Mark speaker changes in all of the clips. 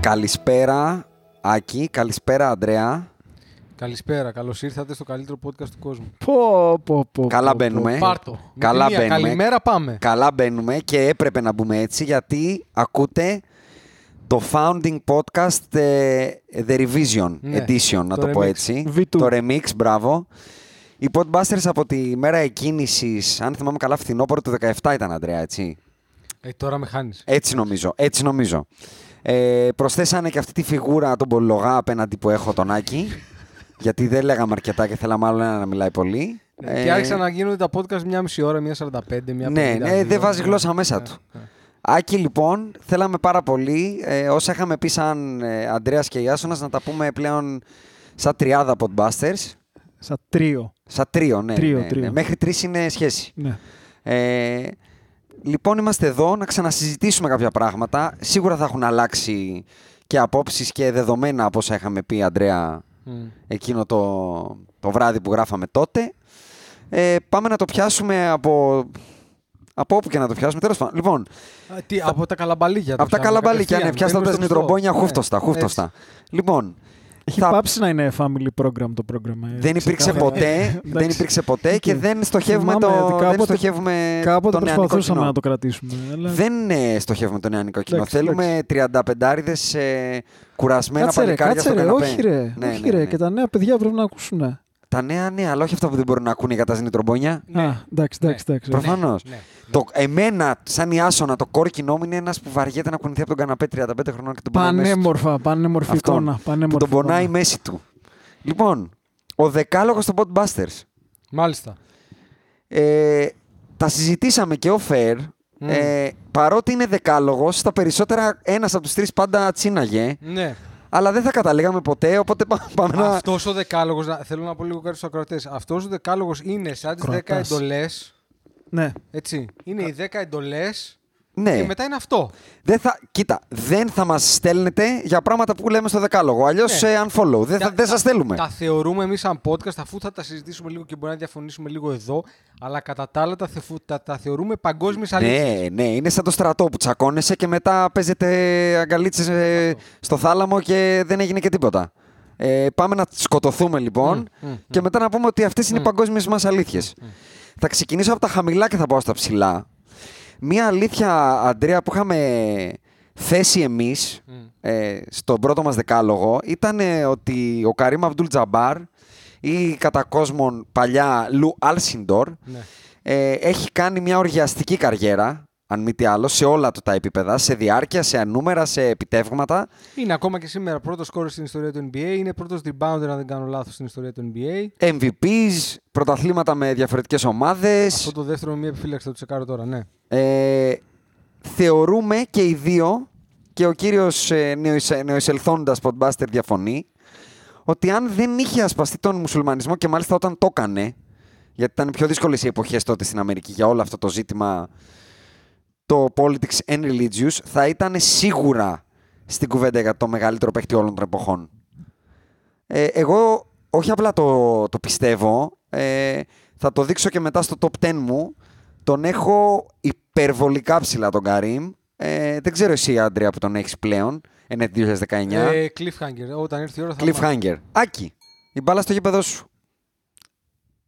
Speaker 1: Καλησπέρα, Άκη. Καλησπέρα, Ανδρέα.
Speaker 2: Καλησπέρα, καλώς ήρθατε στο καλύτερο podcast του κόσμου.
Speaker 3: Πω, πω, πω.
Speaker 1: Καλά
Speaker 3: πω,
Speaker 1: μπαίνουμε.
Speaker 3: πω.
Speaker 2: Πάρτο. Με
Speaker 1: Καλά
Speaker 2: τη μία
Speaker 1: μπαίνουμε.
Speaker 2: Καλημέρα, πάμε.
Speaker 1: Καλά μπαίνουμε και έπρεπε να μπούμε έτσι γιατί ακούτε το founding podcast ε, The Revision
Speaker 2: Ναι,
Speaker 1: Edition, να
Speaker 2: το
Speaker 1: το, πω
Speaker 2: remix.
Speaker 1: έτσι.
Speaker 3: V2.
Speaker 1: Το remix, μπράβο. Οι Podbusters από τη μέρα εκκίνησης, αν θυμάμαι καλά, φθινόπωρο του 17 ήταν, Αντρέα, έτσι.
Speaker 2: Ε, τώρα με χάνεις.
Speaker 1: Έτσι νομίζω, έτσι νομίζω. Ε, προσθέσανε και αυτή τη φιγούρα τον Πολυλογά απέναντι που έχω τον Άκη. γιατί δεν λέγαμε αρκετά και θέλαμε άλλο ένα να μιλάει πολύ.
Speaker 2: Ναι, και άρχισαν να γίνονται τα podcast μία μισή ώρα, μία 45, μία
Speaker 1: Ε, Ναι,
Speaker 2: 52.
Speaker 1: ναι, δεν βάζει γλώσσα μέσα
Speaker 2: Ναι,
Speaker 1: του.
Speaker 2: ναι.
Speaker 1: Άκη, λοιπόν, θέλαμε πάρα πολύ, ε, όσα είχαμε πει σαν ε, Αντρέας και Ιάσονας, να τα πούμε πλέον σαν τριάδα podbusters.
Speaker 3: Σαν τρίο.
Speaker 1: Σαν τρίο, ναι.
Speaker 3: Τρίο,
Speaker 1: ναι, ναι.
Speaker 3: τρίο.
Speaker 1: Μέχρι τρεις είναι σχέση.
Speaker 3: Ναι.
Speaker 1: Ε, λοιπόν, είμαστε εδώ να ξανασυζητήσουμε κάποια πράγματα. Σίγουρα θα έχουν αλλάξει και απόψεις και δεδομένα από όσα είχαμε πει, Αντρέα,
Speaker 2: Μμ.
Speaker 1: εκείνο το, το βράδυ που γράφαμε τότε. Ε, πάμε να το πιάσουμε από, από όπου και να το πιάσουμε. Τέλος πάντων. Λοιπόν,
Speaker 2: Α, Τι, από τα καλαμπαλίκια.
Speaker 1: από τα καλαμπαλίκια, ναι, πιάστα από τα
Speaker 2: ζνητρομπόνια,
Speaker 1: σνητρομπόνια, χούφτωστα, χούφτωστα. Λοιπόν,
Speaker 3: Ναι. Έχει
Speaker 1: θα-
Speaker 3: πάψει να είναι family program το πρόγραμμα. ε,
Speaker 1: δεν υπήρξε
Speaker 3: ξεκάθαρα.
Speaker 1: ποτέ,
Speaker 3: Εντάξει.
Speaker 1: δεν υπήρξε ποτέ και
Speaker 3: Οκ.
Speaker 1: δεν στοχεύουμε
Speaker 3: Θυμάμαι
Speaker 1: το,
Speaker 3: ότι
Speaker 1: δεν
Speaker 3: κάποτε-
Speaker 1: στοχεύουμε
Speaker 3: Κάποτε
Speaker 1: το νεανικό
Speaker 3: προσπαθούσαμε
Speaker 1: κοινό.
Speaker 3: να το κρατήσουμε. Αλλά...
Speaker 1: Δεν ε, στοχεύουμε το νεανικό κοινό.
Speaker 3: Εντάξει,
Speaker 1: Θέλουμε 35 ε, κουρασμένα
Speaker 3: Κάτσε ρε,
Speaker 1: παλικάρια
Speaker 3: κάτσε
Speaker 1: στο
Speaker 3: ρε,
Speaker 1: καναπέ.
Speaker 3: όχι ρε,
Speaker 1: Ναι,
Speaker 3: όχι
Speaker 1: ναι, ναι.
Speaker 3: ρε, και τα νέα παιδιά πρέπει να ακούσουν. Α,
Speaker 1: Τα νέα, ναι, αλλά όχι αυτά που δεν μπορούν να ακούνε για τα
Speaker 3: Ναι,
Speaker 1: ζνητρομπόνια.
Speaker 3: εντάξει, εντάξει, εντάξει.
Speaker 1: Προφανώς.
Speaker 2: ναι.
Speaker 1: Το, εμένα, σαν Ιάσονα, το κόρκινό μου είναι ένας που βαριέται να κουνηθεί από τον καναπέ 35 χρονών και τον πονάει μέσα του.
Speaker 3: Πανέμορφα, πανέμορφη
Speaker 1: Αυτόν,
Speaker 3: εικόνα.
Speaker 1: που
Speaker 3: πανέμορφη
Speaker 1: τον πονάει η
Speaker 3: εικόνα.
Speaker 1: μέση του. Λοιπόν, ο δεκάλογος των Podbusters.
Speaker 2: Μάλιστα.
Speaker 1: Ε, τα συζητήσαμε και off air.
Speaker 3: Mm.
Speaker 1: Ε, παρότι είναι δεκάλογος, στα περισσότερα ένας από τους τρεις πάντα τσίναγε.
Speaker 2: Ναι.
Speaker 1: Αλλά δεν θα καταλήγαμε ποτέ, οπότε πά- πάμε να...
Speaker 2: Αυτός ο δεκάλογος, θέλω να πω λίγο κάτι στους ακροατές. Αυτός ο δεκάλογος είναι σαν τις 10
Speaker 3: Κροατάς.
Speaker 2: εντολές.
Speaker 3: Ναι.
Speaker 2: Έτσι. Είναι οι 10 εντολές.
Speaker 1: Ναι.
Speaker 2: Και μετά είναι αυτό.
Speaker 1: Δεν θα... Κοίτα, δεν θα μας στέλνετε για πράγματα που λέμε στο δεκάλογο. Αλλιώς
Speaker 2: Ναι.
Speaker 1: ε, unfollow. Δεν, θα,
Speaker 2: Τα-
Speaker 1: δεν σας θέλουμε.
Speaker 2: Τα θεωρούμε εμείς σαν podcast, αφού θα τα συζητήσουμε λίγο και μπορεί να διαφωνήσουμε λίγο εδώ. Αλλά κατά τα άλλα τα, θεφου- τα, τα θεωρούμε παγκόσμιες αλήθειες.
Speaker 1: Ναι, ναι, είναι σαν το στρατό που τσακώνεσαι και μετά παίζετε αγκαλίτσες ε, στο θάλαμο και δεν έγινε και τίποτα. Ε, πάμε να σκοτωθούμε λοιπόν και μετά να πούμε ότι αυτές είναι οι παγκόσμιες μας αλήθειες. Θα ξεκινήσω από τα χαμηλά και θα πάω στα ψηλά. Μία αλήθεια, Αντρέα, που είχαμε θέσει εμείς ε, στον πρώτο μας δεκάλογο ήταν ε, ότι ο Καρύμ Αμπτούλ Τζαμπάρ ή κατά κόσμον παλιά Λου Άλσιντορ
Speaker 2: Ναι.
Speaker 1: ε, έχει κάνει μια οργιαστική καριέρα, αν μη τι άλλο, σε όλα του τα επίπεδα, σε διάρκεια, σε νούμερα, σε επιτεύγματα.
Speaker 2: Είναι ακόμα και σήμερα πρώτος κόρη στην ιστορία του NBA. Είναι πρώτος rebounder, αν δεν κάνω λάθος, στην ιστορία του NBA.
Speaker 1: MVPs, πρωταθλήματα με διαφορετικές ομάδες.
Speaker 2: Αυτό το δεύτερο μία επιφύλαξη θα το τσεκάρω τώρα, ναι.
Speaker 1: Ε, θεωρούμε και οι δύο, και ο κύριος ε, νεοεισ- νεοεισελθόντας Podbuster διαφωνεί, ότι αν δεν είχε ασπαστεί τον μουσουλμανισμό και μάλιστα όταν το έκανε, γιατί ήταν πιο δύσκολες οι εποχές τότε στην Αμερική για όλο αυτό το ζήτημα το politics and religious, θα ήταν σίγουρα στην κουβέντα για το μεγαλύτερο παίχτη όλων των εποχών. Ε, εγώ όχι απλά το, το πιστεύω, ε, θα το δείξω και μετά στο top 10 μου. Τον έχω υπερβολικά ψηλά τον Καρύμ. Ε, δεν ξέρω εσύ, Άντρια, που τον έχεις πλέον, εν έτη 2019.
Speaker 2: Ε, cliffhanger. Όταν ήρθε η ώρα θα. μάθω.
Speaker 1: Cliffhanger. Άκη, η μπάλα στο γήπεδο σου.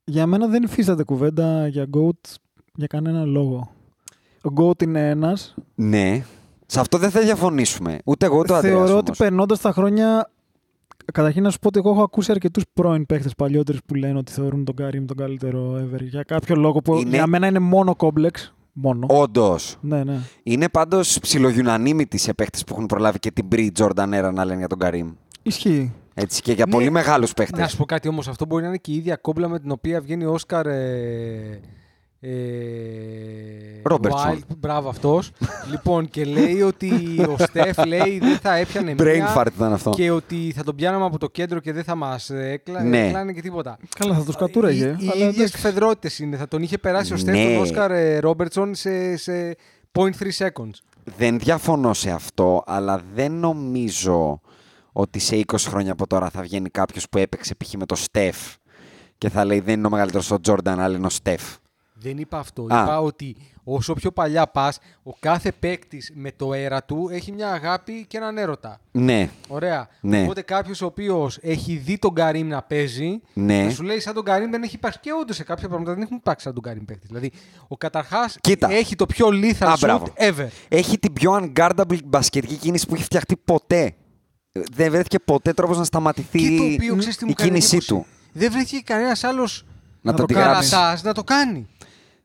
Speaker 3: Για μένα δεν υφίσταται κουβέντα για GOAT για κανένα λόγο. Ο GOAT είναι ένας
Speaker 1: Ναι. Σε αυτό δεν θα διαφωνήσουμε. Ούτε εγώ ούτε ο Αντρέας
Speaker 3: Θεωρώ
Speaker 1: όμως.
Speaker 3: ότι περνώντας τα χρόνια. Καταρχήν να σου πω ότι εγώ έχω ακούσει αρκετούς πρώην παίχτες παλιότερους που λένε ότι θεωρούν τον Καρύμ τον καλύτερο ever. Για κάποιο λόγο που
Speaker 1: Είναι-
Speaker 3: για μένα είναι μόνο κόμπλεξ. Μόνο.
Speaker 1: Όντως.
Speaker 3: Ναι, ναι.
Speaker 1: Είναι πάντως ψιλογιουνανίμητοι σε παίχτες που έχουν προλάβει και την Μπρι Τζόρνταν Έρα να λένε για τον Καρύμ.
Speaker 3: Ισχύει.
Speaker 1: Έτσι και για
Speaker 2: Ναι.
Speaker 1: πολύ μεγάλους
Speaker 2: Να
Speaker 1: παίχτε.
Speaker 2: σου πω κάτι όμως, αυτό μπορεί να είναι και η ίδια κόμπλα με την οποία βγαίνει ο Όσκαρ. Ε, ε,
Speaker 1: Ρόμπερτσον.
Speaker 2: Wilde, μπράβο αυτός. λοιπόν, και λέει ότι ο Στεφ λέει δεν θα έπιανε μία.
Speaker 1: Brain fart ήταν αυτό.
Speaker 2: Και ότι θα τον πιάναμε από το κέντρο και δεν θα μας έκλα...
Speaker 1: Ναι.
Speaker 2: έκλανε και τίποτα.
Speaker 3: Καλά, θα τους
Speaker 2: Οι,
Speaker 3: κατούραγε.
Speaker 2: οι
Speaker 3: αλλά
Speaker 2: ίδιες
Speaker 3: εντάξει.
Speaker 2: φεδρότητε είναι. Θα τον είχε περάσει ο Στεφ
Speaker 1: Ναι.
Speaker 2: τον Όσκαρ ε, Ρόμπερτσον σε, σε 0.3 seconds.
Speaker 1: Δεν διαφωνώ σε αυτό, αλλά δεν νομίζω ότι σε 20 χρόνια από τώρα θα βγαίνει κάποιος που έπαιξε π.χ. με το Στεφ και θα λέει δεν είναι ο μεγαλύτερος ο Τζόρνταν, αλλά είναι ο Στεφ.
Speaker 2: Δεν είπα αυτό.
Speaker 1: Α.
Speaker 2: Είπα ότι όσο πιο παλιά πας, ο κάθε παίκτης με το αέρα του έχει μια αγάπη και έναν έρωτα.
Speaker 1: Ναι,
Speaker 2: Ωραία.
Speaker 1: Ναι.
Speaker 2: Οπότε κάποιος ο οποίος έχει δει τον Καρύμ να παίζει,
Speaker 1: Ναι.
Speaker 2: θα σου λέει σαν τον Καρύμ δεν έχει υπάρξει. Και όντως σε κάποια πράγματα δεν έχουν υπάρξει σαν τον Καρύμ παίκτης. Δηλαδή, ο καταρχάς
Speaker 1: Κοίτα.
Speaker 2: έχει το πιο lethal
Speaker 1: Α,
Speaker 2: shoot
Speaker 1: μπράβο.
Speaker 2: ever.
Speaker 1: Έχει την πιο unguardable μπασκετική κίνηση που έχει φτιαχτεί ποτέ. Ε, Δεν βρέθηκε ποτέ τρόπος να σταματηθεί
Speaker 2: Και το οποίο ξέρεις τι μου
Speaker 1: η
Speaker 2: κάνει
Speaker 1: κίνησή
Speaker 2: εντύπωση.
Speaker 1: του.
Speaker 2: Δεν βρέθηκε κανένας άλλος
Speaker 1: Να το αντιγράψει.
Speaker 2: καρατάς να το κάνει.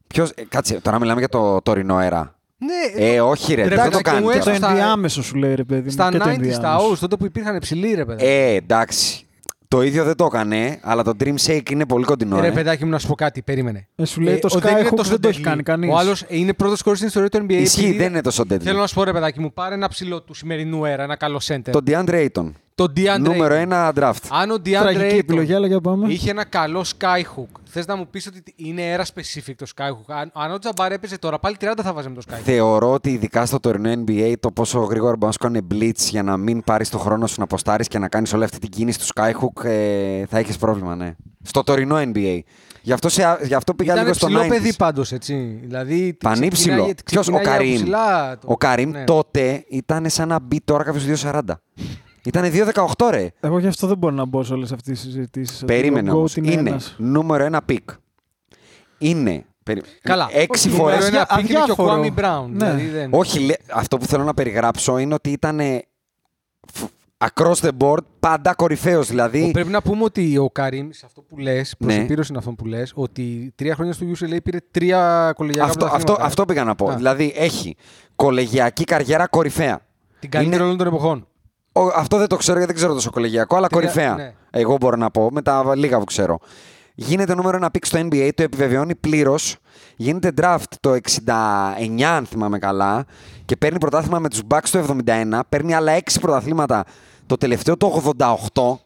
Speaker 1: Ποιος... ε, κάτσε, τώρα μιλάμε για το τωρινό αέρα.
Speaker 2: Ναι,
Speaker 1: Ε, όχι ρε,
Speaker 2: ρε,
Speaker 1: δεν θα το
Speaker 2: παιδάκι
Speaker 1: κάνει.
Speaker 2: μου,
Speaker 1: τώρα.
Speaker 2: έτσι
Speaker 3: Το
Speaker 2: στα-
Speaker 3: ενδιάμεσο σου λέει ρε παιδί μου.
Speaker 2: στα
Speaker 3: και το
Speaker 2: 90 στα
Speaker 3: ενδιάμεσο.
Speaker 2: O's, τότε που υπήρχαν ψηλοί ρε παιδάκι.
Speaker 1: Ε, εντάξει. Το ίδιο δεν το έκανε, αλλά το Dream Shake είναι πολύ κοντινό.
Speaker 2: ρε
Speaker 1: ε.
Speaker 2: παιδάκι μου, να σου πω κάτι, περίμενε.
Speaker 3: Ε, σου λέει το
Speaker 2: ο- είναι
Speaker 3: Skyhook
Speaker 2: τόσο
Speaker 3: δεν το έχει
Speaker 2: deadly.
Speaker 3: κάνει κανείς.
Speaker 2: Ο άλλος είναι πρώτος χωρί στην ιστορία του NBA.
Speaker 1: Ισχύει,
Speaker 2: επειδή-
Speaker 1: δεν είναι τόσο deadly.
Speaker 2: Θέλω να σου πω, ρε παιδάκι μου, πάρε ένα ψηλό του σημερινού αέρα, ένα καλό center.
Speaker 1: Το DeAndre Ayton.
Speaker 2: Το DeAndre.
Speaker 1: Νούμερο 1
Speaker 2: Ayton.
Speaker 1: draft.
Speaker 2: Αν ο
Speaker 3: Τραγική
Speaker 2: DeAndre
Speaker 3: επιλογή, αλλά για πάμε.
Speaker 2: είχε ένα καλό skyhook, θες να μου πεις ότι είναι αέρα specific το skyhook. Αν, αν ο Τζαμπάρ έπαιζε τώρα, πάλι 30 θα βάζαμε το skyhook.
Speaker 1: Θεωρώ ότι ειδικά στο τωρινό NBA το πόσο γρήγορα μπορείς να σου κάνει blitz για να μην πάρεις το χρόνο σου να αποστάρεις και να κάνεις όλη αυτή την κίνηση του Skyhook ε, θα έχεις πρόβλημα, ναι. Στο τωρινό NBA. Γι' αυτό, σε, α- γι αυτό πήγα
Speaker 2: Ήταν
Speaker 1: λίγο στο
Speaker 2: ψηλό
Speaker 1: 90s.
Speaker 2: παιδί πάντως, έτσι. Δηλαδή, τι-
Speaker 1: Πανύψηλο.
Speaker 2: ξεκινάει-
Speaker 1: Ποιος, ο
Speaker 2: ξεκινάει από
Speaker 1: Καρύμ.
Speaker 2: ψηλά το-
Speaker 1: Ο Καρύμ
Speaker 2: ναι.
Speaker 1: τότε ήταν σαν να μπει τώρα κάποιος 2,40. Ήτανε 2,18 ρε.
Speaker 3: Εγώ γι' αυτό δεν μπορώ να μπω σε όλες αυτές τις συζητήσεις.
Speaker 1: Περίμενε όμως. Είναι, νούμερο ένα πικ. Είναι. περί-
Speaker 2: Καλά.
Speaker 1: Έξι
Speaker 2: Όχι,
Speaker 1: φορές.
Speaker 2: νούμερο ένα
Speaker 3: Αδιά-
Speaker 2: pick είναι και ο
Speaker 3: αδιάφορο.
Speaker 2: Kwame Brown.
Speaker 3: Ναι.
Speaker 2: Δηλαδή, δεν...
Speaker 1: Όχι, λέ- αυτό που θέλω να περιγράψω είναι ότι ήταν across the board πάντα κορυφαίος. Δηλαδή.
Speaker 2: Πρέπει να πούμε ότι ο Καρύμ, σε αυτό που λες, προ
Speaker 1: Ναι.
Speaker 2: επίρρωση είναι αυτό που λες, ότι τρία χρόνια στο UCLA πήρε τρία κολεγιακά
Speaker 1: Αυτό, αυτό,
Speaker 2: πρωταθλήματα.
Speaker 1: αυτό πήγα να πω.
Speaker 2: ε. Α.
Speaker 1: Δηλαδή έχει κολεγιακή καριέρα κορυφαία.
Speaker 2: Την καλύτερη όλων των εποχών.
Speaker 1: Ο- αυτό δεν το ξέρω γιατί δεν ξέρω τόσο κολεγιακό, αλλά
Speaker 2: Τρία-
Speaker 1: κορυφαία.
Speaker 2: ναι.
Speaker 1: Εγώ μπορώ να πω με τα λίγα που ξέρω. Γίνεται νούμερο ένα πικ στο NBA, το επιβεβαιώνει πλήρως. Γίνεται draft το 69, αν θυμάμαι καλά, και παίρνει πρωτάθλημα με τους Bucks το 71. Παίρνει άλλα 6 πρωταθλήματα το τελευταίο το 88.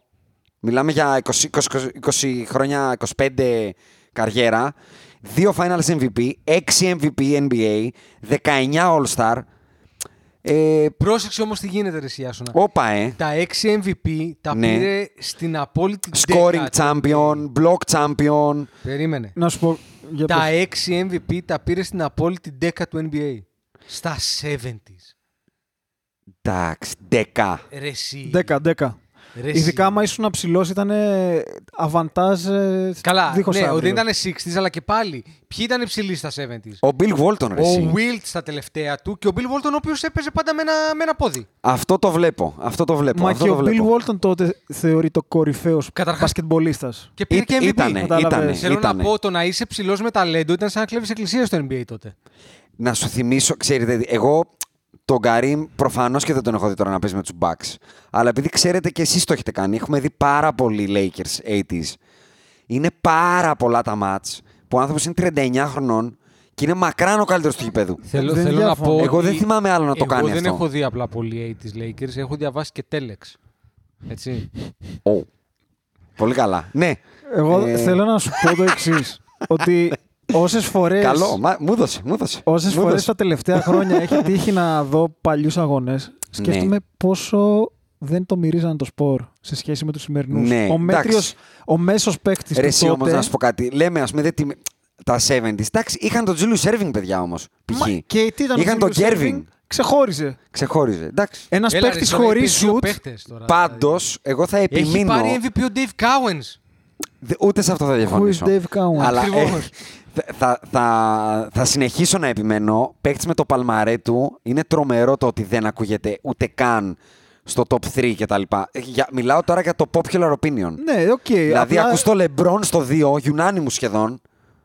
Speaker 1: Μιλάμε για 20, 20, 20 χρόνια, 25 καριέρα. 2 Finals MVP, 6 MVP NBA, 19 All-Star. Ε,
Speaker 2: Πρόσεξε όμως τι γίνεται, Ρε Σιάσονα.
Speaker 1: όπα, ε.
Speaker 2: Τα 6 MVP τα
Speaker 1: Ναι.
Speaker 2: πήρε στην απόλυτη
Speaker 1: Scoring Ναι,
Speaker 2: δέκα.
Speaker 1: champion, block champion.
Speaker 2: Περίμενε.
Speaker 3: Να σου πω. Για
Speaker 2: Τα
Speaker 3: πες.
Speaker 2: 6 MVP τα πήρε στην απόλυτη 10 του NBA. Στα 70s.
Speaker 1: Εντάξει, 10.
Speaker 2: Ρε εσύ.
Speaker 3: 10,
Speaker 2: Ρε
Speaker 3: 10.
Speaker 2: εσύ.
Speaker 3: Ειδικά άμα ήσουν ψηλός, ήταν αβαντάζ. ε,
Speaker 2: Καλά,
Speaker 3: δίχως
Speaker 2: ναι,
Speaker 3: αύριο.
Speaker 2: δεν ήταν 60s, αλλά και πάλι. Ποιοι ήταν υψηλοί στα 70s.
Speaker 1: Ο Bill Walton, ρε, εσύ.
Speaker 2: Ο Wilt στα τελευταία του και ο Bill Walton ο οποίος έπαιζε πάντα με ένα, με ένα πόδι.
Speaker 1: Αυτό το βλέπω. Αυτό το βλέπω.
Speaker 3: Μα
Speaker 1: αυτό
Speaker 3: και
Speaker 1: το
Speaker 3: ο Bill
Speaker 1: βλέπω.
Speaker 3: Walton τότε θεωρεί το κορυφαίος
Speaker 2: Καταρχάς-
Speaker 3: μπασκετμπολίστας.
Speaker 2: Και πήρε
Speaker 1: Ή-
Speaker 2: και MVP.
Speaker 1: ήτανε,
Speaker 3: Κατάλαβες.
Speaker 1: ήτανε,
Speaker 2: Θέλω
Speaker 1: ήτανε.
Speaker 2: να πω το να είσαι ψηλός με ταλέντο ήταν σαν να κλέβεις εκκλησία στο NBA τότε.
Speaker 1: Να σου θυμίσω, ξέρετε, εγώ τον Καρύμ προφανώς και δεν τον έχω δει τώρα να παίζει με τους Bucks. Αλλά επειδή ξέρετε και εσείς το έχετε κάνει, έχουμε δει πάρα πολλοί Lakers 80s. Είναι πάρα πολλά τα match που ο άνθρωπος είναι 39 χρονών και είναι μακράν ο καλύτερος του γηπέδου.
Speaker 2: Θέλω,
Speaker 3: Δεν
Speaker 2: θέλω να
Speaker 3: διαφωνώ.
Speaker 2: πω.
Speaker 1: Εγώ
Speaker 2: ότι
Speaker 1: δεν θυμάμαι άλλο να το
Speaker 2: εγώ
Speaker 1: κάνει
Speaker 2: Δεν
Speaker 1: αυτό.
Speaker 2: έχω δει απλά πολύ 80s Lakers, έχω διαβάσει και Telex. Έτσι.
Speaker 1: Ω. Πολύ καλά. Ναι.
Speaker 3: Εγώ
Speaker 1: Ε.
Speaker 3: θέλω να σου πω το εξής. ότι όσες φορές.
Speaker 1: Καλό. Μα- μου δώσε, μου δώσε.
Speaker 3: Όσε
Speaker 1: Μου
Speaker 3: φορέ
Speaker 1: δώσε.
Speaker 3: τα τελευταία χρόνια έχει τύχει να δω παλιούς αγώνες,
Speaker 1: Ναι.
Speaker 3: σκέφτομαι πόσο δεν το μυρίζαν το σπορ σε σχέση με τους σημερινούς.
Speaker 1: Ναι,
Speaker 3: ο μέτριος,
Speaker 1: εντάξει.
Speaker 3: ο μέσος παίκτης
Speaker 1: Ρε
Speaker 3: του
Speaker 1: εσύ
Speaker 3: τότε.
Speaker 1: όμω να σου πω κάτι. Λέμε, ας πούμε, δεν τιμή- τα 70s. Εντάξει, είχαν τον Τζίλιου Σέρβινγκ, παιδιά όμως. Π.χ.
Speaker 3: Μα- Και τι ήταν ο
Speaker 1: είχαν τον
Speaker 3: Julius
Speaker 1: Γκέρβινγκ.
Speaker 3: Irving, Ξεχώριζε.
Speaker 1: Ξεχώριζε. Εντάξει.
Speaker 3: Ένας
Speaker 2: Έλα, ρε,
Speaker 3: παίκτη
Speaker 2: τώρα
Speaker 3: χωρί
Speaker 2: είπες δύο
Speaker 3: σουτ.
Speaker 2: παίχτες τώρα,
Speaker 3: ε,
Speaker 1: Πάντω, εγώ θα
Speaker 2: δηλαδή. Έχει
Speaker 1: επιμείνω.
Speaker 2: πάρει MVP ο Dave Cowens.
Speaker 1: Δε- Ούτε σε αυτό θα διαφωνήσω.
Speaker 3: Dave Cowan?
Speaker 1: Αλλά ε,
Speaker 2: Ακριβώς.
Speaker 1: θα, θα, θα, θα συνεχίσω να επιμένω. Παίχτη με το παλμαρέ του είναι τρομερό το ότι δεν ακούγεται ούτε καν στο top 3 κτλ. Ε, Για, μιλάω τώρα για το popular opinion.
Speaker 3: Ναι, οκ.
Speaker 1: δηλαδή,
Speaker 3: απλά-
Speaker 1: ακούς το LeBron στο 2, unanimous σχεδόν.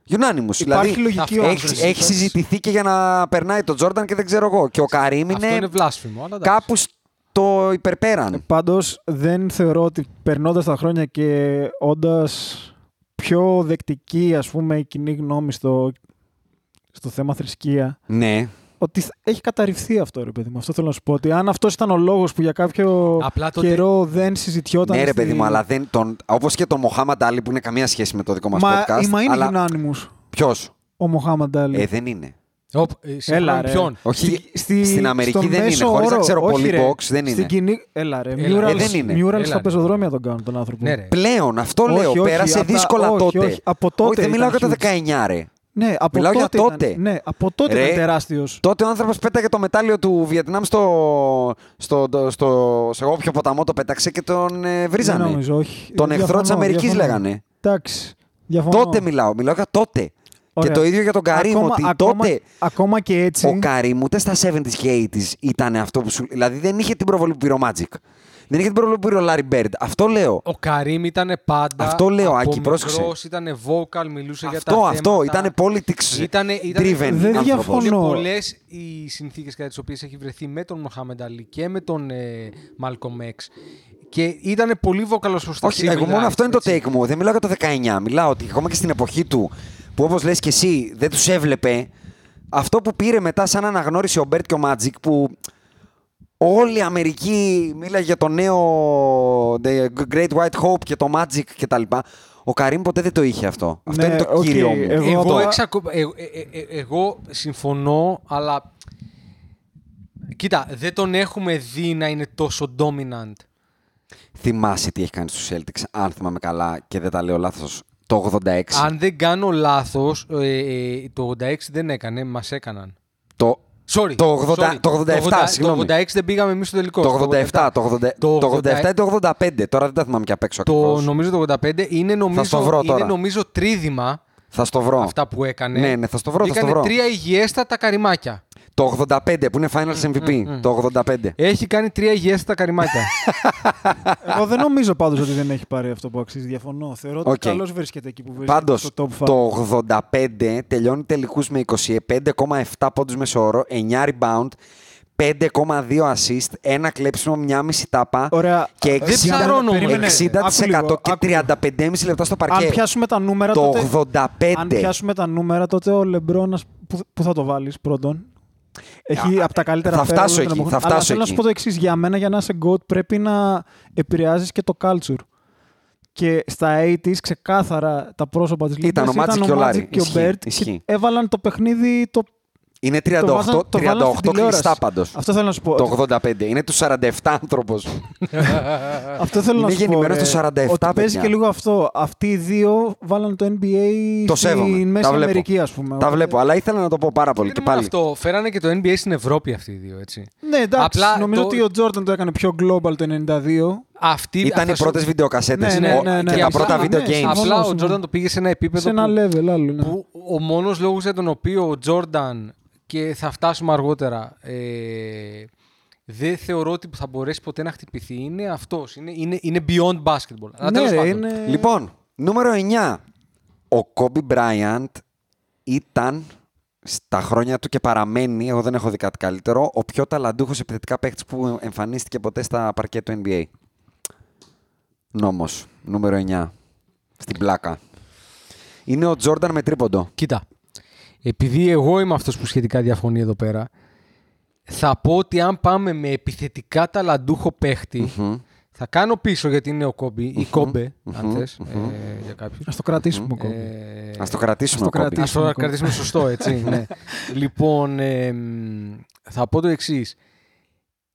Speaker 1: Unanimous. δηλαδή,
Speaker 3: λογική
Speaker 1: έχει-
Speaker 3: όφηση,
Speaker 1: Έχει
Speaker 3: εντάξει.
Speaker 1: συζητηθεί και για να περνάει τον Τζόρνταν και δεν ξέρω εγώ. Και ο Καρύμ
Speaker 2: Αυτό είναι
Speaker 1: είναι
Speaker 2: βλάσφημο. Αλλά εντάξει.
Speaker 1: κάπου στο υπερπέραν.
Speaker 3: Πάντως δεν θεωρώ ότι περνώντας τα χρόνια και όντας πιο δεκτική ας πούμε η κοινή γνώμη στο, στο θέμα θρησκεία
Speaker 1: Ναι.
Speaker 3: ότι θ- έχει καταρριφθεί αυτό ρε παιδί μου. Αυτό θέλω να σου πω. Ότι αν αυτός ήταν ο λόγος που για κάποιο
Speaker 2: Απλά τότε-
Speaker 3: καιρό δεν συζητιόταν.
Speaker 1: Ναι, ρε
Speaker 3: στη-
Speaker 1: παιδί μου, αλλά δεν τον. Όπως και τον Μοχάμαντ Άλλη που είναι καμία σχέση με το δικό μας
Speaker 3: Μα,
Speaker 1: podcast.
Speaker 3: μα είναι
Speaker 1: αλλά...
Speaker 3: unanimous
Speaker 1: Ποιος.
Speaker 3: ο Μοχάμαντ Άλλη.
Speaker 1: Ε, δεν είναι.
Speaker 2: Οπ, ε, σύμφωνα
Speaker 3: Έλα,
Speaker 2: με
Speaker 3: ρε.
Speaker 2: ποιον.
Speaker 1: Όχι,
Speaker 3: Στη- στη-
Speaker 1: στην Αμερική
Speaker 3: στον
Speaker 1: δεν είναι.
Speaker 3: μέσο
Speaker 1: Χωρίς να
Speaker 3: όρο.
Speaker 1: ξέρω
Speaker 3: Όχι,
Speaker 1: πολύ
Speaker 3: ρε.
Speaker 1: box, δεν είναι.
Speaker 3: Στην κοινή... Έλα ρε.
Speaker 2: Έλα, ρε.
Speaker 3: Murals-
Speaker 1: Ε, δεν είναι.
Speaker 3: murals
Speaker 2: Έλα,
Speaker 3: στα
Speaker 2: ρε.
Speaker 3: πεζοδρόμια τον κάνουν τον άνθρωπο.
Speaker 2: Ναι, ρε.
Speaker 1: Πλέον, αυτό
Speaker 3: Όχι,
Speaker 1: λέω.
Speaker 3: όχι,
Speaker 1: πέρασε
Speaker 3: απ' τα-
Speaker 1: δύσκολα
Speaker 3: όχι,
Speaker 1: τότε.
Speaker 3: όχι, από τότε
Speaker 1: δεν
Speaker 3: ήταν
Speaker 1: μιλάω για το
Speaker 3: huge.
Speaker 1: 19, ρε.
Speaker 3: Ναι, από
Speaker 1: Μιλάω για
Speaker 3: τότε. ήταν-
Speaker 1: τότε.
Speaker 3: ναι, από τότε
Speaker 1: Ρε.
Speaker 3: ήταν τεράστιος.
Speaker 1: Τότε ο άνθρωπος πέταγε το μετάλλιο του Βιετνάμ στο, στο, στο, στο- σε όποιο ποταμό το πέταξε και τον ε, βρίζανε.
Speaker 3: Δεν νομίζω, όχι.
Speaker 1: Τον εχθρό της
Speaker 3: Διαφωνώ,
Speaker 1: Αμερικής
Speaker 3: διαφωνώ.
Speaker 1: λέγανε.
Speaker 3: Εντάξει. Διαφωνώ.
Speaker 1: Τότε μιλάω, μιλάω για τότε.
Speaker 3: Ωραία.
Speaker 1: Και το ίδιο για τον Καρύμ,
Speaker 3: Ακόμα-
Speaker 1: ότι
Speaker 3: ακόμα-
Speaker 1: τότε
Speaker 3: Ακόμα και έτσι.
Speaker 1: ο Καρύμ ούτε στα 70s και 80s ήταν αυτό που σου... Δηλαδή δεν είχε την προβολή που πήρε ο Magic. Δεν είχε την προβολή που πήρε ο Larry Bird. Αυτό λέω.
Speaker 2: Ο Καρύμ ήταν πάντα.
Speaker 1: Αυτό λέω,
Speaker 2: από
Speaker 1: Άκη, πρόσεξε.
Speaker 2: μικρός, ήταν vocal, μιλούσε για τα
Speaker 1: αυτό, αυτό. Ήταν politics
Speaker 2: Ήτανε- ήτανε-
Speaker 1: driven
Speaker 2: Δεν
Speaker 1: άνθρωπος.
Speaker 3: διαφωνώ.
Speaker 2: Είναι
Speaker 3: Μόνο-
Speaker 2: πολλές οι συνθήκες κατά τις οποίες έχει βρεθεί με τον Μοχάμεντ Αλή και με τον ε, Μάλκομ Εξ. Και ήταν πολύ βοκαλό προς τα
Speaker 1: Όχι, εγώ μόνο αυτό είναι το take μου. Δεν μιλάω για το 19. Μιλάω ότι ακόμα και στην εποχή του που όπως λες και εσύ δεν τους έβλεπε. Αυτό που πήρε μετά σαν αναγνώριση ο Μπέρτ και ο Μάτζικ που όλη η Αμερική μίλαγε για το νέο The Great White Hope και το Magic κτλ. Ο Καρύμ ποτέ δεν το είχε αυτό. Αυτό
Speaker 3: Ναι,
Speaker 1: είναι το
Speaker 3: οκ,
Speaker 1: κύριο μου.
Speaker 3: εγώ-
Speaker 2: Εγώ,
Speaker 3: τώρα-
Speaker 2: εξακο- ε- ε- ε- ε- εγώ συμφωνώ, αλλά. Κοίτα, δεν τον έχουμε δει να είναι τόσο dominant.
Speaker 1: Θυμάσαι τι έχει κάνει στους Celtics, αν θυμάμαι καλά και δεν τα λέω λάθος, το 86.
Speaker 2: Αν δεν κάνω λάθος, το 86 δεν έκανε, μας έκαναν.
Speaker 1: Το...
Speaker 2: Sorry,
Speaker 1: Το 80
Speaker 2: sorry.
Speaker 1: το 87,
Speaker 2: Το 80
Speaker 1: συγγνώμη.
Speaker 2: Το 86 δεν πήγαμε εμείς στο τελικό.
Speaker 1: Το 87, το 80
Speaker 2: Το
Speaker 1: το 87 ή το 85, τώρα δεν τα θυμάμαι και απ' έξω
Speaker 2: Το,
Speaker 1: ακριβώς.
Speaker 2: νομίζω το 85 είναι νομίζω,
Speaker 1: στο βρω
Speaker 2: είναι
Speaker 1: τώρα.
Speaker 2: νομίζω τρίδημα
Speaker 1: Θα στο βρω.
Speaker 2: αυτά που έκανε.
Speaker 1: Ναι, ναι, θα στο βρω, θα
Speaker 2: Έκανε
Speaker 1: στο βρω.
Speaker 2: τρία υγιέστατα καριμάκια.
Speaker 1: Το 85 που είναι Finals MVP. Το 85.
Speaker 2: Έχει κάνει τρία υγιέστατα καριμάκια.
Speaker 3: Εγώ δεν νομίζω πάντως ότι δεν έχει πάρει αυτό που αξίζει. Διαφωνώ. Θεωρώ ότι
Speaker 1: Οκ.
Speaker 3: καλώς βρίσκεται εκεί που βρίσκεται.
Speaker 1: Πάντως,
Speaker 3: στο Ε, top 5.
Speaker 1: το 85 τελειώνει τελικούς με 25,7 πόντου μεσόωρο, 9 rebound, 5,2 assist, ένα κλέψιμο, μια μισή τάπα
Speaker 3: Ωραία.
Speaker 1: και
Speaker 2: Δεν ψαρώνω, περίμενε.
Speaker 1: 60%
Speaker 3: Άκου λίγο,
Speaker 1: και 35,5 λεπτά στο παρκέ.
Speaker 3: Αν πιάσουμε τα νούμερα
Speaker 1: το
Speaker 3: τότε.
Speaker 1: 85.
Speaker 3: Αν πιάσουμε τα νούμερα, τότε ο Λεμπρόν, ας- που, που θα το βάλεις πρώτον. Έχει από τα καλύτερα
Speaker 1: θα
Speaker 3: πέρα
Speaker 1: φτάσω
Speaker 3: όλων των
Speaker 1: εκεί,
Speaker 3: εποχών.
Speaker 1: θα
Speaker 3: Αλλά
Speaker 1: φτάσω
Speaker 3: θέλω να
Speaker 1: εκεί.
Speaker 3: σου πω το εξής. Για μένα, για να είσαι GOAT, πρέπει να επηρεάζεις και το culture. Και στα 80s, ξεκάθαρα τα πρόσωπα της Λίγκα
Speaker 1: Ήταν ο Magic και ο Larry.
Speaker 3: και ο
Speaker 1: Ισχύει,
Speaker 3: Bird. και
Speaker 1: ισχύει.
Speaker 3: Έβαλαν το παιχνίδι. Το,
Speaker 1: Είναι
Speaker 3: το βάζαν-
Speaker 1: 38,
Speaker 3: το βάλαν
Speaker 1: 38
Speaker 3: στην τηλεόραση.
Speaker 1: κλειστά πάντως.
Speaker 3: Αυτό θέλω να σου πω.
Speaker 1: Το 85. Είναι του 47 άνθρωπος.
Speaker 3: Αυτό θέλω
Speaker 1: Είναι
Speaker 3: να σου πω.
Speaker 1: γεννημένος
Speaker 3: ρε,
Speaker 1: το 47,
Speaker 3: Ότι παίζει
Speaker 1: παιδιά.
Speaker 3: και λίγο αυτό. Αυτοί οι δύο βάλαν το NBA
Speaker 1: Το σέβομαι.
Speaker 3: στην Μέση
Speaker 1: Τα βλέπω.
Speaker 3: Αμερική, ας πούμε.
Speaker 1: Τα
Speaker 3: Οπότε-
Speaker 1: βλέπω, αλλά ήθελα να το πω πάρα πολύ
Speaker 2: Δεν
Speaker 1: και
Speaker 2: είναι μόνο
Speaker 1: πάλι.
Speaker 2: αυτό. Φέρανε και το NBA στην Ευρώπη αυτοί οι δύο, έτσι.
Speaker 3: Ναι, εντάξει.
Speaker 2: Απλά
Speaker 3: νομίζω
Speaker 2: το-
Speaker 3: ότι ο Τζόρνταν το έκανε πιο global το 92.
Speaker 2: Αυτοί,
Speaker 1: Ήταν οι
Speaker 2: αυτός-
Speaker 1: πρώτες βιντεοκασέτες
Speaker 3: Ναι, ναι,
Speaker 1: ο-
Speaker 3: ναι, ναι.
Speaker 1: και
Speaker 2: Και
Speaker 1: τα
Speaker 2: απλά-
Speaker 1: πρώτα
Speaker 3: ναι,
Speaker 1: video games.
Speaker 3: συμφωνώ.
Speaker 2: Απλά ο Τζόρνταν το πήγε σε ένα επίπεδο
Speaker 3: Σε ένα
Speaker 2: που-
Speaker 3: level άλλο. Ναι.
Speaker 2: που ο μόνος λόγος για τον οποίο ο Τζόρνταν και θα φτάσουμε αργότερα ε, δεν θεωρώ ότι θα μπορέσει ποτέ να χτυπηθεί είναι αυτός, είναι, είναι, είναι beyond basketball. Αλλά
Speaker 3: ναι,
Speaker 2: τέλος
Speaker 3: ρε,
Speaker 2: πάντων.
Speaker 3: είναι...
Speaker 1: Λοιπόν, νούμερο 9. Ο Κόμπι Μπράιαντ ήταν στα χρόνια του και παραμένει, εγώ δεν έχω δει κάτι καλύτερο, ο πιο ταλαντούχος επιθετικά παίκτης που εμφανίστηκε ποτέ στα παρκέ του NBA. Νόμος, νούμερο 9. Στην πλάκα. Είναι ο Τζόρνταν με τρίποντο.
Speaker 2: Κοίτα, επειδή εγώ είμαι αυτός που σχετικά διαφωνεί εδώ πέρα θα πω ότι αν πάμε με επιθετικά ταλαντούχο παίχτη, θα κάνω πίσω γιατί είναι ο κομπι ή Κόμπε αν θες ε, για κάποιους.
Speaker 3: Ας το κρατήσουμε ακόμα.
Speaker 2: Ε,
Speaker 1: Ας το κρατήσουμε
Speaker 3: ας το
Speaker 1: Kobe.
Speaker 3: κρατήσουμε.
Speaker 2: Ας το
Speaker 3: ακόμα.
Speaker 2: κρατήσουμε σωστό, έτσι. ναι. λοιπόν, εμ, θα πω το εξής.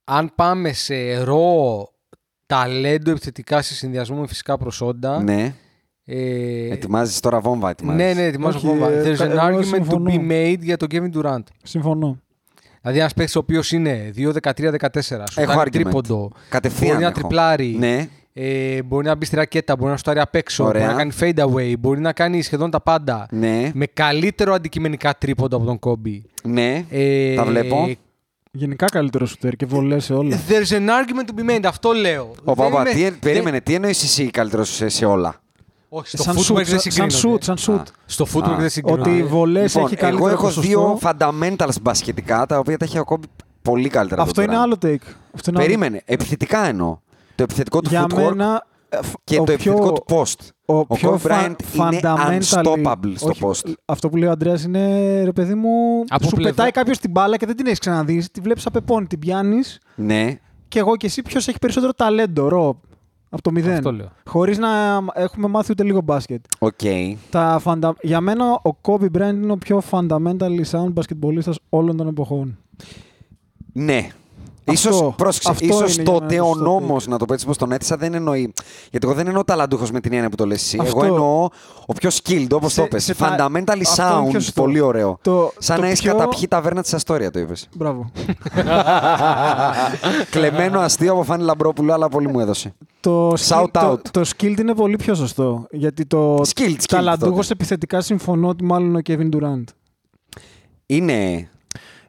Speaker 2: Αν πάμε σε ρο ταλέντο επιθετικά σε συνδυασμό με φυσικά προσόντα.
Speaker 1: Ναι.
Speaker 2: ε,
Speaker 1: Ετοιμάζεις τώρα βόμβα, ετοιμάζεις.
Speaker 2: ναι, ναι, ετοιμάζω
Speaker 3: Όχι,
Speaker 2: βόμβα.
Speaker 3: ε,
Speaker 2: There's
Speaker 3: κα-
Speaker 2: an
Speaker 3: εγώ
Speaker 2: argument to
Speaker 3: συμφωνώ.
Speaker 2: be made για τον Kevin Durant.
Speaker 3: Συμφωνώ.
Speaker 2: Δηλαδή, ένας παίχτη ο οποίος είναι 2-13-14, σου
Speaker 1: Έχω
Speaker 2: κάνει
Speaker 1: argument.
Speaker 2: τρίποντο,
Speaker 1: Κατευθείαν
Speaker 2: μπορεί να
Speaker 1: έχω.
Speaker 2: τριπλάρει,
Speaker 1: Ναι.
Speaker 2: Ε, μπορεί να μπει στη ρακέτα, μπορεί να σουτάρει απ' έξω,
Speaker 1: Ωραία.
Speaker 2: μπορεί να κάνει fade away, μπορεί να κάνει σχεδόν τα πάντα.
Speaker 1: Ναι.
Speaker 2: Με καλύτερο αντικειμενικά τρίποντο από τον Κόμπι.
Speaker 1: Ναι,
Speaker 2: Ε,
Speaker 1: τα βλέπω.
Speaker 3: Γενικά καλύτερο σουτέρ και βολέ σε
Speaker 1: Ε,
Speaker 3: όλα.
Speaker 2: There's an argument to be made, αυτό λέω.
Speaker 1: Ο
Speaker 2: Δεν
Speaker 1: Παπα,
Speaker 2: είμαι-
Speaker 1: τι, εν-
Speaker 2: δεν-
Speaker 1: περίμενε, τι εννοείς εσύ καλύτερος σε, σε όλα.
Speaker 2: Όχι, στο
Speaker 3: Σαν
Speaker 2: footwork
Speaker 3: σουτ,
Speaker 2: δεν
Speaker 3: σαν- σαν
Speaker 2: συγκρίνονται.
Speaker 3: σουτ, σαν σουτ.
Speaker 2: Στο footwork
Speaker 1: Α.
Speaker 2: δεν συγκρίνονται.
Speaker 3: Ότι βολέ
Speaker 1: Λοιπόν,
Speaker 3: έχει καλύτερο
Speaker 1: εγώ έχω
Speaker 3: ποσοστό.
Speaker 1: δύο fundamentals μπασχετικά τα οποία τα έχει ακόμη πολύ καλύτερα. από
Speaker 3: Αυτό
Speaker 1: τον
Speaker 3: είναι
Speaker 1: Durant.
Speaker 3: άλλο take. Αυτό είναι άλλο-
Speaker 1: Περίμενε, επιθετικά εννοώ. Το επιθετικό του
Speaker 3: Για
Speaker 1: footwork
Speaker 3: μένα ε, φ-
Speaker 1: και το
Speaker 3: ο πιο-
Speaker 1: επιθετικό του post.
Speaker 3: Ο,
Speaker 1: Ο
Speaker 3: πιο
Speaker 1: Kobe Bryant είναι
Speaker 3: fundamentally-
Speaker 1: unstoppable στο
Speaker 3: όχι,
Speaker 1: post.
Speaker 3: Αυτό που λέει ο Αντρέας είναι ρε παιδί μου.
Speaker 2: Από
Speaker 3: σου
Speaker 2: πλευρά-
Speaker 3: πετάει κάποιος την μπάλα και δεν την έχεις ξαναδείς. Τη βλέπεις απεπώνει, την πιάνεις
Speaker 1: Ναι,
Speaker 3: και εγώ και εσύ ποιος έχει περισσότερο ταλέντο. Ρο. Από το μηδέν.
Speaker 2: Αυτό λέω.
Speaker 3: Χωρίς να έχουμε μάθει ούτε λίγο μπάσκετ.
Speaker 1: οκ.
Speaker 3: Τα φαντα... Για μένα ο Kobe Bryant είναι ο πιο fundamentally sound basketballista όλων των εποχών.
Speaker 1: Ναι.
Speaker 3: Αυτό-
Speaker 1: Ίσως, πρόσεξε,
Speaker 3: αυτό
Speaker 1: ίσως
Speaker 3: είναι για μένα
Speaker 1: τότε
Speaker 3: το
Speaker 1: ο
Speaker 3: σωστό
Speaker 1: νόμο, να το πω έτσι όπω τον έθεσα, δεν εννοεί. Γιατί εγώ δεν εννοώ ταλαντούχος με την έννοια που το λες εσύ. Εγώ
Speaker 3: Αυτό.
Speaker 1: εννοώ ο πιο skilled, όπως
Speaker 3: Σε-
Speaker 1: το πες.
Speaker 3: σε τα-
Speaker 1: Fundamentally
Speaker 3: αυτό είναι πιο
Speaker 1: sound.
Speaker 3: σωστό.
Speaker 1: Πολύ ωραίο.
Speaker 3: Το-
Speaker 1: Σαν
Speaker 3: το
Speaker 1: να έχεις
Speaker 3: πιο-
Speaker 1: καταπιεί ταβέρνα της Αστόρια, το είπες.
Speaker 3: Μπράβο.
Speaker 1: Κλεμμένο αστείο από Φάνη Λαμπρόπουλο, αλλά πολύ μου έδωσε.
Speaker 3: το, skill,
Speaker 1: Shout out.
Speaker 3: το, το skilled είναι πολύ πιο σωστό. Γιατί το
Speaker 1: Skilled, skilled
Speaker 3: ταλαντούχος
Speaker 1: τότε.
Speaker 3: επιθετικά συμφωνώ ότι μάλλον ο Kevin Durant.
Speaker 1: Είναι.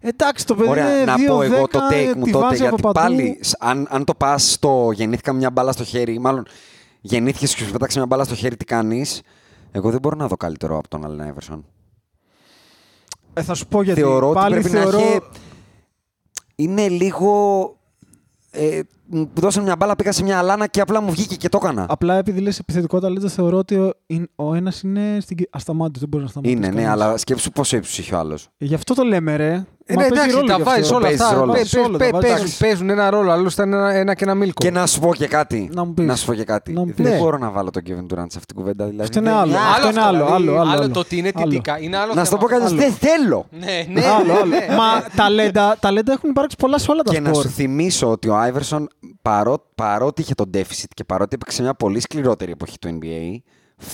Speaker 3: Εντάξει, το παιδί
Speaker 1: Ωραία,
Speaker 3: είναι
Speaker 1: να
Speaker 3: 2-10,
Speaker 1: πω εγώ το take μου
Speaker 3: τη
Speaker 1: τότε.
Speaker 3: βάζει από
Speaker 1: Γιατί
Speaker 3: παντού.
Speaker 1: πάλι, σ- αν, αν το πας στο γεννήθηκα με μια μπάλα στο χέρι, μάλλον γεννήθηκες και σου πέταξε μια μπάλα στο χέρι, τι κάνεις. Εγώ δεν μπορώ να δω καλύτερο από τον Αλεν Άιβερσον.
Speaker 3: Ε, θα σου πω γιατί.
Speaker 1: θεωρώ ότι
Speaker 3: πάλι
Speaker 1: πρέπει
Speaker 3: θεωρώ...
Speaker 1: να έχει. Είναι λίγο. Ε, μου δώσαν μια μπάλα, πήγα σε μια αλάνα και απλά μου βγήκε και το έκανα.
Speaker 3: Απλά επειδή λες επιθετικό ταλέντο, θεωρώ ότι ο, ειν- ο ένας είναι στην... κε- ασταμάτητος. Δεν μπορείς να σταματήσεις.
Speaker 1: Είναι, ναι,
Speaker 3: κανείς. Ε,
Speaker 1: αλλά σκέψου πόσο ύψος είχε ο άλλος.
Speaker 3: Γι' αυτό το λέμε, ρε.
Speaker 2: Ε,
Speaker 3: Μα
Speaker 2: ναι,
Speaker 3: παίζει
Speaker 2: εντάξει,
Speaker 3: ρόλο
Speaker 2: τα
Speaker 3: γι'
Speaker 2: βάζεις
Speaker 3: αυτό.
Speaker 2: όλα
Speaker 1: Παίζει
Speaker 2: αυτά.
Speaker 1: ρόλο.
Speaker 2: Παί- παί-
Speaker 3: όλα,
Speaker 2: παί-
Speaker 3: τα βάζεις.
Speaker 2: παίζουν- Παίζουν ένα ρόλο, αλλιώς ήταν ένα, ένα και ένα μίλκο.
Speaker 1: Και να σου πω και κάτι.
Speaker 3: Να μου πεις.
Speaker 1: σου πω και κάτι.
Speaker 3: Να μου πεις.
Speaker 1: Δεν
Speaker 3: Ναι.
Speaker 1: μπορώ να βάλω τον Kevin Durant σε αυτή την κουβέντα. Δηλαδή,
Speaker 3: Αυτό είναι
Speaker 1: δεν-
Speaker 3: άλλο. αυτό είναι άλλο,
Speaker 2: δηλαδή,
Speaker 3: άλλο, άλλο, άλλο.
Speaker 2: το ότι είναι
Speaker 3: Άλλο.
Speaker 2: τυπικά. Είναι άλλο
Speaker 1: Να σου το πω
Speaker 2: θέμα.
Speaker 1: κάτι. Δεν θέλω.
Speaker 2: Ναι, ναι,
Speaker 3: Άλλο, άλλο.
Speaker 2: ναι.
Speaker 3: Μα ταλέντα, ταλέντα έχουν υπάρξει πολλά σε όλα τα
Speaker 1: Και να
Speaker 3: σπορ.
Speaker 1: σου θυμίσω ότι ο Άιβερσον παρό, παρότι είχε τον deficit και παρότι έπαιξε μια πολύ σκληρότερη εποχή του NBA,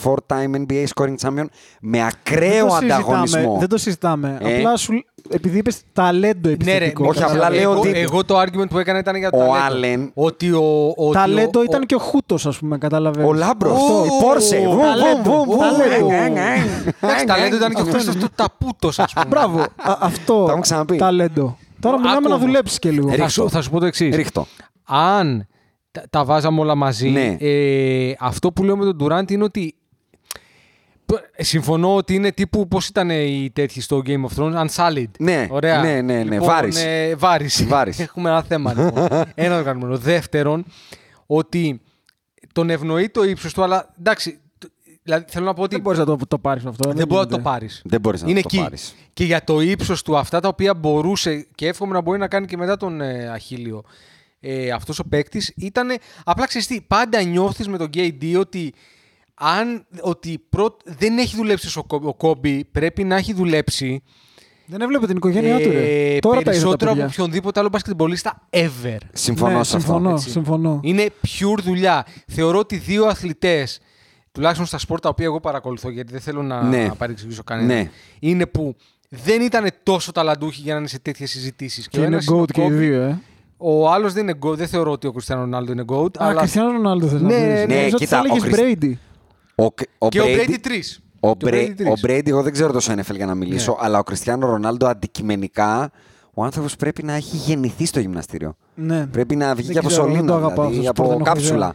Speaker 1: four-time NBA scoring champion με
Speaker 3: Δεν
Speaker 1: ακραίο
Speaker 3: το συζητάμε,
Speaker 1: ανταγωνισμό.
Speaker 3: Δεν το συζητάμε.
Speaker 1: Ε.
Speaker 3: Απλά σου, επειδή είπες ταλέντο
Speaker 2: Ναι, ρε,
Speaker 3: επιθετικό.
Speaker 1: Όχι, απλά
Speaker 2: κατάλαβα.
Speaker 1: λέω
Speaker 2: εγώ,
Speaker 1: ότι-
Speaker 2: Εγώ το argument που έκανα ήταν για το
Speaker 1: Ο
Speaker 2: ταλέντο.
Speaker 1: Allen-
Speaker 2: Ότι ο. Ότι
Speaker 3: Ταλέντο
Speaker 2: ο-
Speaker 3: ήταν και ο Χούτος, ας πούμε, κατάλαβε.
Speaker 1: Ο Λάμπρος.
Speaker 2: Αυτό.
Speaker 1: Η Πόρσε.
Speaker 2: Ου,
Speaker 1: Βουμ, βουμ,
Speaker 3: ταλέντο,
Speaker 1: βουμ, βουμ.
Speaker 3: ταλέντο.
Speaker 1: Ε, ναι, ναι.
Speaker 2: Εντάξει, ταλέντο ήταν και ο
Speaker 3: Αυτό
Speaker 2: Χρήστο
Speaker 3: είναι.
Speaker 2: του Ταπούτος, ας πούμε.
Speaker 3: Μπράβο. Α, αυτό.
Speaker 1: Τα έχουμε ξαναπεί.
Speaker 3: Ταλέντο. Τώρα μιλάμε
Speaker 2: Άκου
Speaker 3: να
Speaker 2: όμως.
Speaker 3: δουλέψεις και λίγο.
Speaker 1: Ρίχτω.
Speaker 2: Θα σου, θα σου πω το εξής.
Speaker 1: Ρίχτω.
Speaker 2: αν τα, τα βάζαμε όλα μαζί,
Speaker 1: Ναι.
Speaker 2: ε, αυτό που λέω με τον Durant είναι ότι π- συμφωνώ ότι είναι τύπου πώς ήταν οι τέτοιοι στο Game of Thrones, unsolid.
Speaker 1: Ναι,
Speaker 2: Ωραία.
Speaker 1: ναι, ναι, ναι,
Speaker 2: Λοιπόν,
Speaker 1: βάρης.
Speaker 2: ε, βάρης.
Speaker 1: Βάρης.
Speaker 2: Έχουμε ένα θέμα λοιπόν. ένα οργανωμένο. Δεύτερον, ότι τον ευνοεί το ύψος του, αλλά εντάξει, τ- δηλαδή θέλω να πω ότι
Speaker 3: Δεν μπορείς να το, το πάρεις αυτό.
Speaker 2: δεν μπορεί να
Speaker 3: γίνεται.
Speaker 2: το πάρεις.
Speaker 1: Δεν μπορείς να
Speaker 2: είναι
Speaker 1: το
Speaker 2: εκεί.
Speaker 1: πάρεις.
Speaker 2: Και για το ύψος του, αυτά τα οποία μπορούσε και εύχομαι να μπορεί να κάνει και μετά τον ε, Αχίλιο ε, αυτός ο παίκτης, ήταν. Απλά ξέρεις τι, πάντα νιώθεις με τον KD ότι, αν, ότι πρώτ- δεν έχει δουλέψει ο, Κο- ο Κόμπι, πρέπει να έχει δουλέψει
Speaker 3: Δεν έβλεπε την οικογένειά του. Ρε.
Speaker 2: ε,
Speaker 3: Τώρα τα είδε.
Speaker 2: περισσότερο
Speaker 3: Τα
Speaker 2: από
Speaker 3: παιδιά.
Speaker 2: οποιονδήποτε άλλο μπασκετμπολίστα ever.
Speaker 1: Συμφωνώ
Speaker 3: Ναι,
Speaker 1: σε αυτό.
Speaker 3: συμφωνώ,
Speaker 2: έτσι.
Speaker 3: συμφωνώ.
Speaker 2: Είναι pure δουλειά. Θεωρώ ότι δύο αθλητές, τουλάχιστον στα σπορ τα οποία εγώ παρακολουθώ, γιατί δεν θέλω να
Speaker 1: Ναι.
Speaker 2: παρεξηγήσω κανένα,
Speaker 1: Ναι.
Speaker 2: είναι που δεν ήταν τόσο ταλαντούχοι για να είναι σε τέτοιες συζητήσεις.
Speaker 3: Και είναι goat και οι δύο, ε.
Speaker 2: Ο άλλος δεν είναι goat, δεν θεωρώ ότι ο Κριστιανό Ρονάλντο είναι goat.
Speaker 3: Α,
Speaker 2: αλλά...
Speaker 3: Κριστιανό Ρονάλντο θες να
Speaker 2: Ναι,
Speaker 3: πεις.
Speaker 2: ναι,
Speaker 1: κοίτα, ο Χριστ-
Speaker 3: Brady.
Speaker 1: Ο, Κ- ο
Speaker 2: Και ο
Speaker 1: Brady-
Speaker 2: Brady 3.
Speaker 1: Ο, Μπρέ, ο Μπρέιντι, εγώ δεν ξέρω τόσο NFL για να
Speaker 3: Ναι.
Speaker 1: μιλήσω, αλλά ο Κριστιανό Ρονάλντο αντικειμενικά ο άνθρωπος πρέπει να έχει γεννηθεί στο γυμναστήριο.
Speaker 3: Ναι.
Speaker 1: Πρέπει να βγει
Speaker 3: Δεν
Speaker 1: και από
Speaker 3: ξέρω, δεν το
Speaker 1: σωλήνα,
Speaker 3: αγαπάω
Speaker 1: δηλαδή,
Speaker 3: αυτό το σπορ,
Speaker 1: από
Speaker 3: δεν έχω
Speaker 1: κάψουλα.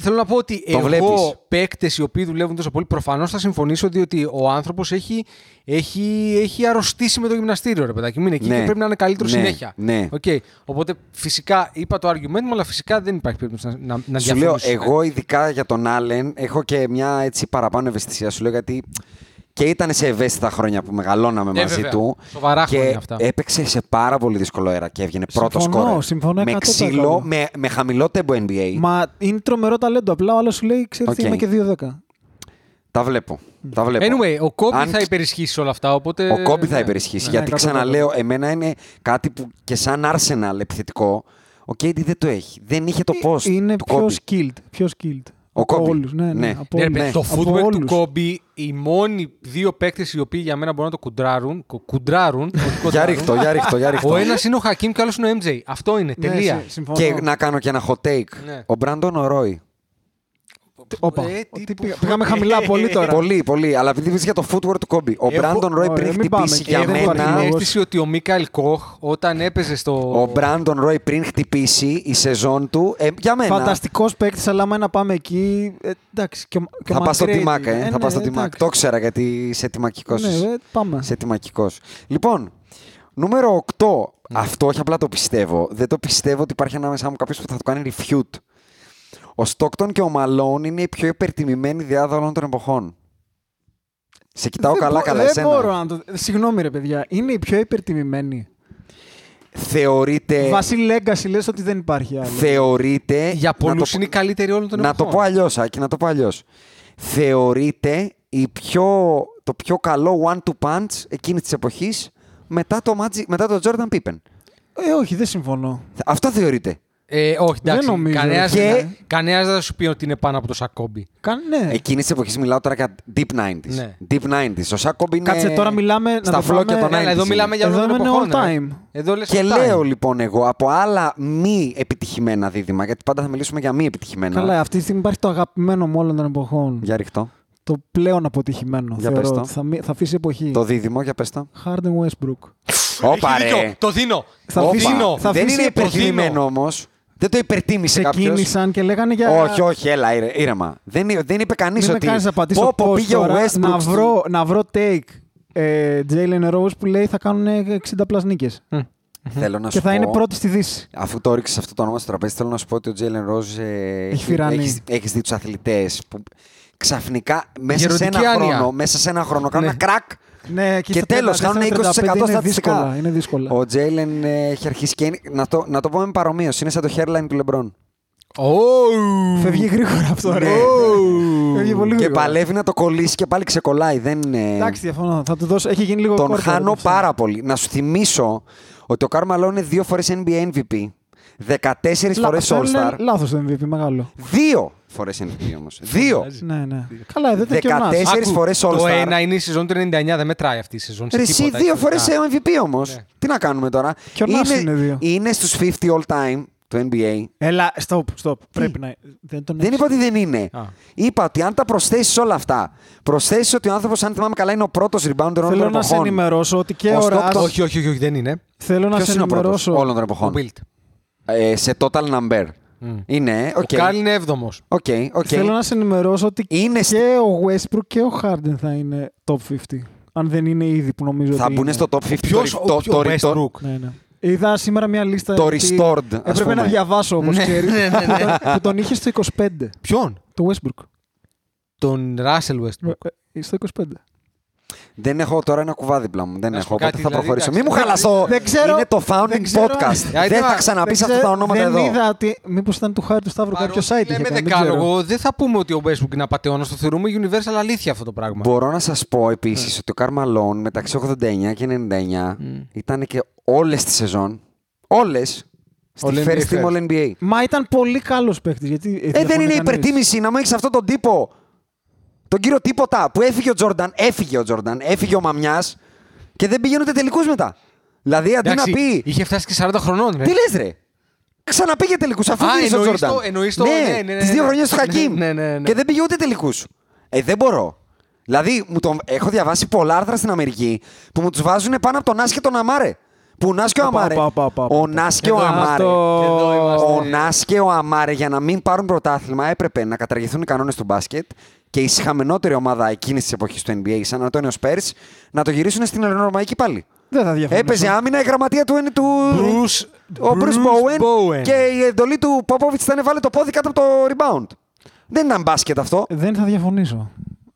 Speaker 2: Θέλω να πω ότι
Speaker 1: Το βλέπεις.
Speaker 2: εγώ παίκτες οι οποίοι δουλεύουν τόσο πολύ, προφανώς θα συμφωνήσω διότι ο άνθρωπος έχει, έχει, έχει αρρωστήσει με το γυμναστήριο, ρε παιδάκι. Μην εκεί
Speaker 1: Ναι.
Speaker 2: και πρέπει να είναι καλύτερο
Speaker 1: Ναι.
Speaker 2: συνέχεια.
Speaker 1: Ναι.
Speaker 2: Οκ. Οπότε φυσικά είπα το argument μου, αλλά φυσικά δεν υπάρχει περίπτωση να, να, να
Speaker 1: Σου λέω,
Speaker 2: διαφωνήσω.
Speaker 1: εγώ ειδικά για τον Άλεν έχω και μια έτσι παραπάνω ευαισθησία. Σου λέω γιατί και ήταν σε ευαίσθητα χρόνια που μεγαλώναμε
Speaker 2: Ε,
Speaker 1: μαζί
Speaker 2: βέβαια.
Speaker 1: του.
Speaker 2: Σοβαρά
Speaker 1: και
Speaker 2: χρόνια αυτά.
Speaker 1: Έπαιξε σε πάρα πολύ δύσκολο αέρα και έβγαινε πρώτο
Speaker 3: Συμφωνώ,
Speaker 1: σκόρ.
Speaker 3: συμφωνώ
Speaker 1: Με
Speaker 3: 100%.
Speaker 1: ξύλο, με, με χαμηλό τέμπο NBA.
Speaker 3: Μα είναι τρομερό ταλέντο. Απλά ο άλλος σου λέει: Ξέρεις
Speaker 1: Οκ.
Speaker 3: τι, είμαι και 2-10.
Speaker 1: Τα βλέπω. Τα βλέπω.
Speaker 2: Anyway, ο Κόμπι
Speaker 1: Αν
Speaker 2: θα υπερισχύσει σε όλα αυτά. Οπότε...
Speaker 1: Ο Κόμπι θα
Speaker 2: ναι.
Speaker 1: υπερισχύσει.
Speaker 3: Ναι,
Speaker 1: γιατί
Speaker 3: ναι, εκατό
Speaker 1: ξαναλέω, εμένα είναι κάτι που και σαν Arsenal επιθετικό, ο Κέιντι δεν το έχει. Δεν είχε το πώ.
Speaker 3: Ε, Είναι πιο skilled. Πιο skilled. από
Speaker 1: Kobe.
Speaker 3: όλους. Ναι,
Speaker 1: Ναι.
Speaker 3: ναι. από
Speaker 2: Ναι, ρε
Speaker 3: όλους.
Speaker 2: παιδί, Το
Speaker 3: Από
Speaker 2: footwork του
Speaker 3: όλους.
Speaker 2: Κόμπι, οι μόνοι δύο παίκτες οι οποίοι για μένα μπορούν να το κουντράρουν. κου- Κουντράρουν. όχι
Speaker 1: Για
Speaker 2: κοντράρουν.
Speaker 1: ρίχτω, για ρίχτω, για ρίχτω.
Speaker 2: Ο ένας είναι ο Χακίμ και ο άλλος είναι ο MJ. Αυτό είναι.
Speaker 3: Ναι,
Speaker 2: Τελεία.
Speaker 3: συ- συμφωνώ.
Speaker 1: Και να κάνω και ένα hot take.
Speaker 2: Ναι.
Speaker 1: Ο Μπραντον Ρόι.
Speaker 3: Όπα.
Speaker 2: Ε,
Speaker 3: Ότι
Speaker 2: τύπου-
Speaker 3: πήγα- Πήγαμε χαμηλά πολύ τώρα.
Speaker 1: Πολύ, πολύ. Αλλά επειδή βρίσκεται για το footwork του Κόμπι. Ο
Speaker 3: Έχω-
Speaker 1: Μπράντον Ρόι πριν
Speaker 3: Ε, ωραία, μην πάμε
Speaker 1: χτυπήσει
Speaker 3: εκεί. Ε,
Speaker 1: για
Speaker 3: Έχω
Speaker 1: μένα.
Speaker 2: την
Speaker 3: εγώ-
Speaker 2: αίσθηση ότι ο Μίκαλ Κοχ όταν έπαιζε στο.
Speaker 1: Ο Μπράντον Ρόι πριν χτυπήσει η σεζόν του. ε, για μένα.
Speaker 3: Φανταστικός παίκτης, αλλά άμα ένα πάμε εκεί. ε, εντάξει, και, ο- και ο
Speaker 1: Θα πας στο
Speaker 3: Μαγκρέιντι.
Speaker 1: τιμάκα,
Speaker 3: Ε,
Speaker 1: ε. Θα
Speaker 3: ναι,
Speaker 1: πας στο τιμάκα.
Speaker 3: εντάξει.
Speaker 1: Το ξέρα γιατί είσαι τιμακικός.
Speaker 3: Ναι, ε, πάμε.
Speaker 1: Σε τιμακικός. Λοιπόν, νούμερο 8.
Speaker 3: Ναι.
Speaker 1: Αυτό όχι απλά το πιστεύω. Δεν το πιστεύω ότι υπάρχει ανάμεσά μου κάποιος που θα το κάνει refute. Ο Στόκτον και ο Μαλόν είναι οι πιο υπερτιμημένοι διάδοχοι όλων των εποχών. Σε κοιτάω
Speaker 3: Δεν
Speaker 1: καλά,
Speaker 3: μπο-
Speaker 1: καλά.
Speaker 3: Δεν
Speaker 1: εσένα.
Speaker 3: μπορώ να το. Συγγνώμη, ρε παιδιά. Είναι η πιο υπερτιμημένη.
Speaker 1: Θεωρείται.
Speaker 3: Βασίλη Λέγκαση, λες ότι δεν υπάρχει άλλο.
Speaker 1: θεωρείται
Speaker 2: Για
Speaker 1: να
Speaker 2: πολλού
Speaker 1: το-
Speaker 2: είναι η καλύτερη όλων των
Speaker 1: Να το
Speaker 2: εποχών.
Speaker 1: πω αλλιώς, Άκη, να το πω αλλιώς. Θεωρείται η πιο, το πιο καλό one-to punch εκείνης της εποχής μετά το, Magic, μετά το Jordan Pippen.
Speaker 3: Ε, όχι, δεν συμφωνώ.
Speaker 1: Αυτό θεωρείται.
Speaker 2: Ε, όχι, εντάξει.
Speaker 3: Δεν νομίζω.
Speaker 2: Κανένας
Speaker 1: Και-
Speaker 2: δεν θα σου πει ότι είναι πάνω από το Σακόμπι.
Speaker 3: Καν, ναι.
Speaker 1: Εκείνης της εποχής μιλάω τώρα για deep 90s.
Speaker 2: Ναι.
Speaker 1: Deep 90s. Ο Σάκομπ είναι.
Speaker 3: Κάτσε, τώρα μιλάμε, να
Speaker 1: Στα
Speaker 3: το
Speaker 1: φλόκια
Speaker 3: πάμε-
Speaker 1: των 90s.
Speaker 3: Ναι,
Speaker 2: Αλλά εδώ
Speaker 1: είναι.
Speaker 2: μιλάμε για
Speaker 3: Εδώ
Speaker 2: όλων των
Speaker 3: είναι
Speaker 2: εποχών.
Speaker 3: all
Speaker 2: ε.
Speaker 3: time.
Speaker 2: Εδώ λες
Speaker 1: Και
Speaker 2: all time.
Speaker 1: λέω λοιπόν εγώ από άλλα μη επιτυχημένα δίδυμα, γιατί πάντα θα μιλήσουμε για μη επιτυχημένα.
Speaker 3: Καλά, αυτή τη στιγμή υπάρχει το αγαπημένο μου όλων των εποχών.
Speaker 1: Για ριχτώ.
Speaker 3: Το πλέον αποτυχημένο.
Speaker 1: Για
Speaker 3: θεωρώ.
Speaker 1: πες το.
Speaker 3: ότι Θα, μη- θα αφήσει εποχή.
Speaker 1: Το δίδυμο, για πες το.
Speaker 3: Harden Westbrook.
Speaker 2: Έχει
Speaker 1: Όπα
Speaker 2: δίκιο,
Speaker 1: ρε.
Speaker 2: Το δίνω. το
Speaker 3: Θα
Speaker 1: Όπα.
Speaker 3: αφήσει-
Speaker 2: δίνω.
Speaker 3: θα
Speaker 1: Δεν
Speaker 3: αφήσει
Speaker 1: είναι
Speaker 3: το δίνω.
Speaker 1: υπερτιμημένο όμως. Δεν το υπερτίμησε κάποιος.
Speaker 3: Ξεκίνησαν και λέγανε για.
Speaker 1: Όχι, όχι, έλα, ήρε- ήρεμα. Δεν, εί- δεν είπε κανείς
Speaker 3: Μην με
Speaker 1: ότι.
Speaker 3: κάνεις να πατήσω
Speaker 1: πω, πω,
Speaker 3: pause
Speaker 1: πήγε ο
Speaker 3: τώρα,
Speaker 1: Westbrook.
Speaker 3: να
Speaker 1: στην-
Speaker 3: βρω, να βρω take ε, Jalen Rose που λέει θα κάνουν ε, 60 πλας νίκες.
Speaker 1: Θέλω να
Speaker 3: και
Speaker 1: σου
Speaker 3: θα είναι
Speaker 1: πω,
Speaker 3: πρώτη στη Δύση.
Speaker 1: Αφού το ρίξει αυτό το όνομα στο τραπέζι, θέλω να σου πω ότι ο Τζέιλεν Ρόζ. Ε,
Speaker 3: φυρανεί.
Speaker 1: έχεις, έχεις δει τους αθλητές που ξαφνικά μέσα σε,
Speaker 2: Γεροντική
Speaker 1: ένα
Speaker 2: άνοια.
Speaker 1: χρόνο, μέσα σε ένα χρόνο κάνουν
Speaker 2: Ναι.
Speaker 1: ένα κρακ.
Speaker 3: Ναι,
Speaker 1: Και τέλο, κάνουν 20%
Speaker 3: είναι
Speaker 1: στατιστικά.
Speaker 3: δύσκολα, είναι δύσκολα.
Speaker 1: Ο Τζέιλεν ε, έχει αρχίσει και. είναι- Να το, να το πούμε παρομοίω. Είναι σαν το hairline του Λεμπρόν.
Speaker 2: Ω,
Speaker 3: Φεύγει γρήγορα αυτό, ρε. Φεύγει πολύ
Speaker 1: Ναι. Και
Speaker 3: γρήγορα.
Speaker 1: παλεύει να το κολλήσει και πάλι ξεκολλάει. Δεν είναι...
Speaker 3: Εντάξει, διαφωνώ. Θα του δώσω. Έχει γίνει λίγο
Speaker 1: Τον
Speaker 3: κόρτο,
Speaker 1: χάνω
Speaker 3: ρε,
Speaker 1: πάρα πολύ. Να σου θυμίσω ότι ο Καρμαλό είναι δύο φορές NBA MVP. 14
Speaker 3: Λα-
Speaker 1: φορές
Speaker 3: αυτό
Speaker 1: All
Speaker 3: είναι
Speaker 1: Star.
Speaker 3: Λάθος το MVP, μεγάλο.
Speaker 1: Δύο φορές MVP όμως. Δύο.
Speaker 3: Ναι, ναι. Καλά, δεν ήταν και ο Νας.
Speaker 1: 14
Speaker 2: Άκου,
Speaker 1: φορές All
Speaker 2: Το
Speaker 1: Star.
Speaker 2: ένα είναι η σεζόν του 99, δεν μετράει αυτή η σεζόν. σε
Speaker 1: Ρε, εσύ
Speaker 2: τίποτα,
Speaker 1: δύο φορέ
Speaker 2: ιστορικά.
Speaker 1: MVP όμως.
Speaker 2: Ναι.
Speaker 1: Τι να κάνουμε τώρα.
Speaker 3: Και ο Νας είναι δύο.
Speaker 1: είναι στους 50 all time του NBA.
Speaker 3: Έλα, stop, stop. Πρέπει να. Δεν τον
Speaker 1: Δεν
Speaker 3: έχεις.
Speaker 1: είπα ότι δεν είναι.
Speaker 2: Α.
Speaker 1: Είπα ότι αν τα προσθέσεις όλα αυτά, προσθέσεις ότι ο άνθρωπος, αν θυμάμαι καλά, είναι ο πρώτος rebounder όλων
Speaker 3: Θέλω
Speaker 1: των
Speaker 3: να σε
Speaker 1: εποχών.
Speaker 3: ενημερώσω ότι και
Speaker 1: Ο
Speaker 3: ο Ρας-
Speaker 1: Stockton-
Speaker 2: Όχι, όχι, όχι, όχι, δεν είναι.
Speaker 3: Θέλω να
Speaker 1: Ποιος
Speaker 3: σε
Speaker 1: είναι ο πρώτος
Speaker 3: ενημερώσω.
Speaker 1: όλων των εποχών.
Speaker 2: Ο Μπίλτ.
Speaker 1: Ε, σε total number. Είναι, οκ.
Speaker 2: Ο Κάρλ είναι έβδομος.
Speaker 1: Οκ, οκ.
Speaker 3: Mm. Θέλω να σε ενημερώσω ότι
Speaker 1: Είναι στη-
Speaker 3: και ο Westbrook και ο Harden θα είναι top 50. Αν δεν είναι ήδη που νομίζω
Speaker 1: Θα
Speaker 3: ότι
Speaker 1: μπουν
Speaker 3: είναι.
Speaker 1: στο top 50.
Speaker 2: Ποιος
Speaker 1: το-
Speaker 2: ο
Speaker 1: το-
Speaker 2: ποιο-
Speaker 1: το-
Speaker 2: Westbrook.
Speaker 3: Ναι, ναι. Είδα σήμερα μια λίστα.
Speaker 1: Το
Speaker 3: γιατί
Speaker 1: restored, ας
Speaker 3: Έπρεπε
Speaker 1: πούμε.
Speaker 3: να διαβάσω όπως
Speaker 2: Ναι,
Speaker 3: ξέρεις.
Speaker 2: ναι, ναι, ναι.
Speaker 3: που τον είχε στο 25.
Speaker 2: Ποιον?
Speaker 3: Το Westbrook.
Speaker 2: Τον Ράσελ
Speaker 1: Ναι.
Speaker 2: Westbrook.
Speaker 3: Ε, Στο 25.
Speaker 1: Δεν έχω τώρα ένα κουβά δίπλα μου. Δεν
Speaker 2: Να σου
Speaker 1: έχω.
Speaker 2: πω
Speaker 1: Οπότε
Speaker 2: κάτι,
Speaker 1: θα
Speaker 2: δηλαδή,
Speaker 1: προχωρήσω. Μην μου
Speaker 2: εντάξει.
Speaker 1: χαλαστώ.
Speaker 3: Δεν ξέρω-
Speaker 1: Είναι το founding
Speaker 3: δεν ξέρω-
Speaker 1: podcast.
Speaker 2: Γιατί
Speaker 1: Δεν θα
Speaker 2: τώρα-
Speaker 1: ξαναπείς
Speaker 3: Δεν
Speaker 1: αυτά τα
Speaker 3: ξέρω-
Speaker 1: ονόματα
Speaker 3: δεν
Speaker 1: εδώ.
Speaker 3: είδα ότι. Μήπως ήταν του Χάρη του Σταύρου κάποιο site. είχε
Speaker 2: Λέμε
Speaker 3: κάνει, δεν ξέρω.
Speaker 2: δεκάλογο, δεν θα πούμε ότι ο Westbrook είναι απαταιώνας, το θεωρούμε universal αλήθεια αυτό το πράγμα.
Speaker 1: Μπορώ να σας πω επίσης ότι ο Καρμαλόν μεταξύ 89 και 99 ήταν και όλες τι σεζόν. Όλες. Στη
Speaker 2: All-NBA
Speaker 1: first team
Speaker 2: first.
Speaker 1: all NBA.
Speaker 3: Μα ήταν πολύ καλός παίκτης. Γιατί
Speaker 1: Ε, δεν
Speaker 3: διαφωνεί
Speaker 1: είναι
Speaker 3: κανείς.
Speaker 1: υπερτίμηση να μου έχεις αυτόν τον τύπο. Τον κύριο τίποτα που έφυγε ο Τζόρνταν, έφυγε ο Τζόρνταν, έφυγε ο Μαμιάς και δεν πηγαίνονται τελικούς μετά. Δηλαδή αντί να
Speaker 2: Εντάξει,
Speaker 1: πει.
Speaker 2: Είχε φτάσει και 40 χρονών, ρε.
Speaker 1: Τι λες, ρε. Ξαναπήγε τελικούς αφού
Speaker 2: Ναι. Α,
Speaker 1: πήγε ο
Speaker 2: εννοείς
Speaker 1: Τζόρνταν.
Speaker 2: το- εννοείς το- ναι, ναι, ναι, ναι,
Speaker 1: τις δύο
Speaker 2: ναι.
Speaker 1: χρονιές του Χακίμ.
Speaker 2: Ναι, ναι, ναι, ναι.
Speaker 1: Και δεν πήγε ούτε τελικούς. Ε, δεν μπορώ. Δηλαδή, μου τον... έχω διαβάσει πολλά άρθρα στην Αμερική που μου τους βάζουν πάνω από τον Νά και τον Αμάρε. Που ο Νά και ο
Speaker 3: Οπα,
Speaker 1: Αμάρε.
Speaker 3: οπα, οπα, οπα, οπα.
Speaker 1: Ο Νά και ο
Speaker 3: Εδώ
Speaker 1: Αμάρε.
Speaker 3: αυτό-
Speaker 2: Εδώ είμαστε.
Speaker 1: Ο Νά και ο Αμάρε για να μην πάρουν πρωτάθλημα έπρεπε να καταργηθούν οι κανόνες του μπάσκετ και η συχαμενότερη ομάδα εκείνης της εποχής του NBA, σαν Αντώνιο Πέρ, να το γυρίσουν στην Ελληνορωμαϊκή πάλι.
Speaker 3: Δεν θα διαφωνήσω.
Speaker 1: Έπαιζε άμυνα η γραμματεία του. του...
Speaker 2: Bruce-
Speaker 1: ο Bruce,
Speaker 2: Bruce
Speaker 1: Bowen,
Speaker 2: Bowen.
Speaker 1: και η εντολή του Popovich ήταν βάλε το πόδι κάτω από το rebound. Δεν ήταν μπάσκετ αυτό.
Speaker 3: Δεν θα διαφωνήσω.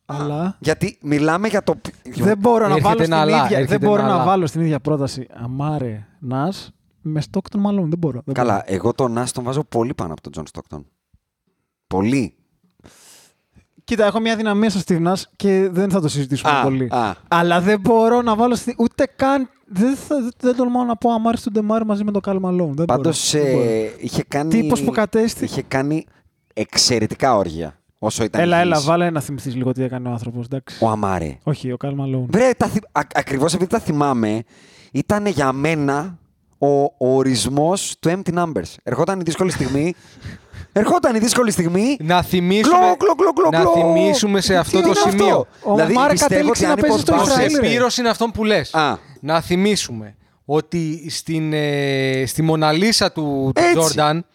Speaker 3: Αλλά.
Speaker 1: Γιατί μιλάμε για το.
Speaker 3: Δεν μπορώ να
Speaker 2: Έρχεται
Speaker 3: βάλω στην
Speaker 2: ένα αλλά,
Speaker 3: ίδια,
Speaker 2: έρχεται
Speaker 3: δεν μπορώ
Speaker 2: ένα
Speaker 3: να
Speaker 2: αλλά.
Speaker 3: βάλω στην ίδια πρόταση Αμάρε Νάς με Στόκτον μάλλον. Δεν μπορώ. δεν
Speaker 1: Καλά,
Speaker 3: μπορώ.
Speaker 1: εγώ τον Νάς τον βάζω πολύ πάνω από τον Τζον Στόκτον. Πολύ.
Speaker 3: Κοίτα, έχω μια δυναμία στο Steve Nash και δεν θα το συζητήσουμε
Speaker 1: Α,
Speaker 3: πολύ.
Speaker 1: α.
Speaker 3: Αλλά δεν μπορώ να βάλω στην. ούτε καν. Δεν, θα, δεν τολμάω να πω Αμάρε του Ντεμάρ μαζί με τον Καλ Μαλόν. Δεν
Speaker 1: Πάντως
Speaker 3: μπορώ, δεν μπορώ.
Speaker 1: ε, είχε κάνει.
Speaker 3: Τύπος που κατέστη.
Speaker 1: Είχε κάνει εξαιρετικά όργια όσο ήταν.
Speaker 3: Έλα,
Speaker 1: υγιής.
Speaker 3: έλα, βάλε να θυμηθείς λίγο τι έκανε ο άνθρωπος.
Speaker 1: Ο Αμάρε.
Speaker 3: Όχι, ο Καλ Μαλόν.
Speaker 1: Βρε, τα θυ... α- ακριβώς επειδή τα θυμάμαι, ήταν για μένα ο, ο ορισμός του empty numbers. Ερχόταν η δύσκολη στιγμή Ερχόταν η δύσκολη στιγμή.
Speaker 2: Να θυμίσουμε,
Speaker 1: Κλο, κλο, κλο, κλο,
Speaker 2: να
Speaker 1: κλο.
Speaker 2: θυμίσουμε σε
Speaker 1: Τι
Speaker 2: αυτό
Speaker 1: είναι
Speaker 2: το σημείο.
Speaker 3: Ο
Speaker 1: δηλαδή,
Speaker 3: Μάρα
Speaker 1: πιστεύω
Speaker 3: κατέληξε
Speaker 1: ότι αν η
Speaker 3: να παίζει στο
Speaker 1: Pogba-
Speaker 2: Πως
Speaker 3: Ισραήλ. ρε.
Speaker 2: επίρρωση είναι αυτόν που λες.
Speaker 1: Α.
Speaker 2: Να θυμίσουμε ότι στην, ε, στη Μοναλίσα του, του
Speaker 1: Έτσι.
Speaker 2: Τζόρνταν,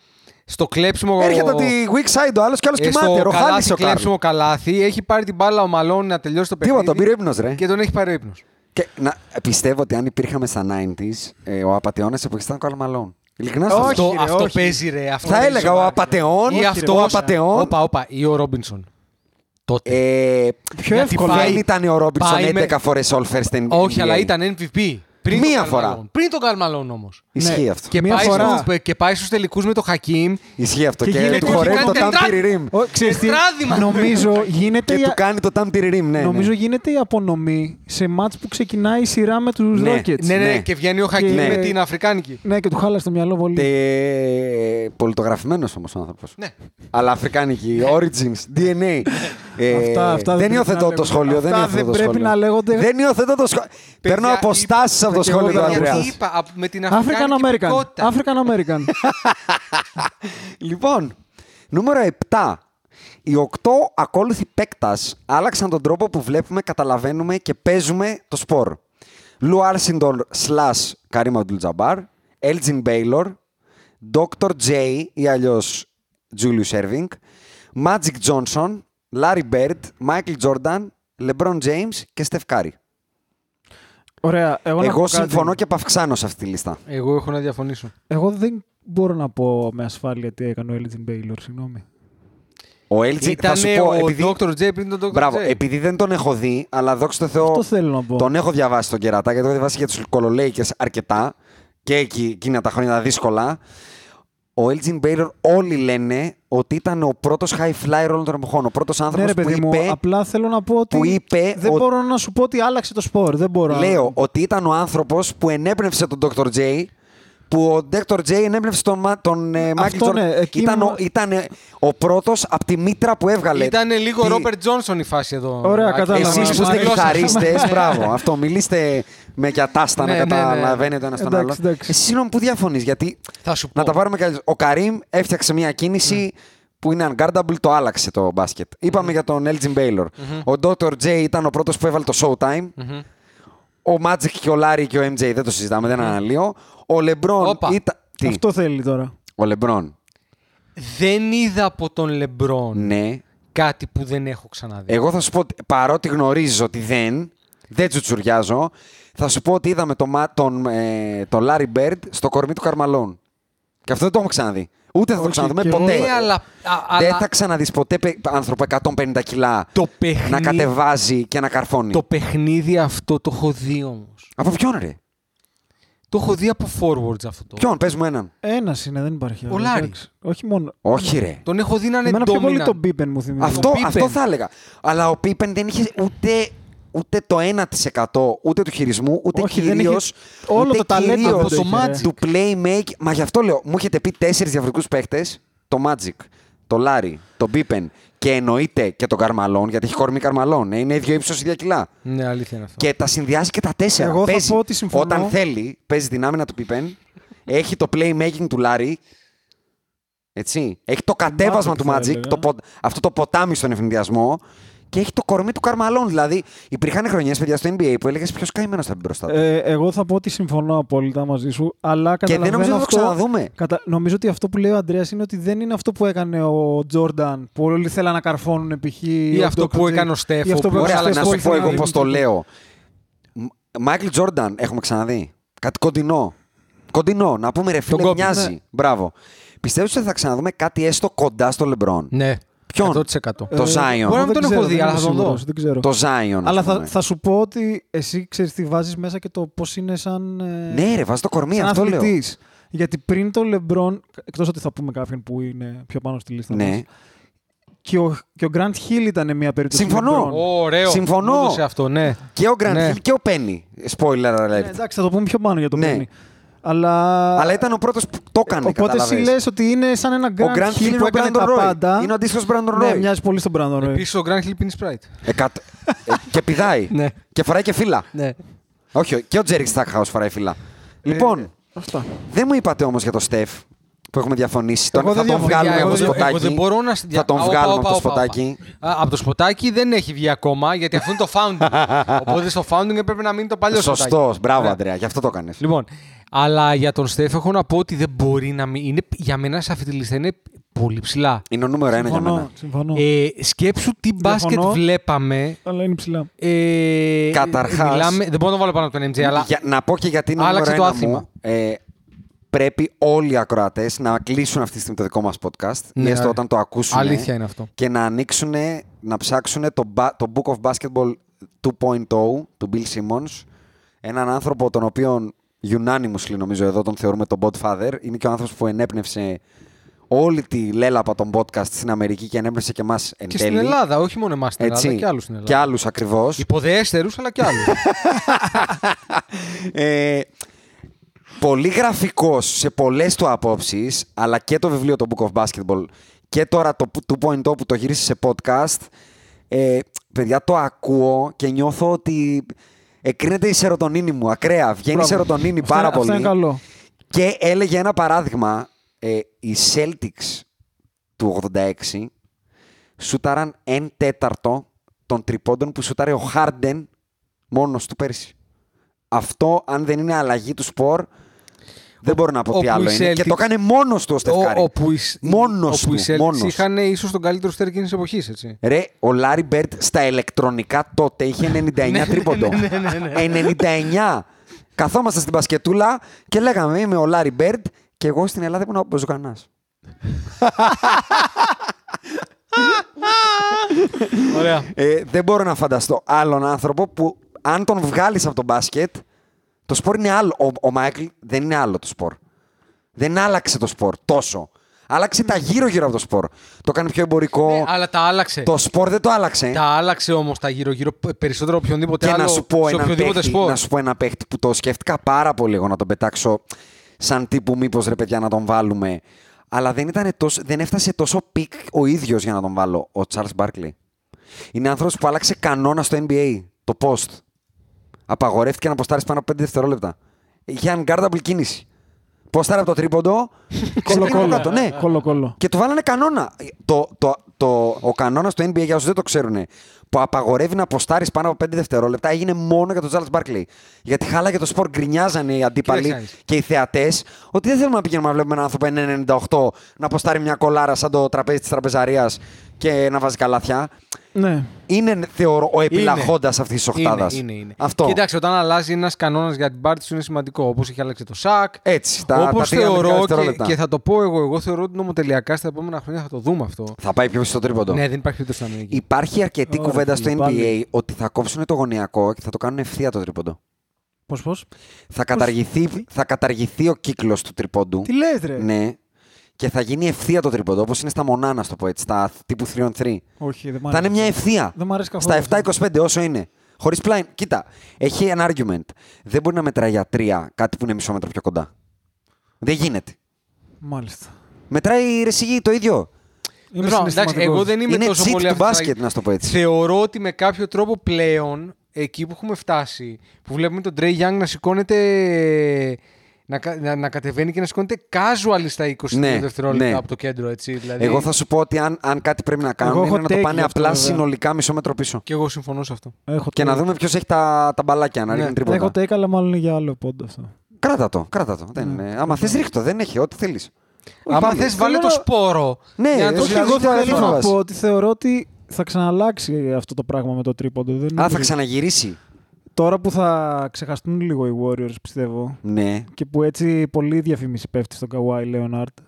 Speaker 2: στο κλέψιμο...
Speaker 1: Έρχεται από τη weak side ο άλλος και άλλος
Speaker 2: ε,
Speaker 1: κοιμάται.
Speaker 2: στο
Speaker 1: Ροχάλισε
Speaker 2: καλάθι,
Speaker 1: ο Κάρλ.
Speaker 2: κλέψιμο καλάθι, έχει πάρει την μπάλα ο Μαλόν να τελειώσει το
Speaker 1: Τίποτα,
Speaker 2: παιχνίδι.
Speaker 1: τον πήρε ύπνος, ε. ρε.
Speaker 2: Και τον έχει πάρει ο ύπνος.
Speaker 1: Και να, πιστεύω ότι αν υπήρχαμε στα 90s, ε, ο απαταιώνα εποχή ήταν καλμαλόν. Ειλικρινά σου
Speaker 3: Όχι.
Speaker 1: λέω.
Speaker 2: αυτό,
Speaker 3: ρε,
Speaker 2: αυτό
Speaker 3: όχι.
Speaker 2: παίζει ρε. Αυτό
Speaker 1: Θα
Speaker 2: παίζει
Speaker 1: έλεγα ο
Speaker 2: σοβαρά.
Speaker 1: απαταιών.
Speaker 2: Ή αυτό.
Speaker 3: ε,
Speaker 1: Ο απαταιών.
Speaker 2: Όπα, όπα. Ή ο Ρόμπινσον. Τότε.
Speaker 1: Ε,
Speaker 3: Πιο
Speaker 2: Γιατί
Speaker 3: εύκολα.
Speaker 2: πάει-
Speaker 1: δεν ήταν ο Ρόμπινσον
Speaker 2: πάει με-
Speaker 1: 11 φορές Όλφερστεν.
Speaker 2: όχι, αλλά ήταν MVP. Πριν
Speaker 1: Μία
Speaker 2: τον
Speaker 1: φορά.
Speaker 2: Καρμαλόν. Πριν τον Καρμαλόν όμως.
Speaker 1: Ισχύει
Speaker 3: Ναι.
Speaker 1: αυτό.
Speaker 2: Και,
Speaker 3: Μία
Speaker 2: πάει
Speaker 3: φορά.
Speaker 2: στους- και πάει στους τελικούς με το Χακίμ.
Speaker 1: Ισχύει αυτό.
Speaker 3: Και
Speaker 1: Και,
Speaker 3: γίνεται
Speaker 1: του
Speaker 3: ότι
Speaker 1: χορεύει
Speaker 3: κάνει
Speaker 1: το Tam
Speaker 2: τετρά-
Speaker 1: Tiririm.
Speaker 3: Ο- ξέρεις τι,
Speaker 2: Τετράδημα.
Speaker 3: Νομίζω γίνεται
Speaker 1: Και
Speaker 3: η-
Speaker 1: του κάνει το Tam Tiririm, ναι.
Speaker 3: Νομίζω
Speaker 1: ναι.
Speaker 3: γίνεται η απονομή σε μάτς που ξεκινάει η σειρά με τους
Speaker 1: Ναι.
Speaker 3: Rockets.
Speaker 2: Ναι, ναι,
Speaker 1: ναι.
Speaker 2: ναι, και βγαίνει ο Χακίμ
Speaker 1: Ναι.
Speaker 2: με την Αφρικάνικη.
Speaker 3: Ναι, και του χάλασε το μυαλό πολύ.
Speaker 1: Ε, Πολιτογραφημένος όμως ο άνθρωπος.
Speaker 2: Ναι.
Speaker 1: Αλλά αφρικάνικη, origins, DNA. Ε,
Speaker 3: Αυτά- αυτά
Speaker 1: δεν
Speaker 3: δεν πρέπει
Speaker 1: υιοθετώ
Speaker 3: να
Speaker 1: το σχόλιο. Δεν
Speaker 3: λέγονται. Αυτά
Speaker 1: υιοθετώ το
Speaker 3: δεν πρέπει
Speaker 1: σχόλιο.
Speaker 3: να λέγονται.
Speaker 1: Δεν υιοθετώ το σχόλιο. Παίρνω
Speaker 2: Παιδιά,
Speaker 1: αποστάσεις από το
Speaker 3: και εγώ
Speaker 1: σχόλιο του
Speaker 3: παίρνω
Speaker 1: Ανδρέα.
Speaker 2: Γιατί είπα απ- με την
Speaker 3: African
Speaker 2: Αφρικάνικη
Speaker 3: American.
Speaker 2: υπηκότητα.
Speaker 3: African American.
Speaker 1: Λοιπόν, νούμερο 7. Οι 8 ακόλουθοι παίκτας άλλαξαν τον τρόπο που βλέπουμε, καταλαβαίνουμε και παίζουμε το σπορ. Λου Άρσιντον slash Καρίμα Τζαμπάρ, Έλτζιν Μπέιλορ, Dr. J ή αλλιώς Julius Erving, Magic Johnson, Larry Bird, Michael Jordan, LeBron James και Steph Curry.
Speaker 3: Ωραία. Εγώ, να πω
Speaker 1: Εγώ
Speaker 3: κάτι.
Speaker 1: συμφωνώ και επαυξάνω σε αυτή τη λίστα.
Speaker 2: Εγώ έχω να διαφωνήσω.
Speaker 3: Εγώ δεν μπορώ να πω με ασφάλεια τι έκανε ο Έλτζιν Μπέιλορ. Συγγνώμη.
Speaker 1: Ο Έλτζιν, θα
Speaker 2: Ήταν
Speaker 1: σου πω,
Speaker 2: ο
Speaker 1: επειδή...
Speaker 2: Dr. J πριν τον Dr.
Speaker 1: Μπράβο,
Speaker 2: J.
Speaker 1: επειδή δεν τον έχω δει, αλλά δόξα τω Θεώ.
Speaker 3: Αυτό θέλω να πω. Ναι,
Speaker 1: Τον έχω διαβάσει τον κερατά γιατί το έχω διαβάσει για τους κολολέικες αρκετά και εκεί, εκείνα τα χρόνια τα δύσκολα. Ο Έλτζιν Μπέιλορ όλοι λένε ότι ήταν ο πρώτος high flyer όλων των εποχών. Ο πρώτος
Speaker 3: Ναι,
Speaker 1: άνθρωπο
Speaker 3: ρε
Speaker 1: που
Speaker 3: παιδί
Speaker 1: είπε.
Speaker 3: μου, απλά θέλω να πω ότι.
Speaker 1: που είπε
Speaker 3: δεν
Speaker 1: ότι-
Speaker 3: μπορώ να σου πω ότι άλλαξε το σπορ. Δεν μπορώ. να-
Speaker 1: Λέω ότι ήταν ο άνθρωπος που ενέπνευσε τον Dr. J. Που ο Dr. J ενέπνευσε τον, Μα- τον ε, Michael
Speaker 3: Αυτό,
Speaker 1: Jordan.
Speaker 3: ναι, εκεί
Speaker 1: ήταν ο,
Speaker 3: ήμουν-
Speaker 1: ήταν ε, ο πρώτος από τη μήτρα που έβγαλε.
Speaker 2: Ήταν λίγο
Speaker 1: Τι-
Speaker 2: Ρόπερτ Τζόνσον η φάση εδώ.
Speaker 3: Ωραία,
Speaker 2: Άκη.
Speaker 1: Εσεί
Speaker 3: κατάλαβα.
Speaker 1: που
Speaker 3: Μ'
Speaker 1: είστε
Speaker 3: αρέσει.
Speaker 1: κιθαρίστες, μπράβο. Αυτό, μιλήστε με κατάστα να
Speaker 2: Ναι, ναι, ναι.
Speaker 1: καταλαβαίνετε ένα τον
Speaker 3: Εντάξει,
Speaker 1: άλλον.
Speaker 3: εντάξει.
Speaker 1: Εσύ συγγνώμη, πού διαφωνείς, γιατί.
Speaker 2: Θα σου
Speaker 1: Να
Speaker 2: πω.
Speaker 1: τα πάρουμε καλύτερα. Ο Καρύμ έφτιαξε μια κίνηση
Speaker 2: Ναι.
Speaker 1: που είναι unguardable, το άλλαξε το μπάσκετ. Είπαμε για τον Elgin Baylor. Ο
Speaker 2: Mm-hmm.
Speaker 1: Dr. J ήταν ο πρώτος που έβαλε το Showtime. Ο Magic και ο Larry και ο MJ δεν το συζητάμε, δεν αναλύω. Ο Λεμπρόν
Speaker 2: Ναι. Όπα.
Speaker 1: ήταν. Τι,
Speaker 3: Αυτό θέλει τώρα.
Speaker 1: ο Λεμπρόν.
Speaker 2: Δεν είδα από τον Λεμπρόν
Speaker 1: Ναι.
Speaker 2: κάτι που δεν έχω ξαναδεί.
Speaker 1: Εγώ θα σου πω, ότι παρότι γνωρίζεις ότι δεν, δεν τσουτσουριάζω, θα σου πω ότι είδαμε το, μα- τον, ε, τον Larry Bird στο κορμί του Καρμαλόν. Και αυτό δεν το έχουμε ξαναδεί. Ούτε θα το
Speaker 3: Όχι,
Speaker 1: ξαναδούμε
Speaker 3: και εγώ-
Speaker 1: ποτέ.
Speaker 2: Ναι, αλλά- α-
Speaker 1: δεν
Speaker 2: αλλά-
Speaker 1: θα ξαναδείς ποτέ παι- άνθρωπο 150 κιλά
Speaker 2: Το παιχνίδι-
Speaker 1: να κατεβάζει και να καρφώνει.
Speaker 2: Το παιχνίδι αυτό το έχω δει όμως.
Speaker 1: Από ποιον ρε.
Speaker 2: Το έχω δει από forwards αυτό. το.
Speaker 1: Ποιον, πες μου έναν.
Speaker 3: Ένας είναι, δεν υπάρχει. άλλος,
Speaker 2: Λάρης.
Speaker 3: εντάξει. Όχι μόνο.
Speaker 1: Όχι ρε.
Speaker 2: Τον έχω δει να είναι
Speaker 3: Εμένα πιο πολύ
Speaker 2: dominant.
Speaker 3: τον Μπίπεν μου θυμίζει.
Speaker 1: Αυτό,
Speaker 2: Pippen.
Speaker 1: αυτό θα έλεγα. Αλλά ο Πίπεν δεν είχε ούτε, ούτε το 1% ούτε του χειρισμού, ούτε
Speaker 3: Όχι, δεν
Speaker 1: κυρίως.
Speaker 3: είχε- όλο το ταλέντο
Speaker 2: δεν το είχε, ρε.
Speaker 1: του playmaker. Μα γι' αυτό λέω, μου έχετε πει τέσσερις διαφορετικούς παίχτες. Το Magic, το Λάρι, τον Πίπεν και εννοείται και τον Καρμαλόν, γιατί έχει κορμί Καρμαλόν. ε, Είναι ίδιο ύψος, ίδια κιλά.
Speaker 2: Ναι, αλήθεια είναι αυτό.
Speaker 1: Και τα συνδυάζει και τα τέσσερα.
Speaker 3: Εγώ θα
Speaker 1: παίζει.
Speaker 3: πω ότι συμφωνώ.
Speaker 1: Όταν θέλει, παίζει την άμυνα του Πίπεν. έχει το playmaking του Λάρι. Έτσι. Έχει το κατέβασμα
Speaker 3: matchup
Speaker 1: του
Speaker 3: θα
Speaker 1: Magic,
Speaker 3: έλεγα.
Speaker 1: το πο- αυτό το ποτάμι στον ευνηδιασμό. Και έχει το κορμί του Καρμαλόν. Δηλαδή, υπήρχαν χρονιές, παιδιά, στο NBA που έλεγες ποιος καημένος θα μπει μπροστά. του».
Speaker 3: Ε, εγώ θα πω ότι συμφωνώ απόλυτα μαζί σου, αλλά
Speaker 1: και δεν
Speaker 3: καταλαβαίνω
Speaker 1: νομίζω ότι θα το
Speaker 3: αυτό...
Speaker 1: ξαναδούμε.
Speaker 3: Κατα... Νομίζω ότι αυτό που λέει ο Αντρέας είναι ότι δεν είναι αυτό που έκανε ο Τζόρνταν που όλοι θέλαν να καρφώνουν π.χ.
Speaker 2: Ή
Speaker 3: ο
Speaker 2: αυτό που
Speaker 3: Dr. J.
Speaker 2: έκανε ο Στέφ,
Speaker 3: Ή αυτό
Speaker 2: ο
Speaker 3: που
Speaker 2: οποίος
Speaker 1: Ωραία,
Speaker 3: έκανε
Speaker 1: αλλά να
Speaker 3: ο Στέφ,
Speaker 1: σου
Speaker 3: όλοι
Speaker 1: πω
Speaker 3: θέλαν
Speaker 1: εγώ
Speaker 3: να
Speaker 1: πώ το
Speaker 3: δείχνουν.
Speaker 1: λέω. Μάικλ Τζόρνταν έχουμε ξαναδεί. Κάτι κοντινό. Κοντινό, να πούμε ρε φίλε,
Speaker 2: κόβει,
Speaker 1: μοιάζει.
Speaker 2: ναι.
Speaker 1: Μπράβο. Πιστεύω ότι θα ξαναδούμε κάτι έστω κοντά στο Λεμπρόν.
Speaker 2: Ναι.
Speaker 1: Ποιον?
Speaker 2: 100%.
Speaker 1: Το
Speaker 3: Ε,
Speaker 1: Zion.
Speaker 2: Μπορεί να μην
Speaker 3: δεν
Speaker 2: τον
Speaker 3: ξέρω,
Speaker 2: έχω δει,
Speaker 3: δεν
Speaker 2: αλλά
Speaker 3: είμαι
Speaker 2: θα τον δω.
Speaker 3: σίγουρος, Δεν ξέρω.
Speaker 1: Το Ζάιον.
Speaker 3: Αλλά θα, θα σου πω ότι εσύ ξέρεις τι βάζεις μέσα και το πώς είναι σαν. ε,
Speaker 1: Ναι, ρε, βάζω το κορμί,
Speaker 3: σαν
Speaker 1: αυτό λέω.
Speaker 3: αθλητής. Γιατί πριν το Λεμπρόν, εκτός ότι θα πούμε κάποιον που είναι πιο πάνω στη λίστα
Speaker 1: Ναι.
Speaker 3: μας, και ο, και ο Γκραντ Χιλ ήταν μια περίπτωση.
Speaker 1: Συμφωνώ.
Speaker 3: LeBron.
Speaker 2: Ωραίο.
Speaker 1: Συμφωνώ.
Speaker 2: Μου έδωσε αυτό, ναι.
Speaker 1: Και ο Γκραντ
Speaker 2: Ναι.
Speaker 1: και ο Πένι. Spoiler alert.
Speaker 3: Ναι, εντάξει, θα το πούμε πιο πάνω για το
Speaker 1: Ναι.
Speaker 3: ναι. Αλλά...
Speaker 1: Αλλά ήταν ο πρώτος που το έκανε.
Speaker 3: Οπότε εσύ
Speaker 1: καταλαβες.
Speaker 3: λες ότι είναι σαν ένα
Speaker 1: Ο
Speaker 3: Grand,
Speaker 1: Grant Hill
Speaker 3: Hill
Speaker 1: είναι
Speaker 3: που
Speaker 1: ο
Speaker 3: έκανε
Speaker 1: Brandon
Speaker 3: τα
Speaker 1: Roy.
Speaker 3: πάντα.
Speaker 1: Είναι ο αντίστοιχος Brandon
Speaker 3: Ναι,
Speaker 1: Roy.
Speaker 3: μοιάζει πολύ στον Brandon Roy.
Speaker 2: Πίσω ο Grand Hill πίνει Sprite.
Speaker 1: Εκατ- ε, και πηδάει.
Speaker 2: Ναι.
Speaker 1: Και φοράει και φύλλα.
Speaker 2: Ναι.
Speaker 1: Όχι, και ο Τζέρι Στάκχαου φοράει φύλλα. Λοιπόν,
Speaker 3: Ε, Αυτά.
Speaker 1: δεν μου είπατε όμως για το Στεφ. που έχουμε διαφωνήσει. Τον,
Speaker 3: Εγώ
Speaker 1: θα
Speaker 3: δεν
Speaker 1: τον
Speaker 3: διαφωνώ.
Speaker 1: βγάλουμε
Speaker 3: Εγώ
Speaker 1: από το
Speaker 3: δεν-
Speaker 1: σποτάκι.
Speaker 2: Εγώ δεν μπορώ να
Speaker 1: Θα τον βγάλουμε από το σποτάκι.
Speaker 2: Από το σποτάκι δεν έχει βγει ακόμα γιατί αυτό είναι το founding. Οπότε στο founding έπρεπε να μείνει το παλιό σποτάκι. Ναι.
Speaker 1: Σωστός. Μπράβο,
Speaker 3: Ναι.
Speaker 2: Ωραία.
Speaker 1: Αντρέα, γι' αυτό το έκανε.
Speaker 2: Λοιπόν, αλλά για τον Στέφ έχω να πω ότι δεν μπορεί να μην. Είναι, για μένα σε αυτή τη λίστα είναι πολύ ψηλά.
Speaker 1: Είναι ο νούμερο ένα για μένα.
Speaker 3: Συμφωνώ. συμφωνώ.
Speaker 2: Ε, σκέψου τι μπάσκετ
Speaker 3: Ναι. Διαφωνώ.
Speaker 2: βλέπαμε.
Speaker 3: Αλλά είναι ψηλά.
Speaker 2: Ε,
Speaker 1: Καταρχάς-
Speaker 2: μιλάμε- δεν μπορώ να το βάλω πάνω από τον MJ, Ναι, αλλά.
Speaker 1: Για, να πω και γιατί είναι ο
Speaker 2: Άλλαξε
Speaker 1: νούμερο ένα
Speaker 2: το άθλημα.
Speaker 1: μου. Ε, πρέπει όλοι οι ακροατές να κλείσουν αυτή τη στιγμή το δικό μας podcast.
Speaker 2: Ναι,
Speaker 1: ή έστω
Speaker 2: ναι.
Speaker 1: όταν το ακούσουν.
Speaker 2: Αλήθεια είναι αυτό.
Speaker 1: Και να ανοίξουν, να ψάξουν το, μπα- το Book of Basketball 2.0 του Bill Simmons. Έναν άνθρωπο τον οποίο unanimously νομίζω εδώ τον θεωρούμε τον Podfather. Είναι και ο άνθρωπος που ενέπνευσε όλη τη λέλαπα των podcast στην Αμερική και ενέπνευσε και εμάς εν
Speaker 2: Και
Speaker 1: τέλει.
Speaker 2: στην Ελλάδα, όχι μόνο εμάς στην
Speaker 1: Έτσι.
Speaker 2: Ελλάδα, και άλλους στην Ελλάδα.
Speaker 1: Και άλλους ακριβώς.
Speaker 2: Υποδέστερους, αλλά και άλλους.
Speaker 1: Ε, πολύ γραφικός σε πολλές του απόψεις, αλλά και το βιβλίο το Book of Basketball και τώρα το 2.0 που το γύρισε σε podcast. Ε, παιδιά, το ακούω και νιώθω ότι εκρίνεται η σερωτονίνη μου ακραία. Βγαίνει η
Speaker 3: Μπράβο.
Speaker 1: σερωτονίνη
Speaker 3: Αυτό-
Speaker 1: πάρα
Speaker 3: αυτό
Speaker 1: πολύ.
Speaker 3: είναι καλό.
Speaker 1: Και έλεγε ένα παράδειγμα. Ε, οι Celtics του 86 σούταραν 1 τέταρτο των τριπώντων που σούταρε ο Χάρντεν μόνος του πέρσι. Αυτό, αν δεν είναι αλλαγή του σπορ, δεν μπορώ να πω τι
Speaker 2: όπου
Speaker 1: άλλο
Speaker 2: οι
Speaker 1: είναι. Και
Speaker 2: Celtics-
Speaker 1: το έκανε μόνος του ο Στεφκάρη.
Speaker 2: Ο- όπου οι, σ-
Speaker 1: Μόνος
Speaker 2: όπου οι
Speaker 1: του,
Speaker 2: Celtics
Speaker 1: μόνος.
Speaker 2: είχαν ίσως τον καλύτερο στέρ εκείνης εποχής, έτσι.
Speaker 1: Ρε, ο Λάρι Μπέρτ στα ηλεκτρονικά τότε
Speaker 2: Ναι,
Speaker 1: είχε 99 τρίποντο. 99. Καθόμαστε στην μπασκετούλα και λέγαμε είμαι ο Λάρι Μπέρτ και εγώ στην Ελλάδα ήμουν ο Μποζουκανάς.
Speaker 2: Ωραία.
Speaker 1: Ε, δεν μπορώ να φανταστώ άλλον άνθρωπο που αν τον βγάλεις από το μπάσκετ, το σπορ είναι άλλο. Ο, ο Μάικλ δεν είναι άλλο το σπορ. Δεν άλλαξε το σπορ τόσο. Άλλαξε τα γύρω-γύρω από το σπορ. Το κάνει πιο εμπορικό.
Speaker 2: Ναι, αλλά τα άλλαξε.
Speaker 1: Το σπορ δεν το άλλαξε.
Speaker 2: Τα άλλαξε όμως τα γύρω-γύρω π- περισσότερο από οποιονδήποτε
Speaker 1: Και
Speaker 2: άλλο.
Speaker 1: να σου, πω
Speaker 2: σε
Speaker 1: ένα
Speaker 2: οποιοδήποτε
Speaker 1: παίχτη,
Speaker 2: σπορ.
Speaker 1: να σου πω ένα παίχτη που το σκέφτηκα πάρα πολύ εγώ να τον πετάξω σαν τύπου μήπως ρε παιδιά να τον βάλουμε. Αλλά δεν, ήτανε τόσο, δεν έφτασε τόσο πικ ο ίδιος για να τον βάλω, ο Charles Barkley. Είναι άνθρωπος που άλλαξε κανόνα στο NBA, το post. Απαγορεύτηκε να ποστάρεις πάνω από 5 δευτερόλεπτα. Είχε unguardable κίνηση. Ποστάρε από το τρίποντο, ξεκινάει κάτω, ναι.
Speaker 3: Κολοκόλο.
Speaker 1: Και του βάλανε κανόνα. Το, το, το, ο κανόνας του NBA, για όσους δεν το ξέρουν, που απαγορεύει να αποστάρει πάνω από 5 δευτερόλεπτα, έγινε μόνο για τον Τζάρλ Μπάρκλey. Γιατί χάλαγε το σπορ, γκρινιάζανε οι αντίπαλοι
Speaker 2: Κοίταξε, Άρης.
Speaker 1: και οι θεατές, ότι δεν θέλουμε να πηγαίνουμε να βλέπουμε έναν άνθρωπο 1,98 να αποστάρει μια κολάρα σαν το τραπέζι της τραπεζαρίας και να βάζει καλάθια.
Speaker 3: Ναι.
Speaker 1: Είναι, θεωρώ, ο επιλαχόντα αυτής της
Speaker 2: είναι,
Speaker 1: οχτάδα.
Speaker 2: είναι, είναι.
Speaker 1: Αυτό.
Speaker 2: Κοίταξε, όταν αλλάζει ένας κανόνας για την πάρτι σου είναι σημαντικό. Όπως έχει αλλάξει το ΣΑΚ.
Speaker 1: Έτσι, Ε, τα-
Speaker 2: Όπως
Speaker 1: τα τρία μερικά
Speaker 2: θεωρώ. Και,
Speaker 1: δευτερόλεπτα.
Speaker 2: και, θα το πω εγώ. Εγώ θεωρώ ότι νομοτελειακά στα επόμενα χρόνια θα το δούμε αυτό.
Speaker 1: Θα πάει πιο πίσω στο τρίποντο.
Speaker 2: Ναι, δεν υπάρχει περίπτωση να μείνει εκεί.
Speaker 1: Υπάρχει αρκετή
Speaker 3: Ωραία,
Speaker 1: κουβέντα στο
Speaker 3: φίλε,
Speaker 1: NBA
Speaker 3: πάλι.
Speaker 1: ότι θα κόψουν το γωνιακό και θα το κάνουν ευθεία το τρίποντο.
Speaker 3: Πώς, πώς.
Speaker 1: Θα καταργηθεί, θα καταργηθεί ο κύκλος του τριπώντου.
Speaker 3: Τι λες, ρε.
Speaker 1: Ναι. Και θα γίνει ευθεία το τρίποντο, όπως είναι στα μονάνα, στο πω έτσι, στα τύπου 3 on 3.
Speaker 3: Όχι, δεν
Speaker 1: Θα
Speaker 3: μ'
Speaker 1: είναι
Speaker 3: αρέσει.
Speaker 1: μια ευθεία.
Speaker 3: Δεν μ' αρέσει καθόλου.
Speaker 1: Στα 7-25 όσο είναι. Χωρίς πλάι. Κοίτα, έχει ένα argument. Δεν μπορεί να μετράει για 3 κάτι που είναι μισό μέτρο πιο κοντά. Δεν γίνεται.
Speaker 3: Μάλιστα.
Speaker 1: Μετράει ρε σιγή το ίδιο.
Speaker 3: Είμαι
Speaker 2: Τώρα, Ε, εντάξει,
Speaker 3: συναισθηματικός.
Speaker 2: εγώ δεν είμαι
Speaker 1: είναι
Speaker 2: τόσο
Speaker 1: cheat
Speaker 2: πολύ
Speaker 1: του
Speaker 2: αυτή-
Speaker 1: μπάσκετ, να σου το πω έτσι.
Speaker 2: Θεωρώ ότι με κάποιο τρόπο πλέον εκεί που έχουμε φτάσει, που βλέπουμε τον Τρέι Young να σηκώνεται. Να, κα- να, να κατεβαίνει και να σηκώνεται casual στα 20
Speaker 1: Ναι,
Speaker 2: δευτερόλεπτα
Speaker 1: ναι.
Speaker 2: από το κέντρο. Έτσι, δηλαδή.
Speaker 1: Εγώ θα σου πω ότι αν, αν κάτι πρέπει να κάνουν
Speaker 3: Εγώ έχω
Speaker 1: είναι να το
Speaker 3: take
Speaker 1: πάνε
Speaker 3: γι' αυτό,
Speaker 1: απλά
Speaker 3: βέβαια.
Speaker 1: συνολικά μισό μέτρο πίσω.
Speaker 2: Και εγώ συμφωνώ σε αυτό.
Speaker 3: Έχω
Speaker 1: Και
Speaker 3: take.
Speaker 1: να δούμε ποιος έχει τα, τα μπαλάκια, να
Speaker 2: Ναι.
Speaker 1: ρίχνει τρίποτα.
Speaker 3: Έχω take, αλλά μάλλον είναι για άλλο πόντο αυτό.
Speaker 1: Κράτα το, κράτα το.
Speaker 3: Ναι.
Speaker 1: Δεν είναι. Άμα θες, ρίχτω. Δεν έχει, ό,τι θέλεις.
Speaker 2: Άμα θες, βάλε το σπόρο.
Speaker 1: Ναι,
Speaker 2: για να το
Speaker 1: όχι, εγώ
Speaker 2: συζητήσουμε.
Speaker 1: θέλω-
Speaker 3: Θέλω
Speaker 1: θέλω
Speaker 3: να
Speaker 1: βάση.
Speaker 3: πω ότι θεωρώ ότι θα ξαναλλάξει αυτό το πράγμα με το τρίποντο. Δεν
Speaker 1: Α,
Speaker 3: νομίζω-
Speaker 1: θα ξαναγυρίσει.
Speaker 3: Τώρα που θα ξεχαστούν λίγο οι Warriors, πιστεύω,
Speaker 1: Ναι.
Speaker 3: και που έτσι πολλή διαφήμιση πέφτει στον Καουάι Λέοναρτ,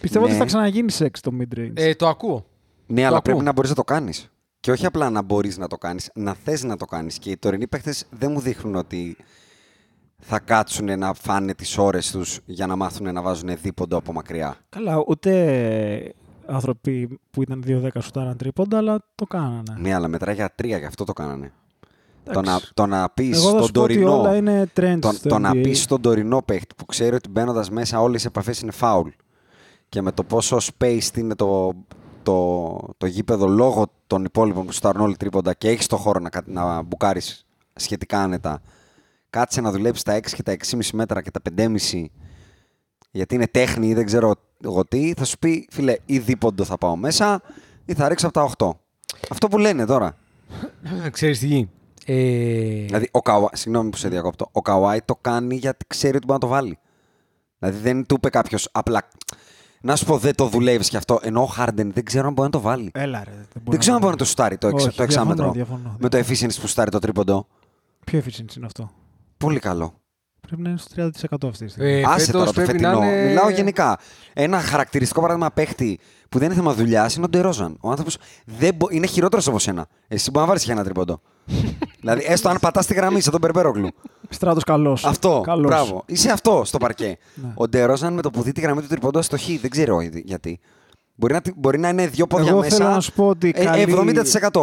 Speaker 3: πιστεύω
Speaker 1: Ναι.
Speaker 3: ότι θα ξαναγίνει σεξ το mid-range.
Speaker 2: Ε, το ακούω.
Speaker 1: Ναι, αλλά
Speaker 2: ακούω.
Speaker 1: πρέπει να μπορείς να το κάνεις. Και όχι απλά να μπορείς να το κάνεις, να θες να το κάνεις. Και οι τωρινοί παίχτε δεν μου δείχνουν ότι θα κάτσουν να φάνε τις ώρες τους για να μάθουν να βάζουν δίποντο από μακριά.
Speaker 3: Καλά, ούτε άνθρωποι που ήταν 2-10 σουτάραν τρίποντα, αλλά το κάνανε.
Speaker 1: Ναι, αλλά μετράει για τρία, γι' αυτό το κάνανε. Το
Speaker 3: Εντάξει.
Speaker 1: να, το να πεις
Speaker 3: Εγώ θα
Speaker 1: στον
Speaker 3: σου πω ότι
Speaker 1: τωρινό.
Speaker 3: όλα είναι trends
Speaker 1: Το,
Speaker 3: στο
Speaker 1: το να
Speaker 3: NBA.
Speaker 1: πεις στον τωρινό παίχτη που ξέρει ότι μπαίνοντας μέσα όλες οι επαφές είναι foul και με το πόσο spaced είναι το, το, το γήπεδο λόγω των υπόλοιπων που στάρουν όλοι τρίποντα και έχεις το χώρο να, κα- να μπουκάρεις σχετικά άνετα. Κάτσε να δουλέψεις τα 6 και τα 6,5 μέτρα και τα 5,5 γιατί είναι τέχνη ή δεν ξέρω εγώ τι, θα σου πει, φίλε, ή δίποντο θα πάω μέσα ή θα ρίξω από τα 8. Αυτό που λένε τώρα.
Speaker 2: Ξέρεις τι γίνει. Ε,
Speaker 1: Δηλαδή, ο Καουάι, συγγνώμη που σε διακόπτω, ο Καουάι το κάνει γιατί ξέρει ότι μπορεί να το βάλει. Δηλαδή, δεν του είπε κάποιος απλά. Να σου πω, δεν το δουλεύεις και αυτό. Ενώ ο Χάρντεν δεν ξέρω αν μπορεί να το βάλει.
Speaker 3: Έλα ρε. Δεν,
Speaker 1: δεν ξέρω αν μπορεί να το στάρει το, εξ,
Speaker 3: Όχι,
Speaker 1: το εξάμετρο.
Speaker 3: διαφωνώ, διαφωνώ.
Speaker 1: Με το efficiency που στάρει το τρίποντο.
Speaker 3: Ποιο efficiency είναι αυτό.
Speaker 1: Πολύ καλό.
Speaker 3: Πρέπει να είναι στο 30% αυτή τη στιγμή.
Speaker 2: ε,
Speaker 1: Άσε
Speaker 2: φέτος
Speaker 1: τώρα το
Speaker 2: πρέπει να
Speaker 1: φετινό.
Speaker 2: είναι-
Speaker 1: Μιλάω γενικά. Ένα χαρακτηριστικό παράδειγμα παίχτη που δεν είναι θέμα δουλειάς είναι ο Ντερόζαν. Ο άνθρωπος μπο... είναι χειρότερος από σένα. Εσύ μπορεί να βάλεις και ένα τρίποντο. δηλαδή, έστω αν πατάς τη γραμμή σαν τον Περπέρογλου.
Speaker 3: Στράτος καλός.
Speaker 1: αυτό.
Speaker 3: Καλός. Ναι.
Speaker 1: Μπράβο. Είσαι αυτό στο παρκέ. ο Ντερόζαν με το που δει τη γραμμή του τρίποντο στο χ. Δεν ξέρω γιατί. Μπορεί να, τη- μπορεί να είναι δύο πόδια
Speaker 3: Εγώ
Speaker 1: μέσα.
Speaker 3: θέλω να σου πω ότι
Speaker 1: ε,
Speaker 3: καλή-
Speaker 1: 70%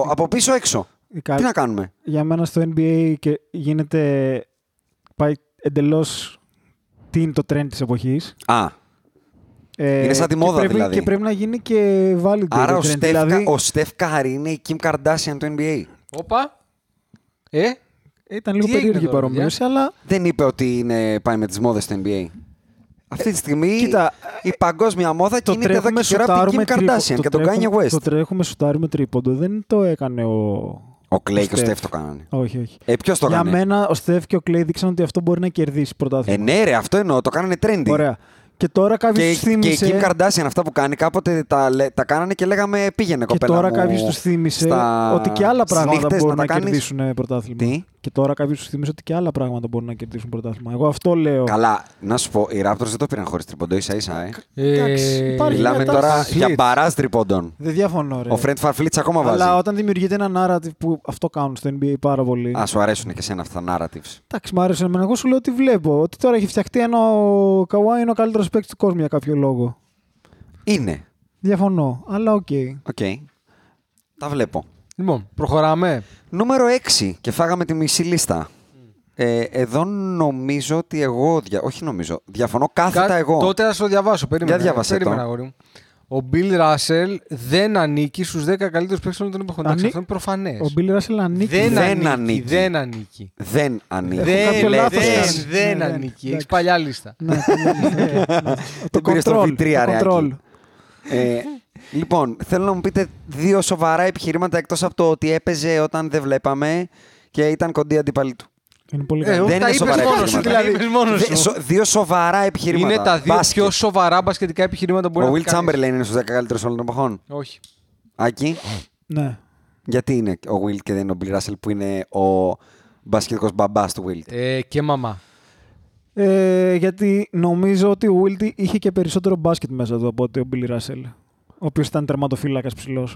Speaker 1: από πίσω έξω.
Speaker 3: Η κα-
Speaker 1: Τι να κάνουμε.
Speaker 3: Για μένα στο NBA και γίνεται. πάει εντελώς. Τι είναι το trend της εποχής.
Speaker 1: Α,
Speaker 3: Ε,
Speaker 1: Είναι σαν τη
Speaker 3: και
Speaker 1: μόδα,
Speaker 3: πρέπει,
Speaker 1: δηλαδή.
Speaker 3: Και πρέπει να γίνει και valid.
Speaker 1: άρα
Speaker 3: το
Speaker 1: ο
Speaker 3: trend.
Speaker 1: Στεφ,
Speaker 3: Δηλαδή,
Speaker 1: ο Στεφ Κάρη είναι η Kim Kardashian του NBA.
Speaker 2: Όπα. Ε,
Speaker 3: ήταν λίγο
Speaker 2: Τι έγινε
Speaker 3: περίεργη η
Speaker 2: τώρα,
Speaker 3: παρομοίωση,
Speaker 2: παιδιά?
Speaker 3: αλλά.
Speaker 1: Δεν είπε ότι είναι, πάει με τις μόδες στο NBA. Αυτή τη στιγμή
Speaker 3: Ε, κοίτα,
Speaker 1: η παγκόσμια μόδα
Speaker 3: Το
Speaker 1: κινείται εδώ
Speaker 3: τρέχουμε
Speaker 1: και χειρά από την
Speaker 3: σουτάρουμε
Speaker 1: Kim Kardashian
Speaker 3: τρίπο-
Speaker 1: και τον Kanye
Speaker 3: τρέχουμε-
Speaker 1: West.
Speaker 3: Το τρέχουμε σουτάρουμε τρίποντο. Δεν το έκανε ο.
Speaker 1: Ο Clay και ο
Speaker 3: Steph.
Speaker 1: Steph το κάνανε.
Speaker 3: Όχι, όχι.
Speaker 1: Ε, ποιος το
Speaker 3: Για
Speaker 1: έκανε.
Speaker 3: μένα ο Στεφ και ο Κλέη δείξαν ότι αυτό μπορεί να κερδίσει
Speaker 1: Ε,
Speaker 3: πρωτάθλημα.
Speaker 1: ναι, ρε, αυτό εννοώ. Το κάνανε trendy.
Speaker 3: Ωραία. Και τώρα κάποιος
Speaker 1: Και,
Speaker 3: τους
Speaker 1: και η
Speaker 3: θύμισε.
Speaker 1: Kim Kardashian αυτά που κάνει κάποτε τα, λέ- τα κάνανε και λέγαμε πήγαινε
Speaker 3: Και
Speaker 1: κοπέλα
Speaker 3: τώρα
Speaker 1: μου
Speaker 3: κάποιος τους θύμισε
Speaker 1: στα-
Speaker 3: ότι και άλλα
Speaker 1: στις
Speaker 3: πράγματα
Speaker 1: νύχτες
Speaker 3: μπορούν να,
Speaker 1: τα κάνεις.
Speaker 3: κερδίσουν ε, πρωτάθλημα.
Speaker 1: Τι?
Speaker 3: Και τώρα κάποιο του θύμισε ότι και άλλα πράγματα μπορούν να κερδίσουν πρωτάθλημα. Εγώ αυτό λέω.
Speaker 1: Καλά, να σου πω, οι Raptors δεν το πήραν χωρίς τριποντό, ίσα ίσα. Ε.
Speaker 3: Εντάξει,
Speaker 2: ε,
Speaker 3: υπάρχει
Speaker 1: Μιλάμε
Speaker 3: μετά-
Speaker 1: τώρα
Speaker 2: Φλιτς.
Speaker 1: για μπαράζ τριποντών.
Speaker 3: Δεν διαφωνώ, ρε.
Speaker 1: Ο Φρέντ Φαρφλίτ ακόμα βάζει.
Speaker 3: Ε. Αλλά όταν δημιουργείται ένα narrative που αυτό κάνουν στο NBA πάρα πολύ.
Speaker 1: Α, σου αρέσουν και σένα αυτά τα narratives.
Speaker 3: Εντάξει, μου άρεσε εμένα. Εγώ σου λέω ότι βλέπω. Ότι τώρα έχει φτιαχτεί ένα ο Καουάι είναι ο καλύτερος παίκτης του κόσμου για κάποιο λόγο.
Speaker 1: Είναι.
Speaker 3: Διαφωνώ. Αλλά οκ.
Speaker 1: Οκ. Τα βλέπω.
Speaker 2: Λοιπόν, προχωράμε.
Speaker 1: Νούμερο 6 και φάγαμε τη μισή λίστα. Ε, εδώ νομίζω ότι εγώ. Δια... Όχι νομίζω. Διαφωνώ κάθετα
Speaker 2: Κα-
Speaker 1: εγώ.
Speaker 2: Τότε θα σου το διαβάσω. Περίμενα.
Speaker 1: Για διάβασέ το.
Speaker 2: Περίμενα, αγόρι μου. Ο Bill Russell δεν ανήκει στους 10 καλύτερους παίκτες όλων των εποχών. Εντάξει,
Speaker 3: Ανή-
Speaker 2: Αυτό είναι προφανές.
Speaker 3: Ο Μπίλ Ράσελ ανήκει.
Speaker 2: Δεν,
Speaker 1: Δεν
Speaker 2: ανήκει,
Speaker 1: ανήκει.
Speaker 2: Δεν ανήκει.
Speaker 1: Δεν ανοίγει.
Speaker 2: Δεν,
Speaker 3: κάποιο
Speaker 2: δεν,
Speaker 3: λάθος
Speaker 2: δεν,
Speaker 3: κάνει. Ναι, ναι,
Speaker 2: ανήκει. Έχεις
Speaker 3: εντάξει.
Speaker 2: παλιά λίστα.
Speaker 3: Ναι,
Speaker 1: Ε,
Speaker 3: το
Speaker 1: πήρε στο
Speaker 3: control.
Speaker 1: V3, ρε, Άκη.
Speaker 3: Το control.
Speaker 1: Ε, λοιπόν, θέλω να μου πείτε δύο σοβαρά επιχειρήματα εκτός από το ότι έπαιζε όταν δεν βλέπαμε και ήταν κοντή αντίπαλη του.
Speaker 3: Είναι πολύ
Speaker 2: Ε,
Speaker 3: καλό.
Speaker 2: όχι.
Speaker 3: Ναι.
Speaker 1: δεν
Speaker 2: τα
Speaker 1: είναι
Speaker 2: είπες
Speaker 1: σοβαρά
Speaker 2: μόνος σου,
Speaker 1: επιχειρήματα.
Speaker 2: δηλαδή. Τα είπες μόνος
Speaker 1: Δε-
Speaker 2: σου.
Speaker 1: σο- δύο σοβαρά επιχειρήματα.
Speaker 2: Είναι τα δύο
Speaker 1: Μπάσκετ.
Speaker 2: πιο σοβαρά μπασκετικά επιχειρήματα που μπορεί
Speaker 1: Ο
Speaker 2: να
Speaker 1: Will
Speaker 2: πει κανείς.
Speaker 1: Chamberlain είναι στους 10 καλύτερους όλων των εποχών.
Speaker 2: Όχι.
Speaker 1: Άκη,
Speaker 3: Ναι.
Speaker 1: γιατί είναι ο Will και δεν είναι ο Bill Russell που είναι ο μπασκετικός μπαμπάς του Will.
Speaker 2: Ε, και μαμά.
Speaker 3: Ε, γιατί νομίζω ότι ο Βίλτι είχε και περισσότερο μπάσκετ μέσα εδώ από ότι ο Μπίλι Ράσελ. Ο οποίο ήταν τερματοφύλακα ψηλό.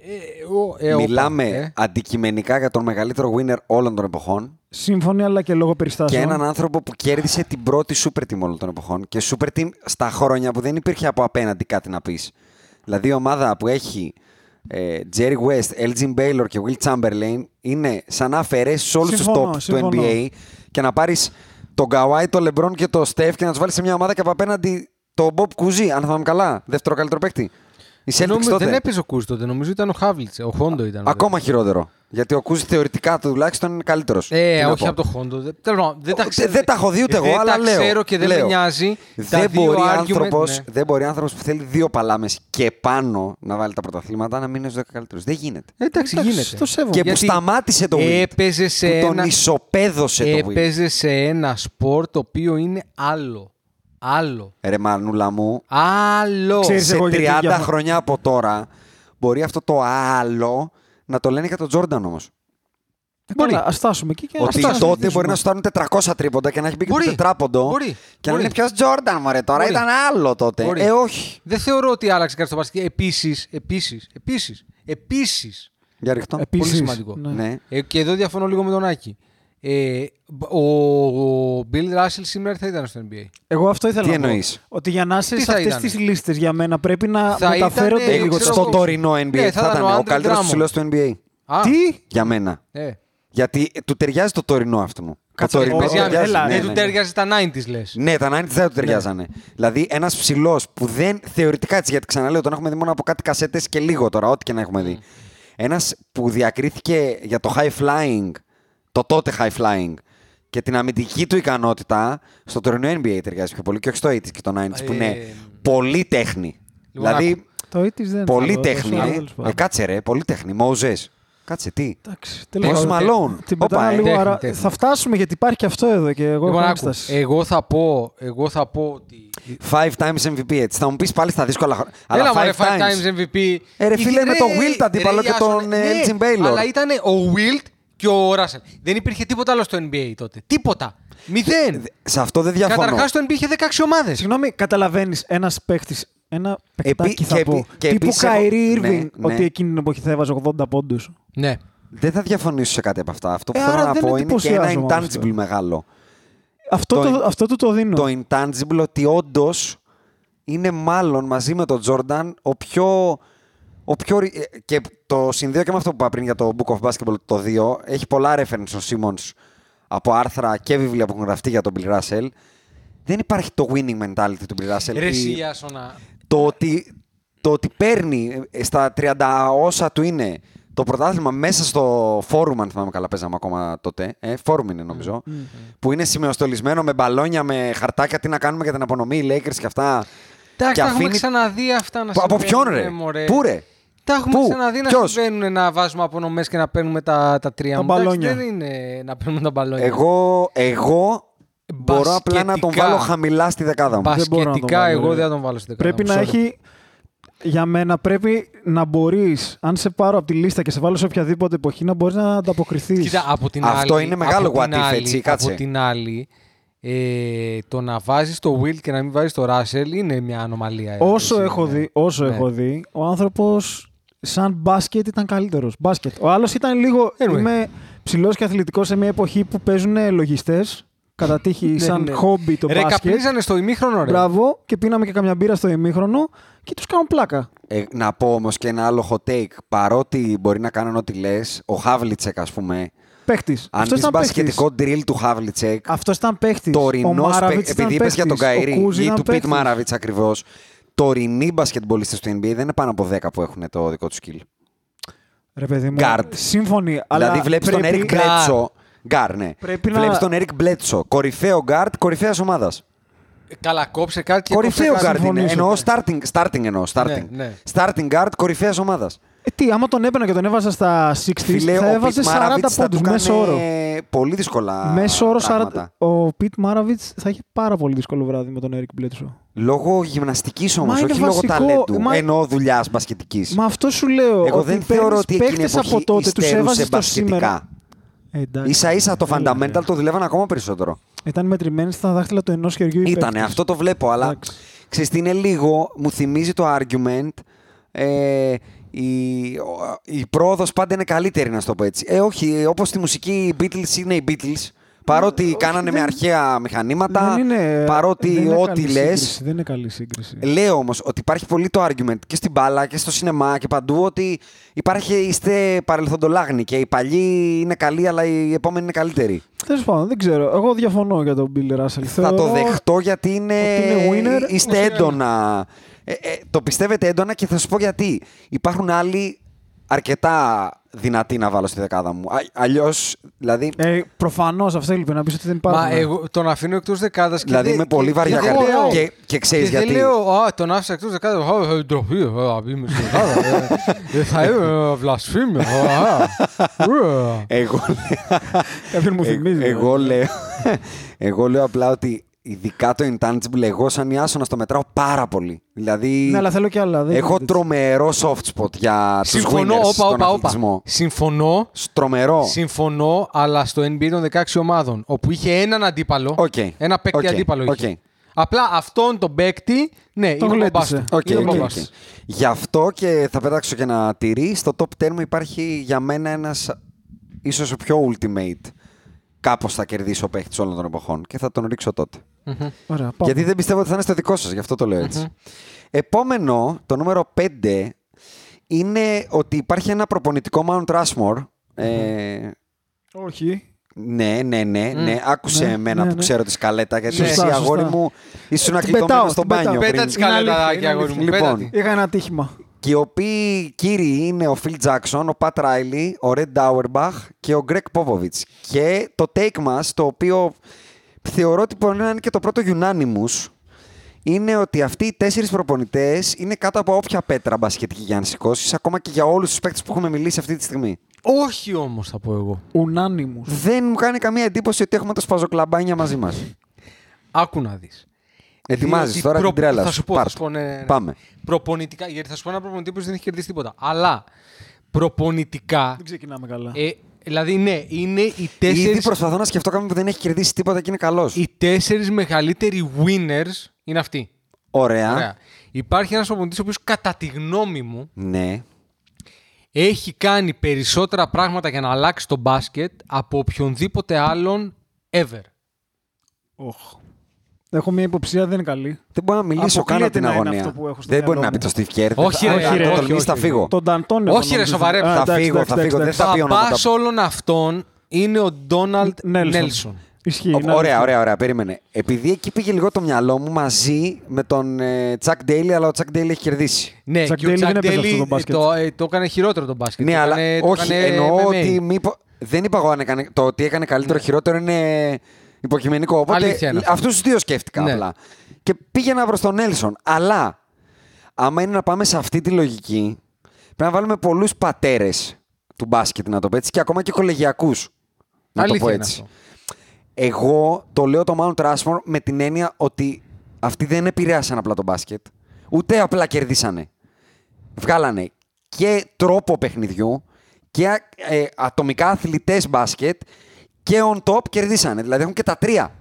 Speaker 2: Ε, ο- ε, όπα,
Speaker 1: Μιλάμε
Speaker 2: ε.
Speaker 1: αντικειμενικά για τον μεγαλύτερο winner όλων των εποχών
Speaker 3: Σύμφωνοι, αλλά και λόγω
Speaker 1: και
Speaker 3: περιστάσεων.
Speaker 1: έναν άνθρωπο που κέρδισε την πρώτη super team όλων των εποχών και super team στα χρόνια που δεν υπήρχε από απέναντι κάτι να πεις. Δηλαδή η ομάδα που έχει ε, Jerry West, Elgin Baylor και Will Chamberlain είναι σαν να αφαιρέσεις όλους τους
Speaker 3: Συμφωνώ,
Speaker 1: top του
Speaker 3: συμφωνώ.
Speaker 1: NBA και να πάρεις τον Καουάι, τον Λεμπρόν και τον Στεφ και να τους βάλεις σε μια ομάδα και από απέναντι τον Bob Κουζί, αν θυμάμαι καλά, δεύτερο καλύτερο παίκτη. Η Celtics
Speaker 2: Νομίζω
Speaker 1: τότε.
Speaker 2: δεν έπαιζε δηλαδή. ο Κούζ τότε, νομίζω ήταν ο Χάβλιτ. Ο Χόντο ήταν. ο
Speaker 1: Ακόμα χειρότερο. Γιατί ο Κούζη θεωρητικά τουλάχιστον είναι καλύτερος.
Speaker 2: Ε, όχι από το Χόντο. Δεν, τέλος πάντων, δεν τα
Speaker 1: Δεν-
Speaker 2: ξέρω. Ε,
Speaker 1: δεν τα έχω δει ούτε εγώ,
Speaker 2: δεν
Speaker 1: αλλά
Speaker 2: τα
Speaker 1: λέω.
Speaker 2: ξέρω και δεν
Speaker 1: Λέω.
Speaker 2: με νοιάζει. Τα
Speaker 1: Δεν
Speaker 2: δύο
Speaker 1: μπορεί,
Speaker 2: argument-
Speaker 1: άνθρωπος,
Speaker 2: ναι.
Speaker 1: δεν μπορεί άνθρωπος που θέλει δύο παλάμες και πάνω να βάλει τα πρωταθλήματα να μην είναι στου 10 καλύτερου. Δεν γίνεται.
Speaker 2: Εντάξει,
Speaker 3: Ε, Εντάξει,
Speaker 2: γίνεται.
Speaker 3: το σέβομαι.
Speaker 1: και που
Speaker 2: Γιατί
Speaker 1: σταμάτησε το Wilt.
Speaker 2: έπαιζε σε
Speaker 1: που τον
Speaker 2: ένα-
Speaker 1: ισοπαίδωσε το Wilt.
Speaker 2: Έπαιζε σε ένα σπορ το οποίο είναι άλλο. Άλλο.
Speaker 1: Ρε μανούλα μου,
Speaker 2: Άλλο.
Speaker 3: Ξέρεις-
Speaker 1: σε
Speaker 3: εγώ γιατί
Speaker 1: 30
Speaker 3: διαφωνώ.
Speaker 1: χρόνια από τώρα μπορεί αυτό το άλλο να το λένε για τον Τζόρνταν όμως.
Speaker 2: Μπορεί.
Speaker 3: Α Ε, φτάσουμε εκεί
Speaker 2: Ε,
Speaker 3: και να
Speaker 1: Ότι
Speaker 3: φτάσουμε.
Speaker 1: τότε μπορεί να σου στάνουν 400 τρίποντα και να έχει μπει και το
Speaker 2: Μπορεί.
Speaker 1: τετράποντο.
Speaker 2: Μπορεί.
Speaker 1: Και να
Speaker 2: Μπορεί.
Speaker 1: λένε ποιος Τζόρνταν, μωρέ τώρα,
Speaker 2: Μπορεί.
Speaker 1: ήταν άλλο τότε.
Speaker 2: Μπορεί.
Speaker 1: Ε, όχι.
Speaker 2: Δεν θεωρώ ότι άλλαξε κάτι στο παστικό. Επίσης, επίσης, επίσης, επίσης.
Speaker 1: Για ριχτώ.
Speaker 3: Επίσης,
Speaker 2: Πολύ σημαντικό.
Speaker 3: ναι.
Speaker 1: Ναι.
Speaker 2: Ε, και εδώ διαφωνώ λίγο με τον Άκη. Ε, ο, ο Bill Russell σήμερα θα ήταν στο NBA.
Speaker 3: Εγώ αυτό ήθελα
Speaker 1: Τι
Speaker 3: να πω.
Speaker 1: εννοείς?
Speaker 3: Ότι για να είσαι
Speaker 2: Τι
Speaker 3: σε
Speaker 2: θα
Speaker 3: αυτές
Speaker 2: ήταν?
Speaker 3: τις λίστες για μένα πρέπει να
Speaker 2: Θα
Speaker 3: μεταφέρονται
Speaker 2: ήταν, ε,
Speaker 3: λίγο
Speaker 2: ξέρω
Speaker 3: στο.
Speaker 1: Στον
Speaker 2: εγώ.
Speaker 1: τωρινό NBA
Speaker 2: Ναι,
Speaker 1: θα, ήταν ο
Speaker 2: Andre
Speaker 1: καλύτερος
Speaker 2: Drummond.
Speaker 1: ψηλός του NBA.
Speaker 2: Α,
Speaker 3: Τι!
Speaker 1: Για μένα.
Speaker 2: Ε,
Speaker 1: Γιατί ε, του ταιριάζει το τωρινό αυτό μου.
Speaker 3: Κάτσε,
Speaker 1: το
Speaker 3: ρε,
Speaker 1: τωρινό
Speaker 3: παίζει
Speaker 1: του
Speaker 3: άμυνα.
Speaker 1: ταιριάζει, ναι,
Speaker 3: Έλα,
Speaker 2: δεν
Speaker 3: ρε.
Speaker 1: ναι.
Speaker 2: Ε, του ταιριάζει τα 90s λες.
Speaker 1: Ναι, τα 90 δεν του ταιριάζανε. Δηλαδή, ένας ψηλός που δεν θεωρητικά έτσι, γιατί ξαναλέω, τον έχουμε δει μόνο από κάτι κασέτες και λίγο τώρα, ό,τι και να έχουμε δει. Ένας που διακρίθηκε για το high flying, το τότε high flying, και την αμυντική του ικανότητα στο τωρινό NBA ταιριάζει πιο πολύ και όχι στο 80s και το 90s που είναι
Speaker 2: Ε,
Speaker 1: πολύ τέχνη.
Speaker 2: Λοιπόν,
Speaker 1: δηλαδή,
Speaker 3: Το Ήτης δεν
Speaker 1: πολύ
Speaker 3: το- το
Speaker 1: τέχνη.
Speaker 3: Σάββατο,
Speaker 1: ε.
Speaker 3: τέλος πάντων.
Speaker 1: Ε, κάτσε ρε, πολύ τέχνη. Μόζες. Κάτσε τι.
Speaker 3: Εντάξει,
Speaker 1: Post
Speaker 3: τέλος πάντων.
Speaker 1: Malone.
Speaker 3: Την
Speaker 1: Όπα,
Speaker 3: πετάω
Speaker 1: ε.
Speaker 3: λίγο,
Speaker 2: Τέχνη,
Speaker 3: άρα
Speaker 2: τέχνη.
Speaker 3: θα φτάσουμε γιατί υπάρχει και αυτό εδώ και εγώ
Speaker 2: Λοιπόν,
Speaker 3: έχω
Speaker 2: άκου,
Speaker 3: ένσταση.
Speaker 2: εγώ θα πω, εγώ θα πω ότι...
Speaker 1: Five times MVP έτσι. Θα μου πεις πάλι στα δύσκολα χρόνια. Αλλά
Speaker 2: Έλα, μωρέ,
Speaker 1: five,
Speaker 2: five
Speaker 1: times.
Speaker 2: times MVP.
Speaker 1: Ε, ρε, φίλε,
Speaker 2: Ήταν-
Speaker 1: με τον
Speaker 2: ρε,
Speaker 1: Wilt αντίπαλο
Speaker 2: ρε,
Speaker 1: και
Speaker 2: Γιάσον,
Speaker 1: τον,
Speaker 2: ναι,
Speaker 1: ε, Elgin Baylor.
Speaker 2: Αλλά ήταν ο Wilt και ο Ράσελ. Δεν υπήρχε τίποτα άλλο στο NBA τότε. Τίποτα. Μηδέν.
Speaker 1: Σε αυτό δεν διαφωνώ.
Speaker 2: Καταρχάς το NBA είχε 16 ομάδες.
Speaker 3: Συγγνώμη, καταλαβαίνεις ένας παίχτης. Ένα παιχτάκι
Speaker 1: Επί-
Speaker 3: θα
Speaker 1: και
Speaker 3: πω.
Speaker 1: επί- και
Speaker 3: τύπου
Speaker 1: επίσης έχω-
Speaker 3: Καϊρή
Speaker 1: ναι,
Speaker 3: Irving,
Speaker 1: ναι.
Speaker 3: ότι εκείνη την εποχή θα έβαζε 80 πόντους.
Speaker 2: Ναι.
Speaker 1: Δεν θα διαφωνήσω σε κάτι από αυτά. Αυτό που
Speaker 3: Ε,
Speaker 1: θέλω
Speaker 3: άρα
Speaker 1: να
Speaker 3: δεν
Speaker 1: πω είναι και ένα
Speaker 3: εντυπωσιάζομαι όμως
Speaker 1: intangible
Speaker 3: τώρα.
Speaker 1: μεγάλο.
Speaker 3: Αυτό,
Speaker 1: Το-
Speaker 3: το, αυτό του το δίνω.
Speaker 1: Το intangible ότι όντως είναι μάλλον μαζί με τον Τζόρνταν ο πιο. Ο πιο ρι- ε, και το συνδέω και με αυτό που είπα πριν για το Book of Basketball το 2. Έχει πολλά reference ο Simmons από άρθρα και βιβλία που έχουν γραφτεί για τον Bill Russell. Δεν υπάρχει το winning mentality του Bill Russell.
Speaker 2: Ρε,
Speaker 1: Ε, Η-
Speaker 2: εσύ, Ιάσονα.
Speaker 1: το ότι, το ότι παίρνει ε, στα 30 όσα του είναι το πρωτάθλημα μέσα στο φόρουμ, αν θυμάμαι καλά, παίζαμε ακόμα τότε. Ε, φόρουμ είναι νομίζω.
Speaker 2: Mm,
Speaker 1: Που είναι σημειοστολισμένο με μπαλόνια, με χαρτάκια, τι να κάνουμε για την απονομή, οι Lakers και αυτά.
Speaker 2: Εντάξει,
Speaker 1: και
Speaker 2: τα έχουμε ξαναδεί αυτά να
Speaker 1: Που- από
Speaker 2: συμβαίνουν,
Speaker 1: ποιον, ρε?
Speaker 2: ναι, μωρέ.
Speaker 1: Πού, ρε?
Speaker 2: Τα έχουμε
Speaker 1: Πού?
Speaker 2: ξαναδεί να
Speaker 1: Ποιος?
Speaker 2: συμβαίνουν να βάζουμε απονομέ και να παίρνουμε τα, τα τρία
Speaker 3: Τα
Speaker 2: μου. Εντάξει,
Speaker 3: μπαλόνια.
Speaker 2: Δεν είναι να παίρνουμε τα μπαλόνια.
Speaker 1: Εγώ, εγώ μπορώ απλά να τον
Speaker 2: Μπασκετικά.
Speaker 1: βάλω χαμηλά στη δεκάδα μου.
Speaker 3: Δεν μπορώ να τον
Speaker 2: Πασχετικά,
Speaker 3: βάλω,
Speaker 2: εγώ
Speaker 3: ρε.
Speaker 2: δεν θα τον βάλω στην δεκάδα.
Speaker 3: Πρέπει
Speaker 2: μου,
Speaker 3: να
Speaker 2: sorry.
Speaker 3: έχει. Για μένα πρέπει να μπορείς, αν σε πάρω από τη λίστα και σε βάλω σε οποιαδήποτε εποχή, να μπορείς να ανταποκριθείς.
Speaker 2: Κοίτα, από την άλλη.
Speaker 1: Αυτό είναι μεγάλο
Speaker 2: από
Speaker 1: what
Speaker 2: την
Speaker 1: if,
Speaker 2: άλλη-
Speaker 1: έτσι, κάτσε.
Speaker 2: Από την άλλη, ε, το να βάζεις το Will και να μην βάζεις το Russell είναι μια ανομαλία. ε,
Speaker 3: Όσο
Speaker 2: έτσι,
Speaker 3: έχω
Speaker 2: ναι.
Speaker 3: δει, όσο
Speaker 2: Ναι.
Speaker 3: έχω δει, ο άνθρωπος σαν μπάσκετ ήταν καλύτερος. Μπάσκετ. Ο άλλος ήταν λίγο.
Speaker 2: Anyway.
Speaker 3: Είμαι ψηλός και αθλητικός σε μια εποχή που παίζουν λογιστές. Κατά τύχη,
Speaker 2: Ναι,
Speaker 3: σαν
Speaker 2: ναι.
Speaker 3: χόμπι το
Speaker 2: Ρε,
Speaker 3: μπάσκετ.
Speaker 2: καπνίζανε στο ημίχρονο, ρε.
Speaker 3: Μπράβο, και πίναμε και καμιά μπύρα στο ημίχρονο και τους κάνουν πλάκα.
Speaker 1: Ε, να πω όμως και ένα άλλο hot take. Παρότι μπορεί να κάνουν ό,τι λες, ο Χαβλιτσεκ, ας πούμε.
Speaker 3: Παίχτης.
Speaker 1: Αν
Speaker 3: Αυτός
Speaker 1: πεις
Speaker 3: ήταν παίχτης.
Speaker 1: μπασκετικό drill του Χαβλιτσεκ,
Speaker 3: Αυτός ήταν παίχτης.
Speaker 1: τωρινό Επειδή είπες για τον Καϊρή ή του Πιτ Μάραβιτ ακριβώς. Τωρινοί μπασκετμπολίστες του NBA δεν είναι πάνω από 10 που έχουν το δικό τους skill.
Speaker 3: Ρε παιδί μου.
Speaker 1: Guard.
Speaker 3: Σύμφωνοι. αλλά
Speaker 1: δηλαδή βλέπεις τον
Speaker 3: πρέπει-
Speaker 1: Eric Μπλέτσο. Γκάρ, ναι.
Speaker 3: Πρέπει να-
Speaker 1: Βλέπει τον Eric Μπλέτσο. Κορυφαίο guard κορυφαία ομάδας.
Speaker 2: Καλά, κόψε κάτι και
Speaker 1: Κορυφαίο
Speaker 2: κόψε κάτι.
Speaker 1: guard είναι.
Speaker 3: συμφωνήσω.
Speaker 1: Εννοώ starting, starting εννοώ. Starting,
Speaker 2: ναι.
Speaker 1: starting guard κορυφαίας ομάδας.
Speaker 3: Ε, Τι, άμα τον έπαιρνα και τον έβαζα στα 60, θα έβαζε 40 πόντου μέσω όρο.
Speaker 1: πολύ δύσκολα.
Speaker 3: Μέσο όρο 40.
Speaker 1: πράγματα.
Speaker 3: Ο Πιτ Μάραβιτ θα έχει πάρα πολύ δύσκολο βράδυ με τον Έρικ Μπλέτσο.
Speaker 1: Λόγω γυμναστικής όμως,
Speaker 3: Μα είναι
Speaker 1: όχι λόγω
Speaker 3: βασικό,
Speaker 1: ταλέντου.
Speaker 3: μα-
Speaker 1: Εννοώ δουλειάς μπασκετικής.
Speaker 3: Μα αυτό σου λέω.
Speaker 1: Εγώ δεν θεωρώ ότι εκείνη η
Speaker 3: παίχτε από
Speaker 1: εποχή
Speaker 3: τότε τους έβαζε
Speaker 1: υστερούσε
Speaker 3: στο σήμερα.
Speaker 1: μπασκετικά. Ναι.
Speaker 3: Ε, εντάξει.
Speaker 1: σα ίσα το
Speaker 3: Έλα, ρε.
Speaker 1: fundamental το δουλεύαν ακόμα περισσότερο.
Speaker 3: Ήταν μετρημένοι στα δάχτυλα του ενός χεριού. οι
Speaker 1: Ήτανε,
Speaker 3: παίκτες.
Speaker 1: αυτό το βλέπω, αλλά
Speaker 3: Εντάξει.
Speaker 1: ξέρεις τι είναι λίγο, μου θυμίζει το argument. Ε, η, ο- η πρόοδος πάντα είναι καλύτερη, να σου το πω έτσι. Ε, όχι, όπως στη μουσική οι Beatles είναι οι Beatles. Παρότι κάνανε με
Speaker 3: Ε, δεν-
Speaker 1: αρχαία μηχανήματα,
Speaker 3: Δεν είναι-
Speaker 1: παρότι
Speaker 3: δεν είναι
Speaker 1: ό,τι
Speaker 3: καλή
Speaker 1: λες,
Speaker 3: σύγκριση, Δεν είναι καλή σύγκριση.
Speaker 1: Λέω όμως ότι υπάρχει πολύ το argument και στην μπάλα και στο σινεμά και παντού ότι υπάρχει, είστε παρελθοντολάγνοι και οι παλιοί είναι καλοί, αλλά οι επόμενοι είναι καλύτεροι.
Speaker 3: Τέλο πάντων, δεν ξέρω. Εγώ διαφωνώ για τον Bill Russell.
Speaker 1: Θα το δεχτώ γιατί είναι.
Speaker 3: ότι είναι winner,
Speaker 1: είστε έντονα. Ε, ε, το πιστεύετε έντονα και θα σου πω γιατί. Υπάρχουν άλλοι αρκετά δυνατοί να βάλω στη δεκάδα μου. Αλλιώς, δηλαδή.
Speaker 3: Ε, Προφανώς αυτό έλειπε να πεις ότι δεν υπάρχουν.
Speaker 2: Μα εγώ τον αφήνω εκτός δεκάδας και.
Speaker 1: Δηλαδή
Speaker 2: δεν-
Speaker 1: είμαι πολύ
Speaker 2: και-
Speaker 1: βαριά
Speaker 2: και δεν
Speaker 1: καρδιά.
Speaker 2: λέω-
Speaker 1: Και- και ξέρεις γιατί.
Speaker 2: Δεν λέω, Α, τον άφησα εκτός δεκάδας. Α, ε, ντροπή, ε, α, είμαι στη δεκάδα. ε, ε, Θα είμαι ε, βλασφήμιο. α, ε.
Speaker 1: Εγώ,
Speaker 3: Κάποιον μου
Speaker 1: ε-
Speaker 3: θυμίζει.
Speaker 1: εγώ, λέω, εγώ λέω απλά ότι ειδικά το intangible, εγώ σαν Ιάσονα το μετράω πάρα πολύ. Δηλαδή.
Speaker 3: Ναι, αλλά θέλω και άλλα. δεν
Speaker 1: έχω
Speaker 3: γίνεται έτσι.
Speaker 1: τρομερό soft spot για τους
Speaker 2: Συμφωνώ,
Speaker 1: winners
Speaker 2: όπα,
Speaker 1: στον
Speaker 2: όπα, όπα.
Speaker 1: αθλητισμό.
Speaker 2: Συμφωνώ,
Speaker 1: Τρομερό.
Speaker 2: συμφωνώ, αλλά στο NBA των 16 ομάδων, όπου είχε έναν αντίπαλο,
Speaker 1: Οκ.
Speaker 2: ένα παίκτη
Speaker 1: Οκ.
Speaker 2: αντίπαλο είχε.
Speaker 1: Οκ.
Speaker 2: Απλά αυτόν τον παίκτη, ναι, είναι ο
Speaker 3: γλέτησε.
Speaker 2: Μπομπάς του.
Speaker 1: Οκ,
Speaker 2: Είναι ο
Speaker 1: οκ,
Speaker 2: Μπομπάς.
Speaker 1: οκ. Γι' αυτό και θα πετάξω και ένα τυρί. Στο top 10 μου υπάρχει για μένα ένας ίσως ο πιο ultimate. Κάπως θα κερδίσει ο παίχτη όλων των εποχών και θα τον ρίξω τότε.
Speaker 3: Ωραία, πάμε.
Speaker 1: Γιατί δεν πιστεύω ότι θα είναι στο δικό σας, γι' αυτό το λέω έτσι. Επόμενο, το νούμερο 5, είναι ότι υπάρχει ένα προπονητικό Mount Rushmore. Ε,
Speaker 3: Όχι.
Speaker 1: ναι, ναι, ναι, ναι. Άκουσε
Speaker 3: Ναι,
Speaker 1: εμένα
Speaker 3: ναι,
Speaker 1: που
Speaker 3: ναι.
Speaker 1: ξέρω τη σκαλέτα, γιατί
Speaker 2: Ναι.
Speaker 1: εσύ
Speaker 3: Σωστά,
Speaker 1: αγόρι
Speaker 3: σωστά.
Speaker 1: μου ήσουν
Speaker 3: Την πετάω,
Speaker 1: ακλειτωμένο στο
Speaker 3: την πετάω.
Speaker 1: μπάνιο.
Speaker 2: Πέτα
Speaker 1: πριν.
Speaker 2: τη
Speaker 3: Είναι αλήθεια,
Speaker 2: καλέτα,
Speaker 3: είναι
Speaker 2: αγόρι μου.
Speaker 1: αλήθεια.
Speaker 2: πέτα
Speaker 1: Λοιπόν,
Speaker 2: τη.
Speaker 3: Είχα ένα τύχημα.
Speaker 1: Και οι οποίοι κύριοι είναι ο Phil Jackson, ο Pat Riley, ο Red Auerbach και ο Greg Popovich. Και το take μας, το οποίο θεωρώ ότι μπορεί να είναι και το πρώτο unanimous, είναι ότι αυτοί οι τέσσερις προπονητές είναι κάτω από όποια πέτρα μπασχετική για να σηκώσεις, ακόμα και για όλους τους παίκτες που έχουμε μιλήσει αυτή τη στιγμή.
Speaker 2: Όχι όμως, θα πω εγώ.
Speaker 3: Ουνάνιμου.
Speaker 1: Δεν μου κάνει καμία εντύπωση ότι έχουμε τα σπαζοκλαμπάνια μαζί μας.
Speaker 2: Άκου να δεις.
Speaker 1: Ετοιμάζεις τώρα την τρέλα
Speaker 2: Θα
Speaker 1: σου.
Speaker 2: σου πω,
Speaker 1: Πάρ'
Speaker 2: θα σου πω, ναι, ναι, ναι.
Speaker 1: Πάμε.
Speaker 2: Προπονητικά, γιατί θα σου πω ένα προπονητή που δεν έχει κερδίσει τίποτα. Αλλά προπονητικά.
Speaker 3: Δεν ξεκινάμε καλά.
Speaker 2: Ε, δηλαδή, ναι, είναι οι
Speaker 1: Ήδη
Speaker 2: τέσσερι
Speaker 1: προσπαθώ να σκεφτώ κάποιον που δεν έχει κερδίσει τίποτα και είναι καλός.
Speaker 2: οι τέσσερις μεγαλύτεροι winners είναι αυτοί.
Speaker 1: Ωραία.
Speaker 2: Ωραία. Υπάρχει ένας προπονητή ο οποίος, κατά τη γνώμη μου,
Speaker 1: Ναι.
Speaker 2: έχει κάνει περισσότερα πράγματα για να αλλάξει το μπάσκετ από οποιονδήποτε άλλον ever.
Speaker 3: Οχ. Έχω μια υποψία, δεν είναι καλή.
Speaker 1: Δεν μπορώ να μιλήσω καν από
Speaker 3: Αποκλείεται
Speaker 1: την
Speaker 3: να είναι
Speaker 1: αγωνία.
Speaker 3: αυτό που έχω στο
Speaker 1: δεν μπορεί
Speaker 3: μυαλό
Speaker 1: να πει
Speaker 3: μου.
Speaker 1: το Steve Kerr.
Speaker 2: Όχι,
Speaker 1: δεν-
Speaker 2: ρε,
Speaker 1: αν
Speaker 2: όχι,
Speaker 1: το
Speaker 2: όχι,
Speaker 1: τολμήσει,
Speaker 2: όχι,
Speaker 1: θα
Speaker 2: όχι.
Speaker 1: φύγω.
Speaker 3: Τον Νταντόνε.
Speaker 2: Όχι, ρε, σοβαρέψε.
Speaker 1: Θα φύγω, θα φύγω. Δεν θα πει
Speaker 2: Παπά
Speaker 1: ονόματα.
Speaker 2: όλων αυτών είναι ο Ντόναλτ Νέλσον.
Speaker 3: Ισχύει.
Speaker 1: Ω-
Speaker 3: είναι
Speaker 1: Ωραία,
Speaker 3: αλήθεια.
Speaker 1: ωραία, ωραία. Περίμενε. Επειδή εκεί πήγε λίγο το μυαλό μου μαζί με τον Τσακ Ντέιλι, αλλά ο Τσακ Ντέιλι έχει κερδίσει.
Speaker 2: Ναι,
Speaker 3: Chuck
Speaker 2: και ο
Speaker 3: Daly
Speaker 2: Τσακ
Speaker 3: δεν έπαιζε αυτό το μπάσκετ.
Speaker 2: το, ε, το έκανε χειρότερο τον μπάσκετ.
Speaker 1: Ναι,
Speaker 2: Το
Speaker 1: αλλά
Speaker 2: έκανε- το
Speaker 1: όχι,
Speaker 2: έκανε
Speaker 1: εννοώ
Speaker 2: MMA.
Speaker 1: ότι μήπω. Δεν είπα εγώ αν έκανε, το ότι έκανε καλύτερο χειρότερο είναι υποκειμενικό. Οπότε
Speaker 2: Αλήθεια είναι αυτό.
Speaker 1: αυτούς τους δύο σκέφτηκα
Speaker 2: Ναι.
Speaker 1: απλά. Και πήγαινα προς τον Έλσον. Αλλά άμα είναι να πάμε σε αυτή τη λογική, πρέπει να βάλουμε πολλούς πατέρες του μπάσκετ, να το πω έτσι, και ακόμα και κολεγιακούς. Να το
Speaker 2: Αλήθεια
Speaker 1: πω
Speaker 2: είναι
Speaker 1: έτσι.
Speaker 2: αυτό.
Speaker 1: Εγώ το λέω το Mount Rushmore με την έννοια ότι αυτοί δεν επηρέασαν απλά τον μπάσκετ. Ούτε απλά κερδίσανε. Βγάλανε και τρόπο παιχνιδιού και α- ε, ατομικά αθλητές μπάσκετ και on top κερδίσανε. Δηλαδή έχουν και τα τρία.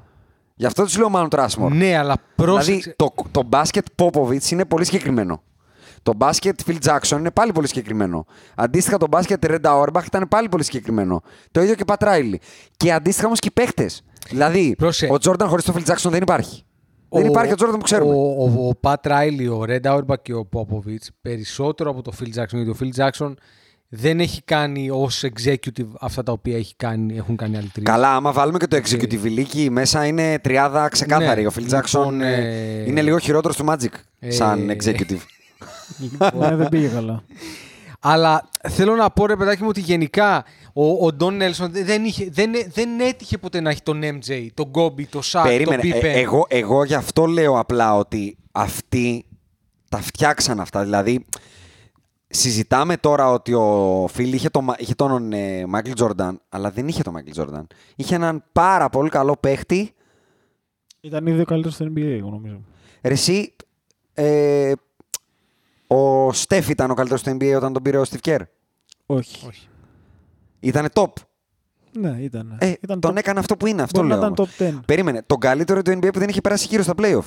Speaker 1: Γι' αυτό τους λέω Mount Rushmore.
Speaker 2: Ναι, αλλά πρόσεξε.
Speaker 1: δηλαδή το, το μπάσκετ Popovich είναι πολύ συγκεκριμένο. Το μπάσκετ Phil Jackson είναι πάλι πολύ συγκεκριμένο. Αντίστοιχα το μπάσκετ Red Auerbach ήταν πάλι πολύ συγκεκριμένο. Το ίδιο και Pat Riley. Και αντίστοιχα όμως και οι παίχτες. Δηλαδή,
Speaker 2: Πρόσεχε.
Speaker 1: ο Τζόρνταν χωρί τον Phil Jackson δεν υπάρχει. Δεν
Speaker 2: Ο-
Speaker 1: υπάρχει ο Τζόρνταν που ξέρουμε.
Speaker 2: Ο, ο, ο Πατ Ράιλι, ο Ρέντα Auerbach και ο Πόποβιτ περισσότερο από το Phil Jackson. Γιατί ο Phil Jackson δεν έχει κάνει ως executive αυτά τα οποία έχει κάνει, έχουν κάνει άλλοι τρεις.
Speaker 1: Καλά, άμα βάλουμε και το executive league μέσα είναι τριάδα ξεκάθαρη.
Speaker 2: Ε, Ναι.
Speaker 1: ο Phil Jackson
Speaker 2: Λοιπόν,
Speaker 1: ε,
Speaker 2: ε,
Speaker 1: είναι λίγο χειρότερο του Magic
Speaker 2: ε,
Speaker 1: σαν executive.
Speaker 3: Ναι, δεν πήγε καλά.
Speaker 2: Αλλά θέλω να πω ρε παιδάκι μου ότι γενικά ο, ο Don Nelson δεν, είχε, δεν, δεν έτυχε ποτέ να έχει τον MJ, τον Kobe, τον Shaq,
Speaker 1: Περίμενε.
Speaker 2: τον Pippen.
Speaker 1: Ε, εγώ, εγώ γι' αυτό λέω απλά ότι αυτοί τα φτιάξαν αυτά. Δηλαδή, συζητάμε τώρα ότι ο Φιλ είχε, το, είχε τον ε, Μάικλ Τζόρνταν, αλλά δεν είχε τον Μάικλ Τζόρνταν. Είχε έναν πάρα πολύ καλό παίχτη.
Speaker 3: Ήταν ήδη ο καλύτερος στο NBA, εγώ νομίζω.
Speaker 1: Ρε εσύ, ε, ο Στεφ ήταν ο καλύτερος του NBA όταν τον πήρε ο Στιβ Κέρ.
Speaker 3: Όχι.
Speaker 1: Ήτανε top.
Speaker 3: Ναι, ήταν.
Speaker 1: Ε,
Speaker 3: ήταν
Speaker 1: τον
Speaker 3: top-
Speaker 1: έκανε αυτό που είναι, αυτό
Speaker 3: μπορεί
Speaker 1: λέω.
Speaker 3: να
Speaker 1: όμως.
Speaker 3: ήταν top 10.
Speaker 1: Περίμενε. Τον καλύτερο του NBA που δεν είχε περάσει γύρω στα playoff.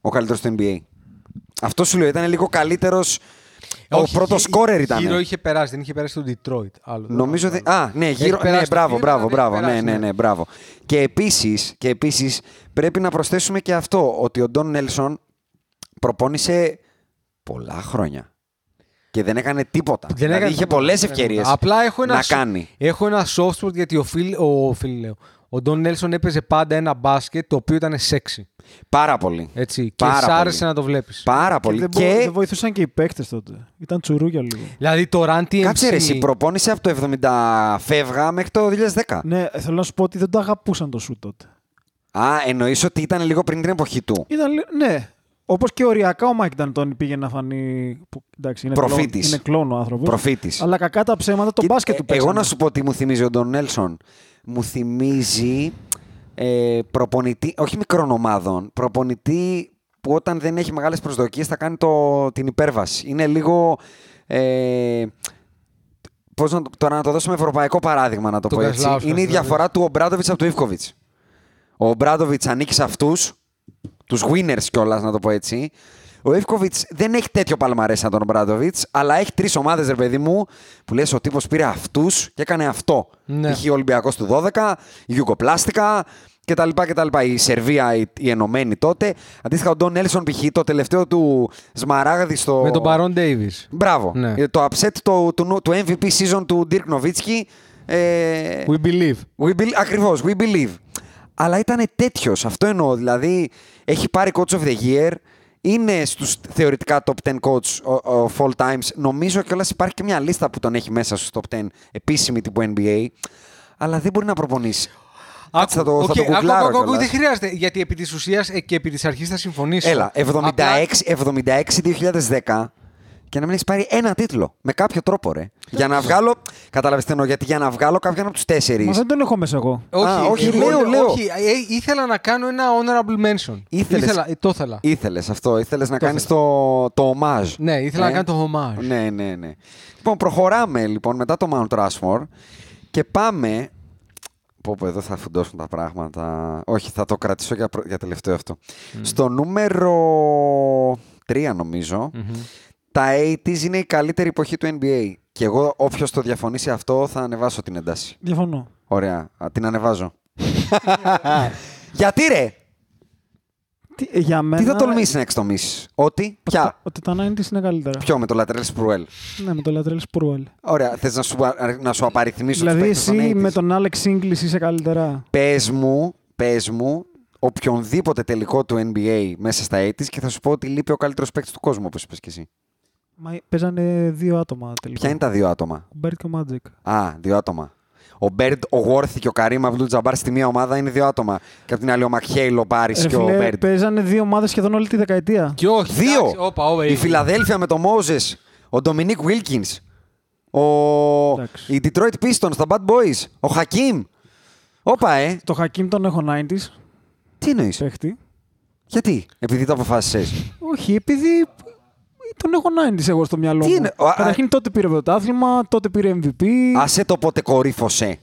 Speaker 1: Ο καλύτερο του NBA. Αυτό σου λέω, ήταν λίγο καλύτερος. Ο
Speaker 2: Όχι,
Speaker 1: πρώτος
Speaker 2: γυ-
Speaker 1: σκόρερ ήταν.
Speaker 2: Γύρω είχε περάσει, δεν είχε περάσει τον Detroit. Άλλο,
Speaker 1: Νομίζω
Speaker 2: άλλο,
Speaker 1: ότι. Α, ναι,
Speaker 2: Έχει
Speaker 1: γύρω. Ναι,
Speaker 2: περάσει το
Speaker 1: μπράβο,
Speaker 2: Cleveland,
Speaker 1: μπράβο,
Speaker 2: έχει
Speaker 1: μπράβο. Ναι,
Speaker 2: περάσει,
Speaker 1: ναι,
Speaker 2: ναι.
Speaker 1: ναι, μπράβο. Και επίσης και επίσης, πρέπει να προσθέσουμε και αυτό ότι ο Ντόν Νέλσον προπόνησε πολλά χρόνια. Και δεν έκανε τίποτα.
Speaker 2: Δεν
Speaker 1: δηλαδή
Speaker 2: έκανε
Speaker 1: είχε
Speaker 2: τίποτα,
Speaker 1: πολλές
Speaker 2: δεν έκανε
Speaker 1: ευκαιρίες
Speaker 2: τίποτα. Απλά έχω ένα,
Speaker 1: να
Speaker 2: σο-
Speaker 1: κάνει.
Speaker 2: Έχω ένα software γιατί ο Φιλ, ο Φιλ λέω, ο Ντόν Νέλσον έπαιζε πάντα ένα μπάσκετ το οποίο ήταν σεξι.
Speaker 1: Πάρα πολύ.
Speaker 2: Έτσι,
Speaker 1: Πάρα
Speaker 2: και σ'
Speaker 1: πολύ.
Speaker 2: άρεσε να το βλέπεις.
Speaker 1: Πάρα
Speaker 3: Και
Speaker 1: πολύ.
Speaker 3: δεν,
Speaker 1: Και,
Speaker 3: μπο- δεν βοηθούσαν και οι παίκτες τότε. Ήταν τσουρούγια λίγο.
Speaker 2: Δηλαδή το Run TMC.
Speaker 1: κάτσε ρε, εσύ προπόνησε από το 70 φεύγα μέχρι το 2010.
Speaker 3: Ναι, θέλω να σου πω ότι δεν το αγαπούσαν το σου τότε.
Speaker 1: Α, εννοείς ότι ήταν λίγο πριν την εποχή του.
Speaker 3: Ήταν, λι- ναι. Όπως και οριακά ο Μάικ Νταντόνι πήγε να φανεί. Που, εντάξει, είναι
Speaker 1: Προφήτης.
Speaker 3: κλόν- Είναι κλόν ο άνθρωπος.
Speaker 1: Προφήτης.
Speaker 3: Αλλά κακά τα ψέματα, το
Speaker 1: Κοίτα,
Speaker 3: μπάσκετ
Speaker 1: ε,
Speaker 3: του
Speaker 1: Εγώ
Speaker 3: παίξανε.
Speaker 1: να σου πω τι μου θυμίζει ο Ντόν Νέλσον. Μου θυμίζει ε, προπονητή, όχι μικρών ομάδων, προπονητή που όταν δεν έχει μεγάλες προσδοκίες θα κάνει το, την υπέρβαση. Είναι λίγο... Ε, πώς να, το- τώρα να το δώσουμε ευρωπαϊκό παράδειγμα να το
Speaker 2: Τον
Speaker 1: πω έτσι.
Speaker 2: Κασλάουσκα,
Speaker 1: Είναι η
Speaker 2: δηλαδή.
Speaker 1: διαφορά του Ομπράντοβιτς από του Ιβκοβιτς. Ο Ομπράντοβιτς ανήκει σε αυτούς, τους winners κιόλας να το πω έτσι. Ο Ιβκοβιτς δεν έχει τέτοιο παλμαρές σαν τον Ομπράντοβιτς, αλλά έχει τρεις ομάδες ρε παιδί μου που λες ο τύπος πήρε αυτούς και έκανε αυτό.
Speaker 2: Ναι.
Speaker 1: Είχε ο Ολυμπιακός του 12, η Γιουγκοπλάστικα κτλ. κτλ. Η Σερβία η, η Ενωμένη τότε. Αντίστοιχα ο Ντόν Έλσον π.χ. το τελευταίο του σμαράγδι στο...
Speaker 2: Με τον Παρόν Ντέιβις.
Speaker 1: Μπράβο.
Speaker 2: Ναι.
Speaker 1: Ε, Το upset του, του, νου- του MVP season του Dirk Nowitzki. Ε,
Speaker 2: We believe.
Speaker 1: we bel- ακριβώς, we believe. Αλλά ήταν τέτοιος. Αυτό εννοώ. Δηλαδή, έχει πάρει coach of the year. Είναι στους θεωρητικά top 10 coach ο- ο of all times. Νομίζω κιόλας υπάρχει και μια λίστα που τον έχει μέσα στους top 10 επίσημη τύπου NBA. Αλλά δεν μπορεί να προπονήσει. Κάτσε, θα το- θα το
Speaker 2: οκ, άκου,
Speaker 1: γκουγκλάρω
Speaker 2: άκου, άκου,
Speaker 1: κιόλας.
Speaker 2: δεν χρειάζεται. Γιατί επί της ουσίας και επί της αρχής θα συμφωνήσω.
Speaker 1: Έλα, 76,
Speaker 2: Απλά-
Speaker 1: 76-2010 και να μην έχεις πάρει ένα τίτλο. Με κάποιο τρόπο, ρε. για να βγάλω. Κατάλαβες τι εννοώ, γιατί για να βγάλω κάποιον από τους τέσσερις.
Speaker 3: Μα δεν τον έχω μέσα εγώ.
Speaker 2: Όχι,
Speaker 1: Α, όχι,
Speaker 2: εγώ-
Speaker 1: λέω, λέω.
Speaker 2: όχι, ε, ήθελα να κάνω ένα honorable mention.
Speaker 1: Ήθελες.
Speaker 2: Ήθελα, ε, το ήθελα.
Speaker 1: Ήθελες αυτό, ήθελες να κάνεις
Speaker 2: ήθελα.
Speaker 1: το, το ομάζ.
Speaker 2: Ναι, ήθελα να κάνω το homage.
Speaker 1: Ναι, ναι, ναι. Λοιπόν, προχωράμε λοιπόν μετά το Mount Rushmore και πάμε. Πω, πω, εδώ θα φουντώσουν τα πράγματα. Όχι, θα το κρατήσω για, προ- για τελευταίο αυτό. Στο νούμερο 3, νομιζω τα 80s είναι η καλύτερη εποχή του NBA. Και εγώ, όποιος το διαφωνήσει αυτό, θα ανεβάσω την ένταση.
Speaker 3: Διαφωνώ.
Speaker 1: Ωραία, Α, την ανεβάζω. Γιατί ρε,
Speaker 3: Τι, ε, για μένα,
Speaker 1: τι θα τολμήσεις να εξτομίσει, Ότι, πια,
Speaker 3: Ότι τα 90 είναι καλύτερα.
Speaker 1: ποιο με το Λατρέλ Σπρουέλ.
Speaker 3: Ναι, με τον Λατρέλ Σπρουέλ.
Speaker 1: Ωραία, θες να σου, να σου απαριθμίσω τους
Speaker 3: Δηλαδή,
Speaker 1: παίκτες των
Speaker 3: εσύ
Speaker 1: 80s.
Speaker 3: με τον Άλεξ Ίγκλι είσαι καλύτερα.
Speaker 1: Πες μου, πες μου, οποιονδήποτε τελικό του NBA μέσα στα έτη και θα σου πω ότι λείπει ο καλύτερος παίκτης του κόσμου, όπως είπες και εσύ.
Speaker 3: Μα παίζανε δύο άτομα τελικά.
Speaker 1: Ποια είναι τα δύο άτομα.
Speaker 3: Ο Μπέρτ και ο Μάτζικ.
Speaker 1: Α, δύο άτομα. Ο Μπέρντ, ο Γόρθι και ο Καρύμ Αμπλού Τζαμπάρ στη μία ομάδα είναι δύο άτομα. Και απ' την άλλη ο Μαχέιλ, ο Μπάρις
Speaker 3: Ρε
Speaker 1: και ο
Speaker 3: φίλε,
Speaker 1: Μπέρντ.
Speaker 3: παίζανε δύο ομάδες σχεδόν όλη τη δεκαετία.
Speaker 2: Και όχι.
Speaker 1: Δύο!
Speaker 2: εντάξει, όπα, όπα,
Speaker 1: η
Speaker 2: ε,
Speaker 1: Φιλαδέλφια με τον Μόζες, ο Ντομινίκ Βίλκιν, ο...
Speaker 3: Εντάξει.
Speaker 1: οι Detroit Pistons, τα Bad Boys, ο Χακίμ. Όπα, ε!
Speaker 3: Το Χακίμ τον έχω 90s
Speaker 1: Τι εννοείς,
Speaker 3: παίχτη.
Speaker 1: Γιατί, επειδή το αποφάσισες.
Speaker 3: Όχι, επειδή τον έχω 90s εγώ στο μυαλό
Speaker 1: Τι
Speaker 3: μου.
Speaker 1: είναι, ο- α-
Speaker 3: Καταρχήν τότε πήρε πρωτάθλημα, τότε πήρε MVP.
Speaker 1: Άσε το πότε κορύφωσε.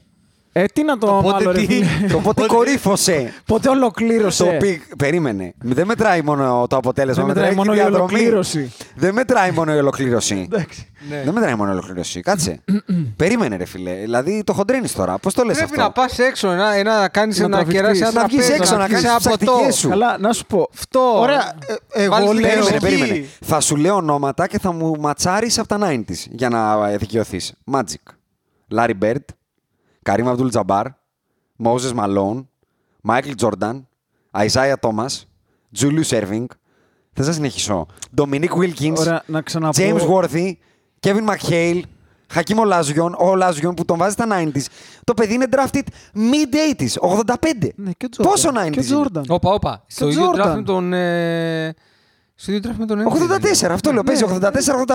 Speaker 3: Ε, τι να το
Speaker 2: πότε
Speaker 3: βάλω, ρε
Speaker 2: τι?
Speaker 3: φίλε.
Speaker 1: το πότε κορύφωσε.
Speaker 3: Πότε ολοκλήρωσε.
Speaker 1: Το πικ- Περίμενε. Δεν μετράει μόνο το αποτέλεσμα.
Speaker 3: Δεν μετράει
Speaker 1: και
Speaker 3: μόνο η
Speaker 1: διαδρομή.
Speaker 3: ολοκλήρωση.
Speaker 1: Δεν μετράει μόνο η ολοκλήρωση.
Speaker 3: Εντάξει.
Speaker 2: Ναι.
Speaker 1: Δεν μετράει μόνο η ολοκλήρωση. Κάτσε. Περίμενε, ρε φιλέ. Δηλαδή το χοντρένει τώρα. Πώς το λες
Speaker 2: Πρέπει
Speaker 1: αυτό.
Speaker 2: να πας έξω, να, ένα, να κάνεις
Speaker 3: Να
Speaker 2: ένα
Speaker 3: τραβηχτείς.
Speaker 2: κεράσι, ένα
Speaker 1: Να βγεις
Speaker 2: τραπέζι,
Speaker 1: έξω, να
Speaker 2: βγεις
Speaker 1: κάνεις τις
Speaker 2: από το-
Speaker 1: τακτικές σου.
Speaker 3: Καλά, να σου πω.
Speaker 2: Αυτό.
Speaker 3: Ωραία, ε, εγώ
Speaker 2: Βάλεις την
Speaker 3: λέω.
Speaker 1: Περίμενε,
Speaker 3: Εκεί.
Speaker 1: περίμενε. Θα σου λέω ονόματα και θα μου ματσάρεις από τα 90 για να ε, δικαιωθείς. Magic. Larry Bird. Karim Abdul Jabbar. Moses Malone. Michael Jordan. Isaiah Thomas. Julius Erving. Θες να συνεχίσω. Dominic Wilkins.
Speaker 3: Ωραία, να ξαναπώ.
Speaker 1: James Worthy. Kevin McHale. Χακίμ Ολάζιον, ο Ολάζιον που τον βάζει στα 90s. Το παιδί είναι drafted mid-80s, 85.
Speaker 3: Ναι, και ο Jordan.
Speaker 1: Πόσο 90s.
Speaker 3: Και ο
Speaker 1: είναι?
Speaker 3: Jordan.
Speaker 2: Όπα, όπα. Στο ίδιο
Speaker 3: Jordan.
Speaker 2: draft με τον. ε, Στο ίδιο draft με τον. Έντζη ήταν.
Speaker 1: 84, αυτό
Speaker 3: Ναι,
Speaker 1: λέω. Παίζει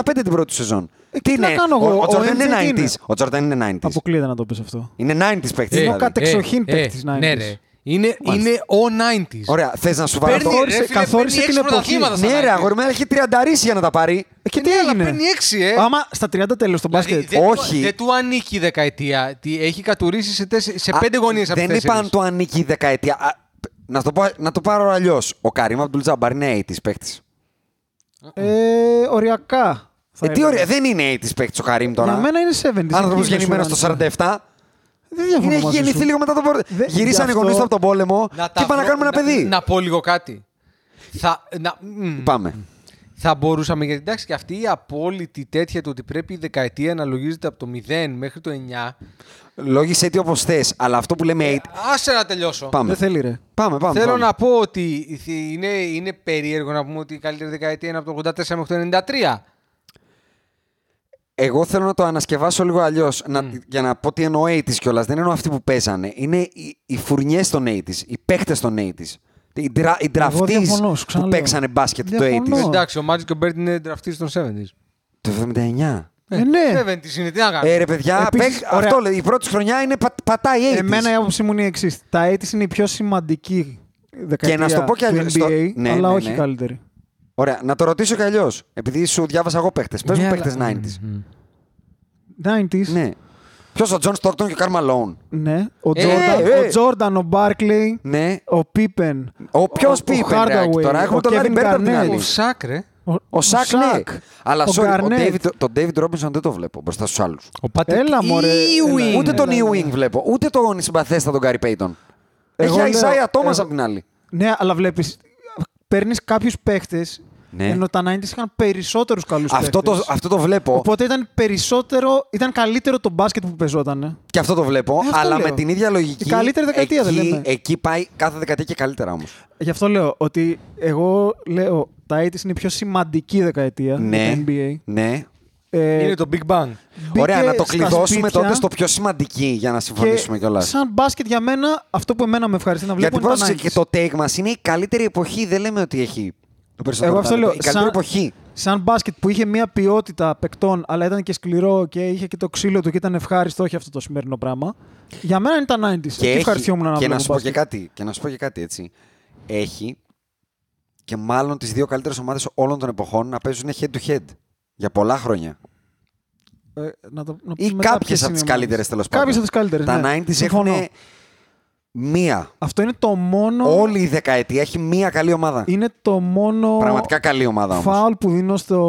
Speaker 1: 84-85 την πρώτη του σεζόν.
Speaker 3: Ε, τι να κάνω εγώ,
Speaker 1: Ο
Speaker 3: ο
Speaker 1: Τζόρνταν
Speaker 3: MJ
Speaker 1: είναι
Speaker 3: τι
Speaker 1: 90s.
Speaker 3: είναι?
Speaker 1: Ο Τζόρνταν είναι 90s.
Speaker 3: Αποκλείεται να το πεις αυτό.
Speaker 1: Είναι 90s παίκτης.
Speaker 2: Ε,
Speaker 3: Είναι ο κατεξοχήν
Speaker 2: ε,
Speaker 3: παίκτης
Speaker 2: ε,
Speaker 3: 90s.
Speaker 2: Ναι, ρε. Είναι,
Speaker 1: Μάλιστα.
Speaker 2: είναι ο 90s.
Speaker 1: Ωραία, θες να σου βάλω
Speaker 2: Παίρνει,
Speaker 1: αυτό.
Speaker 2: ρε, φίλε,
Speaker 3: καθόρισε
Speaker 2: παίρνει
Speaker 3: την
Speaker 2: έξι
Speaker 3: εποχή.
Speaker 2: πρωταθλήματα στα
Speaker 1: Ναι, ρε,
Speaker 2: 90s.
Speaker 1: αγόρι μου, αλλά έχει 30 για να τα πάρει.
Speaker 3: Ε, Και
Speaker 2: Ε,
Speaker 3: τι
Speaker 2: ναι, αλλά
Speaker 3: έγινε.
Speaker 2: παίρνει έξι, ε.
Speaker 3: Άμα στα 30 τέλος στον
Speaker 2: Δηλαδή,
Speaker 3: μπάσκετ.
Speaker 2: δεν του-
Speaker 1: Όχι.
Speaker 2: Δεν του ανήκει η δεκαετία. Τι- Έχει κατουρίσει σε, τέσσε- σε πέντε
Speaker 1: Α,
Speaker 2: γωνίες από
Speaker 1: Δεν
Speaker 2: τέσσερις.
Speaker 1: είπα αν του ανήκει η δεκαετία. Α, π- Να το, πω, να το πάρω αλλιώς. Ο Καρύμ Αμπτούλ Τζαμπάρ είναι 80s παίκτης.
Speaker 3: Ε, οριακά. θα
Speaker 1: Ε, τι
Speaker 3: έλεγα.
Speaker 1: ωραία, δεν είναι 80s παίκτη ο Καρύμ τώρα.
Speaker 3: Για μένα είναι 70.
Speaker 1: Άνθρωπο
Speaker 3: Εκεί είναι
Speaker 1: γεννημένο
Speaker 3: σου,
Speaker 1: στο
Speaker 3: Άννα.
Speaker 1: 47.
Speaker 3: Δεν διαφωνώ.
Speaker 1: Είναι έχει
Speaker 3: μαζί σου.
Speaker 1: γεννηθεί λίγο μετά τον πόλεμο.
Speaker 3: Δε-
Speaker 1: Γυρίσανε
Speaker 3: γι'
Speaker 1: οι
Speaker 3: αυτό-
Speaker 1: γονείς του από τον πόλεμο και
Speaker 2: τα
Speaker 1: είπαν να
Speaker 2: βρω-
Speaker 1: κάνουμε ένα παιδί.
Speaker 2: Να, να πω λίγο κάτι. Θα, να, μμμ.
Speaker 1: Πάμε.
Speaker 2: θα μπορούσαμε, γιατί εντάξει και αυτή η απόλυτη τέτοια του ότι πρέπει η δεκαετία να λογίζεται από το 0 μέχρι το 9.
Speaker 1: Λόγισε τι όπως θες, αλλά αυτό που λέμε 8.
Speaker 2: Άσε να τελειώσω.
Speaker 1: Πάμε.
Speaker 3: Ε, Δεν θέλει, ρε.
Speaker 1: Πάμε, πάμε.
Speaker 2: Θέλω
Speaker 1: πάμε.
Speaker 2: να πω ότι θ- είναι, είναι περίεργο να πούμε ότι η καλύτερη δεκαετία είναι από το 84 μέχρι το 93.
Speaker 1: Εγώ θέλω να το ανασκευάσω λίγο αλλιώς. Για να πω τι εννοώ 80s κιόλας. Δεν εννοώ αυτοί που παίζανε. Είναι οι, οι φουρνιές των 80s, οι παίχτες των 80s. Οι, δρα, οι
Speaker 3: Εγώ
Speaker 1: draftees
Speaker 3: διαφωνώ, σου
Speaker 1: που
Speaker 3: ξαναλέω.
Speaker 1: παίξανε μπάσκετ το
Speaker 3: Διαφωνώ.
Speaker 1: 80s.
Speaker 2: Ε, Εντάξει, ο Μάτζικ και ο Μπέρντ είναι draftee των 70s.
Speaker 1: Το 79.
Speaker 3: Ε, ναι.
Speaker 2: 70s είναι, τι να κάνουμε.
Speaker 1: Ε, ρε παιδιά,
Speaker 3: Επίσης,
Speaker 1: παίκ-
Speaker 3: ωραία.
Speaker 1: αυτό λέει. Η πρώτη χρονιά είναι πα, πατάει 80s.
Speaker 3: Εμένα ε- η άποψή μου είναι η εξής. Τα έτη είναι η πιο σημαντική δεκαετία
Speaker 1: να σου το πω και αλλιώς,
Speaker 3: του
Speaker 1: στο-
Speaker 3: NBA,
Speaker 1: Ναι,
Speaker 3: αλλά
Speaker 1: ναι,
Speaker 3: όχι
Speaker 1: ναι.
Speaker 3: η καλύτερη.
Speaker 1: Ωραία, να το ρωτήσω κι αλλιώς. Επειδή σου διάβασα εγώ παίχτες. Πες μου
Speaker 2: Ναι,
Speaker 1: παίχτε
Speaker 2: αλλά-
Speaker 1: 90s.
Speaker 3: 90s.
Speaker 1: Ναι. Ποιος ο Τζον Στόκτον και ο Καρμαλόν.
Speaker 3: ναι. Ο
Speaker 2: Ε,
Speaker 3: Τζόρνταν,
Speaker 1: ε, ε.
Speaker 3: ο, Τζόρνταν, ο Μπάρκλεϊ,
Speaker 1: Ναι.
Speaker 3: ο Πίπεν.
Speaker 1: Ο ποιος
Speaker 3: ο
Speaker 1: πει
Speaker 3: Hardaway,
Speaker 1: τώρα. Έχουμε
Speaker 3: ο
Speaker 1: τον
Speaker 3: Kevin
Speaker 1: Larry Bird απ' την
Speaker 3: Garnett.
Speaker 1: άλλη.
Speaker 2: Ο Σάκρε.
Speaker 1: Ο Σάκ, ναι. Αλλά
Speaker 3: ο
Speaker 1: sorry, ο
Speaker 3: Garnett.
Speaker 1: David, τον David Robinson δεν το βλέπω μπροστά στους άλλους.
Speaker 2: Ο Patrick
Speaker 3: Έλα, μωρέ.
Speaker 2: Ewing.
Speaker 3: Έλα,
Speaker 1: Ούτε
Speaker 3: έλα,
Speaker 1: τον
Speaker 3: έλα.
Speaker 1: Ewing βλέπω, ούτε τον συμπαθέστα τον Gary Payton. Έχει
Speaker 3: Εγώ λέω-
Speaker 1: Isaiah Thomas
Speaker 3: εγώ-
Speaker 1: απ' την άλλη.
Speaker 3: Ναι, αλλά βλέπεις. Παίρνεις κάποιους παίχτες.
Speaker 1: Ναι.
Speaker 3: Ενώ τα 90s είχαν περισσότερους καλούς
Speaker 1: Αυτό το, αυτό το βλέπω
Speaker 3: Οπότε ήταν περισσότερο, ήταν καλύτερο το μπάσκετ που παίζονταν.
Speaker 1: και αυτό το βλέπω,
Speaker 3: Ε, αυτό
Speaker 1: αλλά
Speaker 3: λέω.
Speaker 1: με την ίδια λογική.
Speaker 3: Η καλύτερη δεκαετία
Speaker 1: εκεί,
Speaker 3: δεν λέμε.
Speaker 1: Εκεί πάει κάθε δεκαετία και καλύτερα όμως.
Speaker 3: Γι' αυτό λέω ότι εγώ λέω τα 80s είναι η πιο σημαντική δεκαετία
Speaker 1: Ναι.
Speaker 3: του NBA.
Speaker 1: Ναι.
Speaker 3: Ε,
Speaker 2: Είναι το Big Bang.
Speaker 3: μπήκε
Speaker 1: Ωραία, να το
Speaker 3: στα
Speaker 1: κλειδώσουμε
Speaker 3: σπίτια
Speaker 1: τότε στο πιο σημαντική για να συμφωνήσουμε
Speaker 3: και
Speaker 1: κιόλας.
Speaker 3: Σαν μπάσκετ για μένα, αυτό που εμένα με ευχαριστεί να βλέπω
Speaker 1: Γιατί
Speaker 3: είναι τα
Speaker 1: πρόσεξε
Speaker 3: 90s.
Speaker 1: και το take μας είναι η καλύτερη εποχή. Δεν λέμε ότι έχει το περισσότερο.
Speaker 3: Εγώ αυτό
Speaker 1: ταλέντο.
Speaker 3: λέω.
Speaker 1: Η καλύτερη εποχή.
Speaker 3: σαν μπάσκετ που είχε μια ποιότητα παικτών, αλλά ήταν και σκληρό και είχε και το ξύλο του και ήταν ευχάριστο, όχι αυτό το σημερινό πράγμα. Για μένα είναι τα 90s. Και
Speaker 1: έχει-
Speaker 3: ευχαριστιόμουν να
Speaker 1: και
Speaker 3: βλέπω
Speaker 1: να σου πω και
Speaker 3: μπάσκετ.
Speaker 1: κάτι, και να σου πω και κάτι έτσι. Έχει και μάλλον τις δύο καλύτερες ομάδες όλων των εποχών να παίζουν head to head. Για πολλά χρόνια.
Speaker 3: Ε, να το, να
Speaker 1: Ή
Speaker 3: πούμε
Speaker 1: κάποιες
Speaker 3: κάποιες
Speaker 1: από τις
Speaker 3: είναι
Speaker 1: καλύτερε
Speaker 3: ομάδες.
Speaker 1: τέλο πάντων.
Speaker 3: Κάποιες από τις καλύτερες,
Speaker 1: Τα
Speaker 3: ναι.
Speaker 1: 90s
Speaker 3: Συμφωνώ.
Speaker 1: έχουν μία.
Speaker 3: Αυτό είναι το μόνο.
Speaker 1: Όλη η δεκαετία έχει μία καλή ομάδα.
Speaker 3: Είναι το μόνο.
Speaker 1: Πραγματικά καλή ομάδα όμως.
Speaker 3: Φάουλ που δίνω στο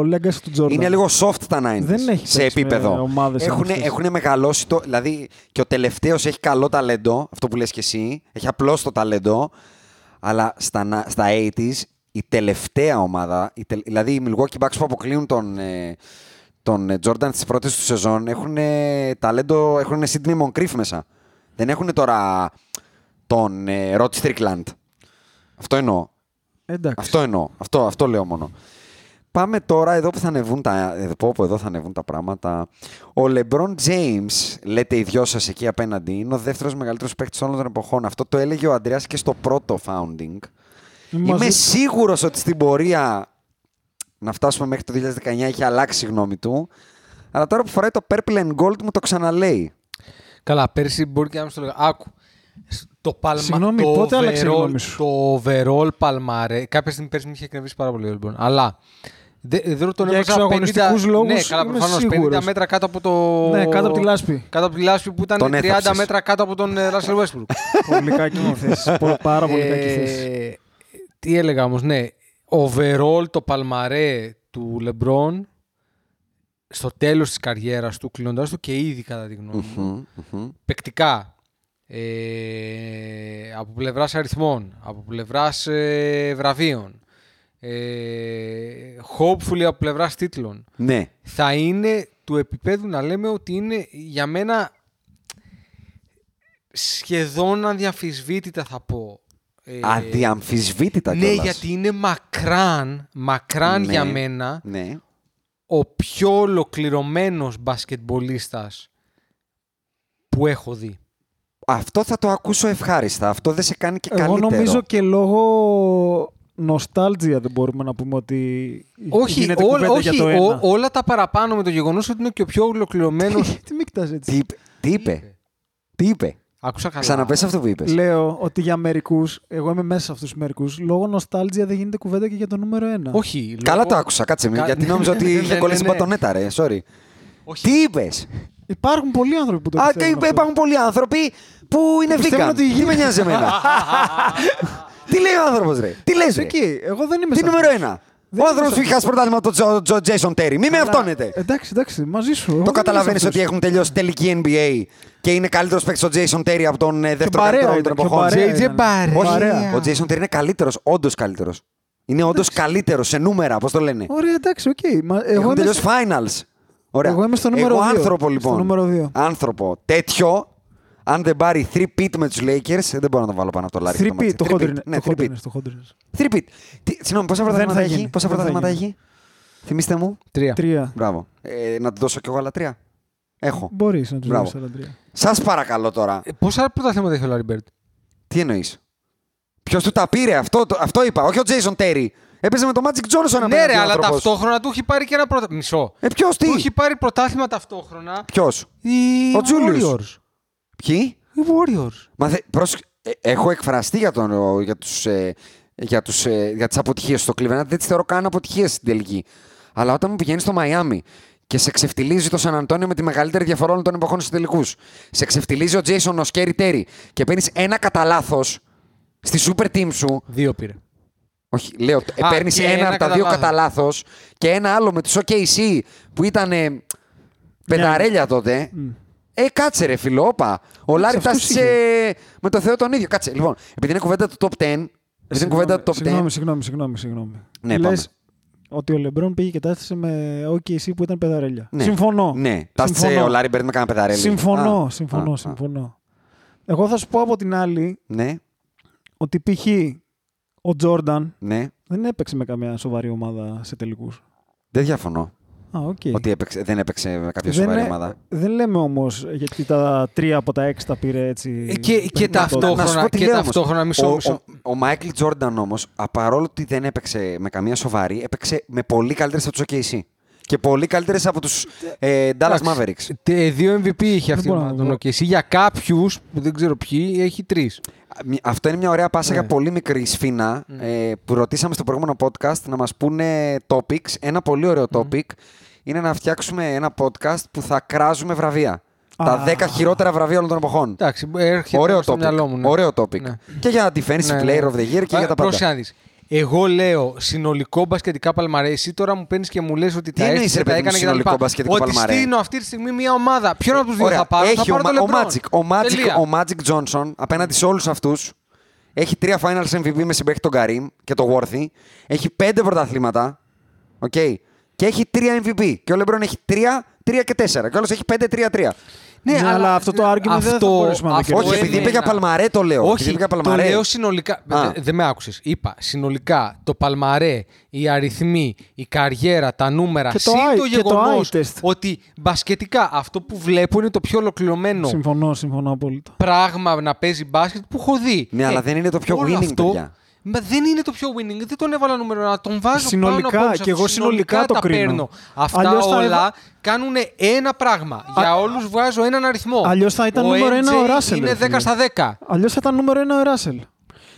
Speaker 3: legacy του Τζόρνταν.
Speaker 1: Είναι λίγο soft τα 90s
Speaker 3: Δεν έχει
Speaker 1: σε
Speaker 3: παίξει με
Speaker 1: επίπεδο.
Speaker 3: ομάδες
Speaker 1: έχουν,
Speaker 3: αντίστοιχες.
Speaker 1: έχουν μεγαλώσει το. Δηλαδή και ο τελευταίος έχει καλό ταλέντο, αυτό που λες και εσύ. Έχει απλώς το ταλέντο. Αλλά στα, να- στα 80s η τελευταία ομάδα, η τελ- δηλαδή οι Milwaukee Bucks που αποκλείουν τον, ε, τον ε, Jordan στις πρώτες του σεζόν έχουν ε, ταλέντο, έχουν Sidney Moncrief μέσα. Δεν έχουν τώρα τον ε, Rod Strickland. Αυτό εννοώ.
Speaker 3: Εντάξει.
Speaker 1: Αυτό εννοώ. Αυτό, αυτό λέω μόνο. Πάμε τώρα εδώ που θα ανεβούν τα, εδώ, πω, πω, εδώ θα ανεβούν τα πράγματα. Ο LeBron James, λέτε οι δυο σας εκεί απέναντι, είναι ο δεύτερος μεγαλύτερος παίκτης όλων των εποχών. Αυτό το έλεγε ο Αντρέας και στο πρώτο founding.
Speaker 3: Μαζί-
Speaker 1: Είμαι σίγουρος ότι στην πορεία να φτάσουμε μέχρι το 2019 έχει αλλάξει η γνώμη του. Αλλά τώρα που φοράει το purple and gold μου το ξαναλέει.
Speaker 2: Καλά, πέρσι μπορεί και να μην στο λέγα. Άκου. Σ- Το παλμα...
Speaker 3: Συγγνώμη,
Speaker 2: το
Speaker 3: πότε άλλαξε η
Speaker 2: overall-
Speaker 3: γνώμη σου?
Speaker 2: Το overall παλμάρε. Κάποια στιγμή πέρσι μου είχε εκνευρίσει πάρα πολύ λοιπόν. Αλλά δε- δεν τον έβαζα 50...
Speaker 3: Για εξωαγωνιστικούς
Speaker 2: ναι,
Speaker 3: λόγους
Speaker 2: καλά,
Speaker 3: είμαι
Speaker 2: προφανώς, 50
Speaker 3: σίγουρος.
Speaker 2: μέτρα κάτω από το...
Speaker 3: Ναι, κάτω από τη λάσπη.
Speaker 2: Κάτω από τη λάσπη που ήταν
Speaker 1: Τον
Speaker 2: 30
Speaker 1: έθαψες.
Speaker 2: μέτρα κάτω από τον ε, Russell Westbrook.
Speaker 3: Πολύ κακή η θέση. Πο- Πάρα πολύ κακή η θέση.
Speaker 2: Ε, τι έλεγα όμως, ναι. Overall το παλμαρέ του Λεμπρόν στο τέλος της καριέρας του, κλείνοντας του και ήδη κατά τη γνώμη μου, παικτικά, ε, από πλευράς αριθμών, από πλευράς ε, βραβείων, ε, hopefully από πλευράς τίτλων,
Speaker 1: Ναι.
Speaker 2: θα είναι του επίπεδου να λέμε ότι είναι για μένα σχεδόν αδιαμφισβήτητα θα πω. Ε,
Speaker 1: Αδιαμφισβήτητα
Speaker 2: Ναι,
Speaker 1: κιόλας.
Speaker 2: γιατί είναι μακράν, μακράν
Speaker 1: Ναι.
Speaker 2: για μένα
Speaker 1: Ναι.
Speaker 2: ο πιο ολοκληρωμένος μπασκετμπολίστας που έχω δει.
Speaker 1: Αυτό θα το ακούσω ευχάριστα. Αυτό δεν σε κάνει και
Speaker 3: Εγώ
Speaker 1: καλύτερο.
Speaker 3: νομίζω και λόγω νοστάλτζια δεν μπορούμε να πούμε ότι
Speaker 2: Όχι,
Speaker 3: γίνεται
Speaker 2: ό-
Speaker 3: κουβέντα
Speaker 2: όχι,
Speaker 3: για το ένα.
Speaker 2: ό- όλα τα παραπάνω με το γεγονός ότι είναι και ο πιο ολοκληρωμένος...
Speaker 3: Τι με κοιτάς έτσι.
Speaker 1: Τι, είπε- τι είπε. Τι είπε.
Speaker 2: Άκουσα καλά.
Speaker 1: Ξαναπες αυτό που είπες.
Speaker 3: Λέω ότι για μερικούς, εγώ είμαι μέσα σε αυτούς τους μερικούς, λόγω νοστάλτζια δεν γίνεται κουβέντα και για το νούμερο ένα.
Speaker 2: Όχι.
Speaker 1: Καλά
Speaker 2: λόγω-
Speaker 1: το άκουσα, κάτσε με.
Speaker 2: Κα-
Speaker 1: Γιατί νόμιζα ότι
Speaker 2: Ναι, ναι,
Speaker 1: είχε
Speaker 2: ναι,
Speaker 1: κολλήσει
Speaker 2: ναι.
Speaker 1: μπατονέτα, ρε. Sorry. Τι είπες.
Speaker 3: Υπάρχουν πολλοί άνθρωποι που το
Speaker 1: Α,
Speaker 3: πιστεύουν.
Speaker 1: και
Speaker 3: αυτό.
Speaker 1: υπάρχουν πολλοί άνθρωποι που είναι
Speaker 3: πιστεύουν
Speaker 1: vegan.
Speaker 3: ότι η γη
Speaker 1: Τι με νοιάζει εμένα. Τι λέει ο άνθρωπος, ρε. Τι λες, ρε.
Speaker 3: Εκεί, εγώ δεν είμαι
Speaker 1: Τι
Speaker 3: σαν
Speaker 1: νούμερο
Speaker 3: αυτούς.
Speaker 1: ένα.
Speaker 3: Δεν
Speaker 1: Ο
Speaker 3: είμαι
Speaker 1: άνθρωπος
Speaker 3: σε
Speaker 1: που είχε χάσει πρωτάθλημα το Τζο- Τζο Τζέισον Τέρι. Μη με αυτόνετε.
Speaker 3: Εντάξει, εντάξει, μαζί σου. Εγώ
Speaker 1: Το
Speaker 3: δεν είμαι
Speaker 1: καταλαβαίνεις
Speaker 3: σε
Speaker 1: ότι
Speaker 3: αυτούς.
Speaker 1: έχουν τελειώσει τελική NBA και είναι καλύτερος παίκτης ο Jason Terry από τον ε, δεύτερο
Speaker 3: παρέα
Speaker 1: καλύτερο όλων των
Speaker 3: ήταν, πιο
Speaker 1: εποχών.
Speaker 3: παρέα
Speaker 1: JJ
Speaker 3: ήταν.
Speaker 1: παρέα. Όχι,
Speaker 3: Παρέα.
Speaker 1: ο Jason Terry είναι καλύτερος, όντως καλύτερος. Είναι όντως καλύτερος σε νούμερα, πώς το λένε.
Speaker 3: Ωραία, εντάξει, οκ. Μα Εγώ
Speaker 1: Έχουν
Speaker 3: είμαι
Speaker 1: τελειώσει
Speaker 3: σε-
Speaker 1: finals. Ωραία.
Speaker 3: Εγώ είμαι στο νούμερο
Speaker 1: Εγώ
Speaker 3: δύο.
Speaker 1: άνθρωπο
Speaker 3: Στο
Speaker 1: λοιπόν.
Speaker 3: νούμερο δύο.
Speaker 1: Άνθρωπο τέτοιο. Αν δεν πάρει 3 pit με τους Lakers, ε, δεν μπορώ να το βάλω πάνω από το λάρι. αυτό
Speaker 3: Three-peat,
Speaker 1: μάτσι.
Speaker 3: το
Speaker 1: Three-peat.
Speaker 3: χόντρινε.
Speaker 1: Ναι, 3
Speaker 3: Το
Speaker 1: pit.
Speaker 3: χόντρινε, το χόντρινε.
Speaker 1: 3 pit. Τι- Συγγνώμη, πόσα πρωταθλήματα
Speaker 3: θα
Speaker 1: έχει.
Speaker 3: γίνει.
Speaker 1: Πόσα
Speaker 3: Δεν θα
Speaker 1: πρωταθλήματα
Speaker 3: γίνει.
Speaker 1: έχει. Θυμήστε μου.
Speaker 2: Τρία.
Speaker 3: Τρία.
Speaker 1: Μπράβο. Ε, να του δώσω κι εγώ άλλα τρία. Έχω.
Speaker 3: Μπορείς να τους
Speaker 1: Μπράβο.
Speaker 3: δώσεις άλλα τρία.
Speaker 1: Σας παρακαλώ τώρα.
Speaker 2: Ε, Πόσα πρωταθλήματα έχει ο Λάρι Μπέρντ.
Speaker 1: Τι εννοείς. Ποιος του τα πήρε, αυτό, το- αυτό είπα. Όχι ο Jason Terry. Έπαιζε με τον Magic Johnson απέναντι.
Speaker 2: Ναι, ρε,
Speaker 1: ο
Speaker 2: αλλά
Speaker 1: άνθρωπος.
Speaker 2: ταυτόχρονα του έχει πάρει και ένα πρωτάθλημα. Μισό.
Speaker 1: Ε, ποιος τι.
Speaker 2: Του έχει πάρει πρωτάθλημα ταυτόχρονα.
Speaker 1: Ποιος.
Speaker 2: Οι
Speaker 1: Ο Τζούλιους.
Speaker 2: Warriors.
Speaker 1: Ποιοι.
Speaker 2: Οι Warriors.
Speaker 1: Μα δε, πρόσεξε, ε, έχω εκφραστεί για, τον, ο, για, τους, ε, για, τους, ε, για τις αποτυχίες στο Cleveland. Δεν τις θεωρώ καν αποτυχίες στην τελική. Αλλά όταν μου πηγαίνει στο Μαϊάμι και σε ξεφτιλίζει το Σαν Αντώνιο με τη μεγαλύτερη διαφορά όλων των εποχών στους τελικούς. Σε ξεφτιλίζει ο Jason ο Σκέρι Τέρι και παίρνεις ένα κατά λάθος στη super team σου.
Speaker 2: Δύο πήρε.
Speaker 1: Όχι, λέω,
Speaker 2: Α,
Speaker 1: παίρνει
Speaker 2: και
Speaker 1: ένα,
Speaker 2: ένα
Speaker 1: από τα
Speaker 2: κατά
Speaker 1: δύο
Speaker 2: λάθος.
Speaker 1: κατά λάθος και ένα άλλο με τους OKC που ήταν ε,
Speaker 3: Ναι.
Speaker 1: πενταρέλια τότε. Ε, κάτσε ρε φίλο, όπα. Ο Λάρι
Speaker 3: αυτούς
Speaker 1: φτάσει με το Θεό τον ίδιο. Κάτσε, λοιπόν, επειδή είναι κουβέντα του top 10. Επειδή είναι κουβέντα του top 10.
Speaker 3: Ε, Συγγνώμη, συγγνώμη, συγγνώμη. συγγνώμη.
Speaker 1: Ναι,
Speaker 3: Λες
Speaker 1: πάμε.
Speaker 3: ότι ο Λεμπρόν πήγε και τάστησε με OKC που ήταν πεδαρέλια.
Speaker 1: Ναι.
Speaker 3: Συμφωνώ.
Speaker 1: Ναι, τάστησε
Speaker 3: Συμφωνώ.
Speaker 1: ο Λάρι Μπέρντ με κανένα πενταρέλια.
Speaker 3: Συμφωνώ,
Speaker 1: Α,
Speaker 3: συμφωνώ,
Speaker 1: α, α.
Speaker 3: συμφωνώ. Εγώ θα σου πω από την άλλη
Speaker 1: Ναι,
Speaker 3: ότι π.χ. ο Τζόρνταν
Speaker 1: ναι.
Speaker 3: δεν έπαιξε με καμιά σοβαρή ομάδα σε τελικούς.
Speaker 1: Δεν διαφωνώ.
Speaker 3: Α, οκ.
Speaker 1: Ότι έπαιξε, δεν έπαιξε με κάποια
Speaker 3: Ε. δεν,
Speaker 1: σοβαρή
Speaker 3: ε-
Speaker 1: ομάδα.
Speaker 3: δεν λέμε όμως γιατί τα τρία από τα έξι τα πήρε
Speaker 2: Ε,
Speaker 3: έτσι.
Speaker 2: και- και
Speaker 3: παιχνιδι-
Speaker 2: ταυτόχρονα-
Speaker 1: Να σου πω τι
Speaker 2: και
Speaker 1: λέω όμως.
Speaker 2: ταυτόχρονα μισό-
Speaker 1: Ο-
Speaker 2: μισό.
Speaker 1: Ο, ο Μάικλ Τζόρνταν όμως, παρόλο ότι δεν έπαιξε με καμία σοβαρή, έπαιξε με πολύ καλύτερες από τους OKC. Και πολύ καλύτερες από τους ε, Dallas Mavericks.
Speaker 2: Τε- Ε, Δύο MVP είχε αυτή η
Speaker 3: μπορώ να
Speaker 2: ομάδα
Speaker 3: το
Speaker 2: τον
Speaker 3: πω.
Speaker 2: OKC. Για κάποιους που δεν ξέρω ποιοι έχει τρεις.
Speaker 1: Μι- Αυτό είναι μια ωραία πάσα
Speaker 2: Ναι.
Speaker 1: για πολύ μικρή σφίνα ε, που ρωτήσαμε στο προηγούμενο podcast να μας πούνε topics. Ένα πολύ ωραίο topic είναι να φτιάξουμε ένα podcast που θα κράζουμε βραβεία. Τα
Speaker 3: Α.
Speaker 1: 10 χειρότερα βραβεία όλων των εποχών.
Speaker 2: Εντάξει, έρχεται
Speaker 1: Ωραίο
Speaker 2: στο μυαλό
Speaker 1: topic.
Speaker 2: μου. ναι.
Speaker 1: Ωραίο topic.
Speaker 2: Ναι.
Speaker 1: Και για defensive
Speaker 2: Ναι,
Speaker 1: player
Speaker 2: ναι.
Speaker 1: of the year και
Speaker 2: Α,
Speaker 1: για τα
Speaker 2: πρόσεχε
Speaker 1: πάντα.
Speaker 2: να δεις. Εγώ λέω συνολικό μπασκετικά παλμαρέ. Εσύ τώρα μου παίρνεις και μου λες ότι τα
Speaker 1: εννοείς,
Speaker 2: έστειλε,
Speaker 1: ρε παιδί μου,
Speaker 2: τα έκανε και τα
Speaker 1: συνολικό
Speaker 2: λοιπά.
Speaker 1: μπασκετικό
Speaker 2: Ότι
Speaker 1: παλμαρέ? Ε,
Speaker 2: στείνω αυτή τη στιγμή μια ομάδα. Ποιον από τους δύο
Speaker 1: Ωραία.
Speaker 2: θα πάρω,
Speaker 1: έχει
Speaker 2: θα
Speaker 1: ο,
Speaker 2: πάρω
Speaker 1: Μα-
Speaker 2: τον
Speaker 1: ο,
Speaker 2: LeBron.
Speaker 1: Magic, ο, Magic,
Speaker 2: Τελεία.
Speaker 1: ο Magic Johnson απέναντι σε όλους αυτούς έχει τρία finals MVP με συμπέχτη τον Καρύμ και τον Worthy. Έχει πέντε πρωταθλήματα. Οκ. Και έχει τρία MVP. Και ο Λεμπρόν έχει τρία, τρία και τέσσερα. Και ο άλλο έχει πέντε, τρία, τρία.
Speaker 3: Ναι, αλλά αυτό το argument δεν θα μπορούσαμε να το
Speaker 2: αυτό
Speaker 1: ε,
Speaker 3: κερδίσουμε.
Speaker 1: Όχι, επειδή είπε
Speaker 2: εμένα.
Speaker 1: για Παλμαρέ το λέω. επειδή
Speaker 2: Όχι,
Speaker 1: είπε για
Speaker 2: το
Speaker 1: Παλμαρέ.
Speaker 2: λέω συνολικά.
Speaker 1: Α.
Speaker 2: Δεν με άκουσες. Είπα συνολικά το Παλμαρέ, οι αριθμοί, η καριέρα, τα νούμερα.
Speaker 3: Και το
Speaker 2: συν
Speaker 3: eye-
Speaker 2: το
Speaker 3: και το
Speaker 2: γεγονός
Speaker 3: eye test.
Speaker 2: ότι μπασκετικά αυτό που βλέπω είναι το πιο ολοκληρωμένο
Speaker 3: Συμφωνώ, συμφωνώ απόλυτα.
Speaker 2: πράγμα να παίζει μπάσκετ που έχω δει. Ε,
Speaker 1: Ναι, αλλά δεν είναι το πιο
Speaker 2: όλο
Speaker 1: winning, παιδιά.
Speaker 2: Μα δεν είναι το πιο winning. Δεν τον έβαλα νούμερο να τον βάζω
Speaker 3: Συνολικά,
Speaker 2: πάνω από όλους
Speaker 3: και εγώ
Speaker 2: αυτούς.
Speaker 3: συνολικά το
Speaker 2: τα
Speaker 3: κρίνω.
Speaker 2: παίρνω. Αυτά
Speaker 3: Αλλιώς θα
Speaker 2: όλα
Speaker 3: έβα-
Speaker 2: κάνουν ένα πράγμα. Για όλους βγάζω έναν αριθμό.
Speaker 3: Αλλιώς θα ήταν
Speaker 2: ο
Speaker 3: νούμερο ένα
Speaker 2: MJ
Speaker 3: ο Russell,
Speaker 2: Είναι
Speaker 3: ρε
Speaker 2: 10
Speaker 3: φίλε.
Speaker 2: στα 10.
Speaker 3: Αλλιώς θα ήταν νούμερο ένα ο Ράσελ.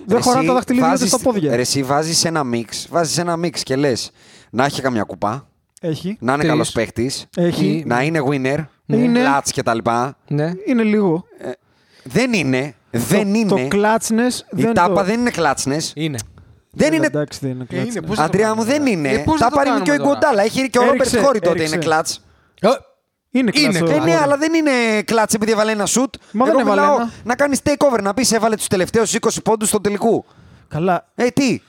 Speaker 3: Δεν
Speaker 1: Εσύ
Speaker 3: χωράνε τα δαχτυλίδια ούτε
Speaker 1: βάζεις-
Speaker 3: στα πόδια.
Speaker 1: Ρε, εσύ βάζεις ένα μίξ, βάζεις ένα μίξ και λες να έχει καμιά κουπά,
Speaker 3: Έχει.
Speaker 1: να είναι
Speaker 2: Τρεις.
Speaker 1: καλός παίχτη,
Speaker 3: Έχει.
Speaker 1: να είναι winner,
Speaker 3: Είναι.
Speaker 1: clutch κτλ.
Speaker 2: Ναι.
Speaker 3: Είναι λίγο.
Speaker 1: Δεν είναι. Δεν
Speaker 3: το,
Speaker 1: είναι.
Speaker 3: Το κλάτσνε.
Speaker 1: Η τάπα δεν είναι κλάτσνε.
Speaker 2: Ε, Είναι.
Speaker 1: Δεν είναι.
Speaker 3: Εντάξει, δεν Ε, είναι κλάτσνε.
Speaker 2: πώς θα το
Speaker 1: Αντρέα μου
Speaker 2: κάνουμε
Speaker 1: δεν
Speaker 2: τώρα. Ε,
Speaker 1: είναι.
Speaker 2: πώς θα το
Speaker 1: Τάπα είναι και ο
Speaker 2: κάνουμε τώρα. Ε,
Speaker 1: Ιγκοντάλα. Έχει και ο
Speaker 3: Έριξε,
Speaker 1: Ρόμπερτ Χόρι τότε
Speaker 3: έριξε.
Speaker 1: είναι κλατ.
Speaker 3: Είναι κλάτσνε.
Speaker 2: Είναι
Speaker 1: Ε, ναι, αλλά δεν είναι κλατ επειδή έβαλε ένα σουτ.
Speaker 3: Μα δεν
Speaker 1: Εγώ
Speaker 3: έβαλε
Speaker 1: μιλάω
Speaker 3: ένα.
Speaker 1: να κάνεις takeover, να πεις έβαλε τους τελευταίους 20 πόντους στον τελικού.
Speaker 3: Καλά.
Speaker 1: Ε, τι.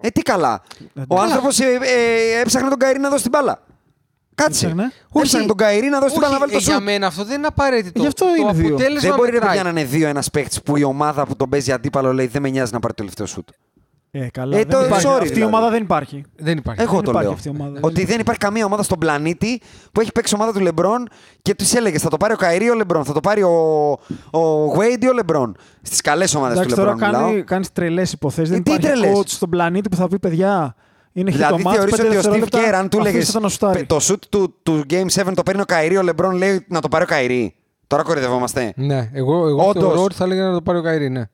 Speaker 1: Ε, τι καλά. Ο
Speaker 3: καλά.
Speaker 1: άνθρωπο έψαχνε τον Καϊρή να δώσει την μπάλα. Κάτσε.
Speaker 3: Έψαχνε.
Speaker 1: Έψαχνε τον Καϊρή να δώσει την μπάλα να βάλει
Speaker 2: ε,
Speaker 1: το
Speaker 2: για
Speaker 1: σουτ.
Speaker 2: μένα αυτό δεν είναι απαραίτητο.
Speaker 3: Γι' αυτό
Speaker 2: το
Speaker 3: είναι δύο.
Speaker 2: αποτέλεσμα
Speaker 1: Δεν μπορεί ρε
Speaker 2: μετράει.
Speaker 1: παιδιά να είναι δύο ένας παίχτη που η ομάδα που τον παίζει αντίπαλο λέει δεν με νοιάζει να πάρει το τελευταίο σουτ.
Speaker 3: Ε, καλά.
Speaker 1: Ε,
Speaker 3: δεν
Speaker 1: το-
Speaker 3: υπάρχει.
Speaker 1: sorry,
Speaker 3: Αυτή η
Speaker 1: δηλαδή.
Speaker 3: ομάδα δεν υπάρχει.
Speaker 2: Δεν υπάρχει.
Speaker 1: Εγώ
Speaker 3: Δεν
Speaker 1: το
Speaker 3: υπάρχει
Speaker 1: λέω.
Speaker 3: αυτή η ομάδα.
Speaker 1: Ότι δεν υπάρχει καμία ομάδα στον πλανήτη που έχει παίξει ομάδα του Λεμπρόν και τους έλεγε θα το πάρει ο Καηρή ο Λεμπρόν, θα το πάρει ο, ο Wade ή ο Λεμπρόν. Στις καλές ομάδες του
Speaker 3: Εντάξει,
Speaker 1: Λεμπρόν
Speaker 3: τώρα
Speaker 1: μιλάω.
Speaker 3: κάνει κάνεις τρελές υποθέσεις. Δεν
Speaker 1: Ε, τι
Speaker 3: υπάρχει
Speaker 1: τρελές?
Speaker 3: coach στον πλανήτη που θα πει παιδιά. Είναι
Speaker 1: Δηλαδή
Speaker 3: χιτομάτς,
Speaker 1: θεωρείς
Speaker 3: πέντε
Speaker 1: ότι ο Steve
Speaker 3: δευτερόλεπτα,
Speaker 1: Kerr αν του
Speaker 3: αφήστε
Speaker 1: έλεγε
Speaker 3: το να σουτάρει.
Speaker 1: το shoot του, του Game 7 το παίρνει ο Καηρή ο Λεμπρόν λέει να το πάρει ο Καηρή. Τώρα κορυδευόμαστε.
Speaker 2: Ναι, εγώ, εγώ
Speaker 1: Όντως.
Speaker 2: θεωρώ ότι θα έλεγα να το πάρει ο Καϊρή, ναι.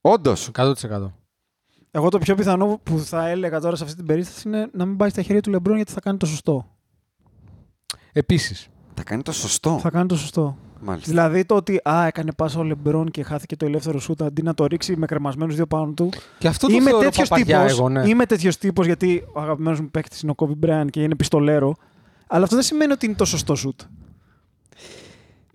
Speaker 1: Όντω.
Speaker 2: 100%.
Speaker 3: Εγώ το πιο πιθανό που θα έλεγα τώρα σε αυτή την περίσταση είναι να μην πάει στα χέρια του Λεμπρόν γιατί θα κάνει το σωστό.
Speaker 2: Επίσης.
Speaker 1: Θα κάνει το σωστό.
Speaker 3: Θα κάνει το σωστό.
Speaker 1: Μάλιστα.
Speaker 3: Δηλαδή το ότι α, έκανε πάσα ο Λεμπρόν και χάθηκε το ελεύθερο σούτ αντί να το ρίξει με κρεμασμένους δύο πάνω του.
Speaker 2: Και αυτό το θεωρώ
Speaker 3: τέτοιος
Speaker 2: παπαγιά
Speaker 3: τύπος,
Speaker 2: εγώ, ναι.
Speaker 3: Είμαι τέτοιος τύπος γιατί ο αγαπημένος μου παίκτης είναι ο Κόμπι Μπράιν και είναι πιστολέρο. Αλλά αυτό δεν σημαίνει ότι είναι το σωστό σουτ.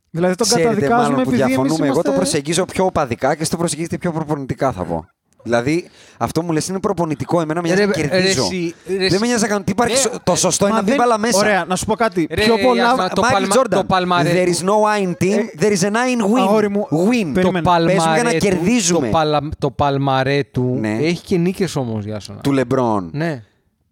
Speaker 3: Δηλαδή τον
Speaker 1: Ξέρετε μάλλον
Speaker 3: καταδικάζουμε
Speaker 1: που
Speaker 3: επειδή εμείς
Speaker 1: διαφωνούμε.
Speaker 3: είμαστε...
Speaker 1: Εγώ το προσεγγίζω πιο οπαδικά και εσύ το προσεγγίζετε πιο προπονητικά θα πω. Δηλαδή, αυτό μου λες είναι προπονητικό. Εμένα με νοιάζει να
Speaker 2: Ε, Ρε, ρε,
Speaker 1: κερδίζω.
Speaker 2: εσύ, ρε,
Speaker 1: Δεν
Speaker 2: εσύ. Ε,
Speaker 1: με νοιάζει να κάνω τίποτα.
Speaker 2: Ρε,
Speaker 1: Σο- Το σωστό είναι
Speaker 3: Μα
Speaker 1: να μπει
Speaker 3: δεν-
Speaker 1: μπάλα μέσα.
Speaker 3: Ωραία, να σου πω κάτι.
Speaker 2: Ρε,
Speaker 3: πιο
Speaker 2: ρε,
Speaker 3: πολλά.
Speaker 2: Γιάννα, το
Speaker 1: Michael
Speaker 2: παλμα-
Speaker 1: Jordan.
Speaker 2: το παλμαρέ
Speaker 1: There
Speaker 2: του.
Speaker 1: is
Speaker 2: Ε,
Speaker 1: no nine team, there is a nine win.
Speaker 3: Αγόρι μου,
Speaker 1: win.
Speaker 3: περίμενε.
Speaker 2: Το
Speaker 3: Παίζουμε
Speaker 2: παλμαρέ,
Speaker 1: για να
Speaker 2: του-
Speaker 1: κερδίζουμε.
Speaker 2: Το, παλα, το παλμαρέ του
Speaker 1: Ναι.
Speaker 2: έχει και νίκες όμως, Γιάσονα.
Speaker 1: Του Ε. Λεμπρόν.
Speaker 2: Ναι.